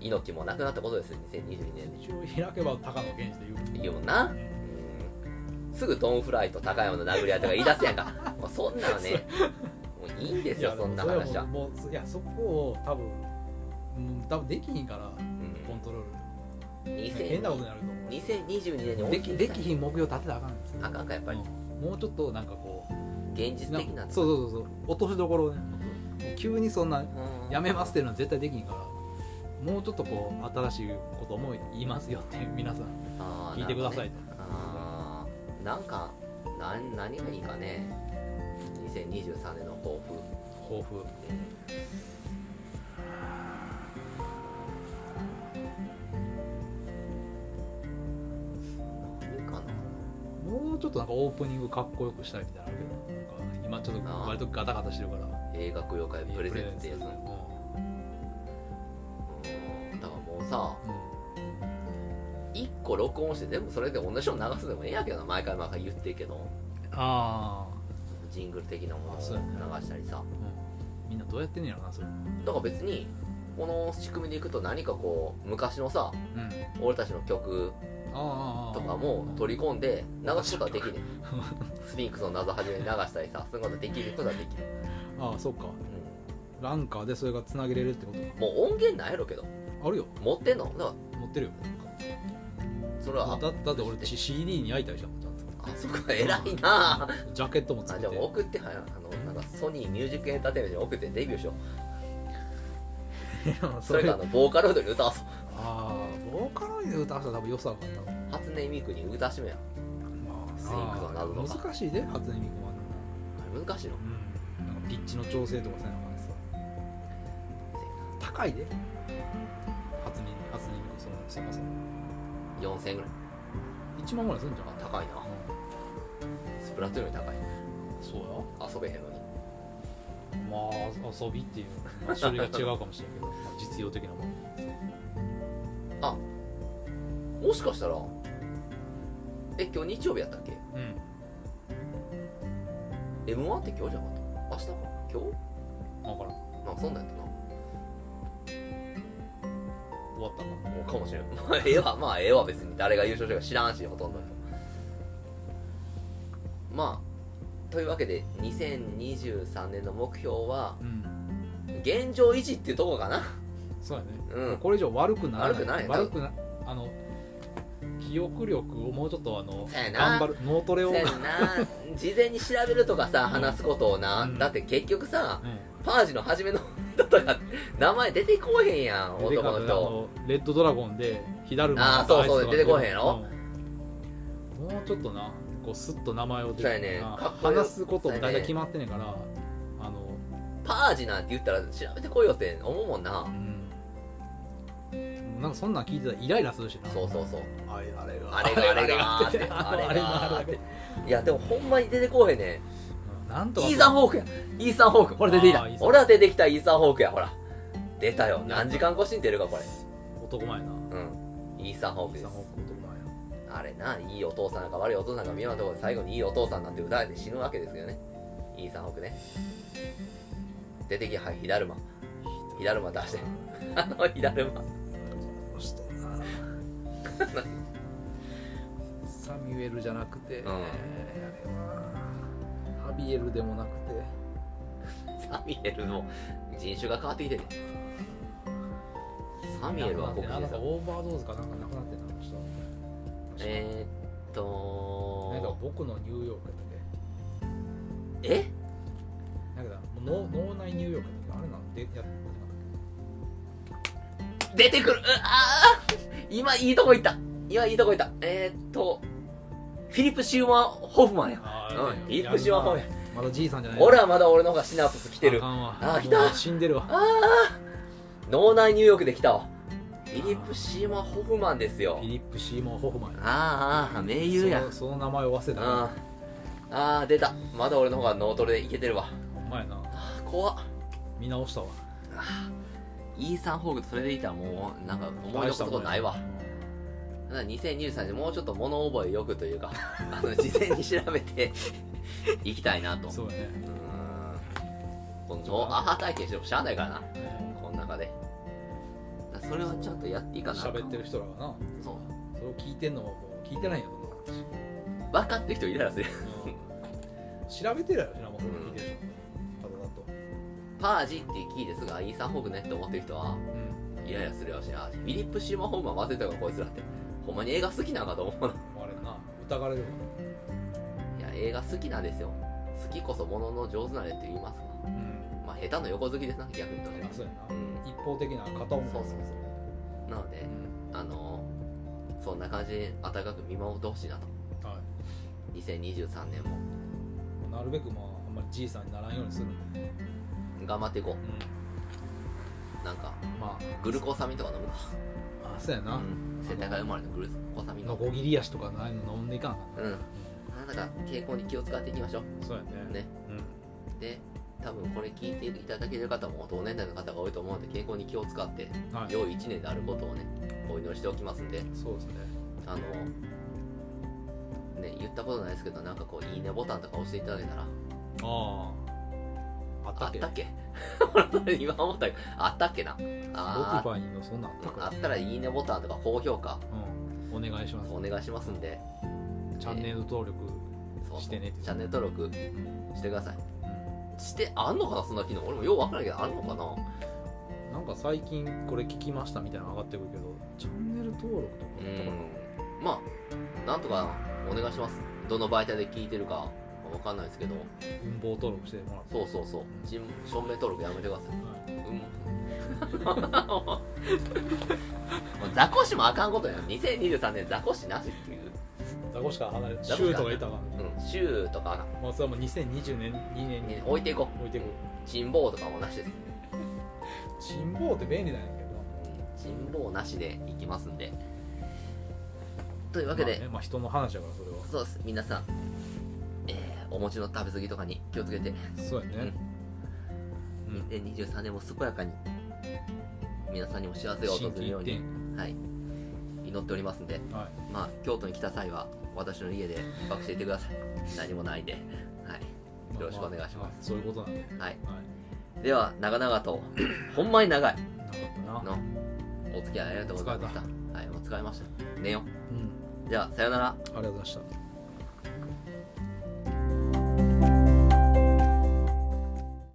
Speaker 2: 猪木もなくなったことですよ2022年
Speaker 1: 宇宙開けば高野源氏で言う
Speaker 2: で言うもんなうんすぐドンフライと高山の殴り合いとか言い出すやんか
Speaker 1: [LAUGHS]
Speaker 2: もうそんなのねもういいんですよそんな
Speaker 1: れ
Speaker 2: 話は
Speaker 1: もうもういやそこを多分うん多分できひんから
Speaker 2: うん
Speaker 1: コントロール変な
Speaker 2: 2000
Speaker 1: ことになると思う
Speaker 2: 2022年に大
Speaker 1: で
Speaker 2: き
Speaker 1: き
Speaker 2: い
Speaker 1: できひん目標立てたらあかんんですよ
Speaker 2: あかんかやっぱり
Speaker 1: うんもうちょっとなんかこう
Speaker 2: 現実的な
Speaker 1: そうそうそうそう落としどころをね急にそんな
Speaker 2: うん
Speaker 1: やめますっていうのは絶対できんからもうちょっとこう新しいことも言いますよって皆さん
Speaker 2: あー
Speaker 1: 聞いてくださいと、
Speaker 2: あーなんかなん何がいいかね2023年の抱負
Speaker 1: 抱負
Speaker 2: 何か
Speaker 1: もうちょっとなんかオープニングかっこよくしたいみたいなのあるけどなんか今ちょっと割とガタガタしてるから
Speaker 2: な映画供養会プレゼンツってやつ
Speaker 1: うん
Speaker 2: うんだからもうさ
Speaker 1: う
Speaker 2: 1個録音して全部それで同じの流すでもええやけどな毎回毎回言ってるけど
Speaker 1: んああ、
Speaker 2: ジングル的なものを
Speaker 1: あ
Speaker 2: 流
Speaker 1: そうやね
Speaker 2: したりさ
Speaker 1: うん、みんなどうやってんねやろなそれ
Speaker 2: だから別にこの仕組みでいくと何かこう昔のさ
Speaker 1: うん
Speaker 2: 俺たちの曲
Speaker 1: あ
Speaker 2: とかも取り込んで流すことはできねえスフィンクスの謎始めに流したりさそういうことできることはできる、
Speaker 1: ああそっか
Speaker 2: う
Speaker 1: ランカーでそれがつなげれるってこと
Speaker 2: ん、もう音源ないやろけど
Speaker 1: あるよ
Speaker 2: 持ってんのだか
Speaker 1: 持ってるよ
Speaker 2: らそれは
Speaker 1: だだって俺
Speaker 2: あ
Speaker 1: CD に焼いたりしたもんちゃんと
Speaker 2: そっか偉い
Speaker 1: [LAUGHS]
Speaker 2: な
Speaker 1: ジャケットも
Speaker 2: あ
Speaker 1: 作っ
Speaker 2: じ
Speaker 1: て
Speaker 2: ゃあも
Speaker 1: [LAUGHS]
Speaker 2: う送ってはあのなんかソニーミュージックエンターテイメントに送ってデビューしようそれかあのボーカロイドに歌わそう
Speaker 1: ああボーカロイドで歌わせたら多分良さ分かったわ
Speaker 2: 初音ミクに歌してみよ
Speaker 1: まあ
Speaker 2: スイングとなるのか
Speaker 1: 難しいで初音ミクはな
Speaker 2: う難しいの
Speaker 1: うんなんかピッチの調整とかさなんかさ高いで初音ミク初音ミクそのそもそも
Speaker 2: 4000円ぐらい
Speaker 1: 1万ぐらいするんじゃな
Speaker 2: あ
Speaker 1: か
Speaker 2: 高いなスプラトゥーンより高い
Speaker 1: そうや
Speaker 2: 遊べへんのに
Speaker 1: まあ遊びっていう、まあ、種類が違うかもしれん [LAUGHS] けどまあ実用的なもの
Speaker 2: もしかしたらえ今日日曜日やったっけ
Speaker 1: うん、
Speaker 2: m 1って今日じゃなかった明日か今
Speaker 1: 分からん
Speaker 2: 日なんかそんなんやったな
Speaker 1: 終わったか
Speaker 2: もうかもしれんまあええわ [LAUGHS] まあええわ別に誰が優勝してるか知らんしほとんどまあというわけで2023年の目標は
Speaker 1: うん
Speaker 2: 現状維持っていうところかな
Speaker 1: そうやね
Speaker 2: うん
Speaker 1: これ以上悪くならない
Speaker 2: 悪くない
Speaker 1: 悪くなあの記憶力をもうちょっとあの
Speaker 2: そうやな
Speaker 1: 頑張る脳トレを、
Speaker 2: そうやんな事前に調べるとかさ話すことをな、
Speaker 1: うん
Speaker 2: だって結局さ
Speaker 1: うん
Speaker 2: パージの初めの人とか名前出てこへんやん
Speaker 1: 出て
Speaker 2: 男
Speaker 1: か
Speaker 2: の
Speaker 1: んとあ
Speaker 2: 人
Speaker 1: のレッドドラゴンで火だるま
Speaker 2: あーそうそう
Speaker 1: アイスとか
Speaker 2: 出てこへんやろ、
Speaker 1: うんもうちょっとなこうスッと名前を出
Speaker 2: そうやね
Speaker 1: あ
Speaker 2: かっこよ
Speaker 1: 話すことも大体決まってねえから、あの、
Speaker 2: パージなんて言ったら調べてこいよって思うもんな
Speaker 1: うん、なんかそんなん聞いてたらイライラするしな
Speaker 2: そうそうそう
Speaker 1: あれあれが
Speaker 2: あれがあれがーって
Speaker 1: [LAUGHS] あ
Speaker 2: あ
Speaker 1: れが
Speaker 2: れがーっ
Speaker 1: あれ
Speaker 2: ていやでもほんまに出てこへんね
Speaker 1: うんなんと
Speaker 2: ん
Speaker 1: か
Speaker 2: イーサン・ホークやイーサン・ホークほら出てきた
Speaker 1: あーイーサン
Speaker 2: 俺は出てきたイーサン・ホークやほら出たよ何時間越しに出るかこれ
Speaker 1: 男前やな
Speaker 2: うんイーサン・ホーク
Speaker 1: イー
Speaker 2: で
Speaker 1: サン
Speaker 2: す
Speaker 1: ホーク男前や
Speaker 2: あれないいお父さんなんか悪いお父さんが妙なところで最後にいいお父さんなんて歌えて死ぬわけですよねいい三億ね出てきはい火だるま火だるま出してあの火だるま
Speaker 1: どうしてなサミュエルじゃなくて、
Speaker 2: ん
Speaker 1: あれはハビエルでもなくて
Speaker 2: サミエルの人種が変わってきてるサミエルは
Speaker 1: なん
Speaker 2: 黒
Speaker 1: か
Speaker 2: 人
Speaker 1: なん
Speaker 2: です
Speaker 1: か
Speaker 2: よ
Speaker 1: オーバードーズかなんかなくなってんなあの人
Speaker 2: えー、っ
Speaker 1: なんか
Speaker 2: と
Speaker 1: 僕のニューヨークやったっ
Speaker 2: え
Speaker 1: けなんか脳脳内ニューヨークやったっけあれなのでやってなかっ
Speaker 2: 出てくるうあー今いいとこ行った今いいとこ行ったえー、っとフィリップ・シューマン・ホフマンや
Speaker 1: た
Speaker 2: うん、フィリップ・シューマン・ホフマン
Speaker 1: まだじいさんじゃない
Speaker 2: 俺はまだ俺の方がシナプス来て
Speaker 1: あ
Speaker 2: る
Speaker 1: かんわ
Speaker 2: あー来た
Speaker 1: もう死んでるわ
Speaker 2: 脳内入浴できたわフィリップ・シーマン・ホフマンですよ
Speaker 1: フィリップ・シーモン・ホフマン
Speaker 2: あーあー名優や
Speaker 1: そのその名前を忘れた
Speaker 2: あーあー出たまだ俺の方が脳トレでいけてるわ
Speaker 1: ほんまやな
Speaker 2: あー怖っ
Speaker 1: 見直したわ
Speaker 2: イーサン・ホーグとそれでいたらもうなんか思い出すことないわただ2023年もうちょっと物覚えよくというか [LAUGHS] あの事前に調
Speaker 1: [LAUGHS]
Speaker 2: べていきたいなと
Speaker 1: そうやね
Speaker 2: うーんこのノーアハ体験してもしゃあないからなこの中でだからそれはちゃんとやっていかなあかん
Speaker 1: 喋ってる人らがな
Speaker 2: そう
Speaker 1: それを聞いてんのももう聞いてないんやと思う [LAUGHS]
Speaker 2: 分かってる人いたらする
Speaker 1: 調べてるやろなもうそれ聞いてる人方だと
Speaker 2: パージっていうキーですがイーサン・ホーグねって思ってる人は
Speaker 1: うん
Speaker 2: イライラするやろしなフィリップ・シーマン・ホーグは忘れたからこいつらってほんまに映画好きなんかと思うな
Speaker 1: 思われるな疑われる
Speaker 2: いや映画好きなんですよ好きこそものの上手なれって言いますが
Speaker 1: うん
Speaker 2: まあ下手の横好きですな逆に言うとね
Speaker 1: そうやな
Speaker 2: うん
Speaker 1: 一方的な片思い
Speaker 2: そうそうそうなので
Speaker 1: うん
Speaker 2: あのそんな感じで温かく見守ってほしいなと
Speaker 1: は
Speaker 2: 2023年も
Speaker 1: いなるべくまああんまりじいさんにならんようにする
Speaker 2: 頑張っていこ
Speaker 1: う
Speaker 2: うなんか
Speaker 1: んま
Speaker 2: グルコサミンとか飲むな
Speaker 1: ああそうやな
Speaker 2: うん世田谷生まれのグルコサミン
Speaker 1: ノ
Speaker 2: の
Speaker 1: コギリヤシとかないの飲んでいかんか
Speaker 2: うんなんだか傾向に気を使っていきましょ
Speaker 1: なそうやね
Speaker 2: うね
Speaker 1: う
Speaker 2: で多分これ聞いていただける方も同年代の方が多いと思うので健康に気を使って
Speaker 1: んはい
Speaker 2: 良い1年であることをねお祈りしておきますんで
Speaker 1: そうですね
Speaker 2: あのね言ったことないですけどなんかこう「いいね」ボタンとか押していただけたら
Speaker 1: あああっ
Speaker 2: あ
Speaker 1: たっ
Speaker 2: っ
Speaker 1: け
Speaker 2: たっけ俺今思ったけど [LAUGHS] あったっけなあ
Speaker 1: Spotify にもそんなんあった
Speaker 2: ーあ
Speaker 1: か
Speaker 2: ったら「いいね」ボタンとか高評価
Speaker 1: らうんお願いします
Speaker 2: お願いしますんで
Speaker 1: チャンネル登録
Speaker 2: そう
Speaker 1: してね
Speaker 2: チャンネル登録
Speaker 1: うん
Speaker 2: してくださいしてあんのかなそんな機能俺もよう分からんけどあんのかな
Speaker 1: なんか最近これ聞きましたみたいなの上がってくるけどチャンネル登録とか
Speaker 2: う
Speaker 1: だったか
Speaker 2: んまあなんとかお願いしますどの媒体で聞いてるか分かんないですけど
Speaker 1: な文法登録してもらって
Speaker 2: そうそうそう人証明登録やめてください
Speaker 1: はい
Speaker 2: うん [LAUGHS] もうザコシもあかんことや2023年ザコシなしっていう、
Speaker 1: ザコシから離れてシ
Speaker 2: ザコシ
Speaker 1: ュー
Speaker 2: から
Speaker 1: トがいたからね
Speaker 2: うん、シューとか
Speaker 1: まあそれはもう2020年2年に
Speaker 2: に置いていこ
Speaker 1: 置いてくる
Speaker 2: う人望とかもなしです
Speaker 1: 辛抱って便利なんやけど
Speaker 2: 人望なしでいきますんでというわけで、
Speaker 1: まあねまあ人の話やからそれは
Speaker 2: そうです皆さん、えーお餅の食べ過ぎとかに気をつけて
Speaker 1: そうやねうん
Speaker 2: 2023年も健やかに皆さんにも幸せが
Speaker 1: 心
Speaker 2: 訪れる
Speaker 1: 機
Speaker 2: よう
Speaker 1: 一
Speaker 2: に
Speaker 1: 転、
Speaker 2: はい、祈っておりますんで
Speaker 1: は、
Speaker 2: まあ、京都に来た際は私の家で一泊していてください何もないんで、はいよろしくお願いします
Speaker 1: ああそういうことなんではい
Speaker 2: はい、
Speaker 1: い
Speaker 2: では長々とほんまに長い
Speaker 1: なかったな
Speaker 2: のお付き合いありがとうございましたはいもう疲れました寝よ
Speaker 1: うん
Speaker 2: うじゃあさよなら
Speaker 1: ありがとうございました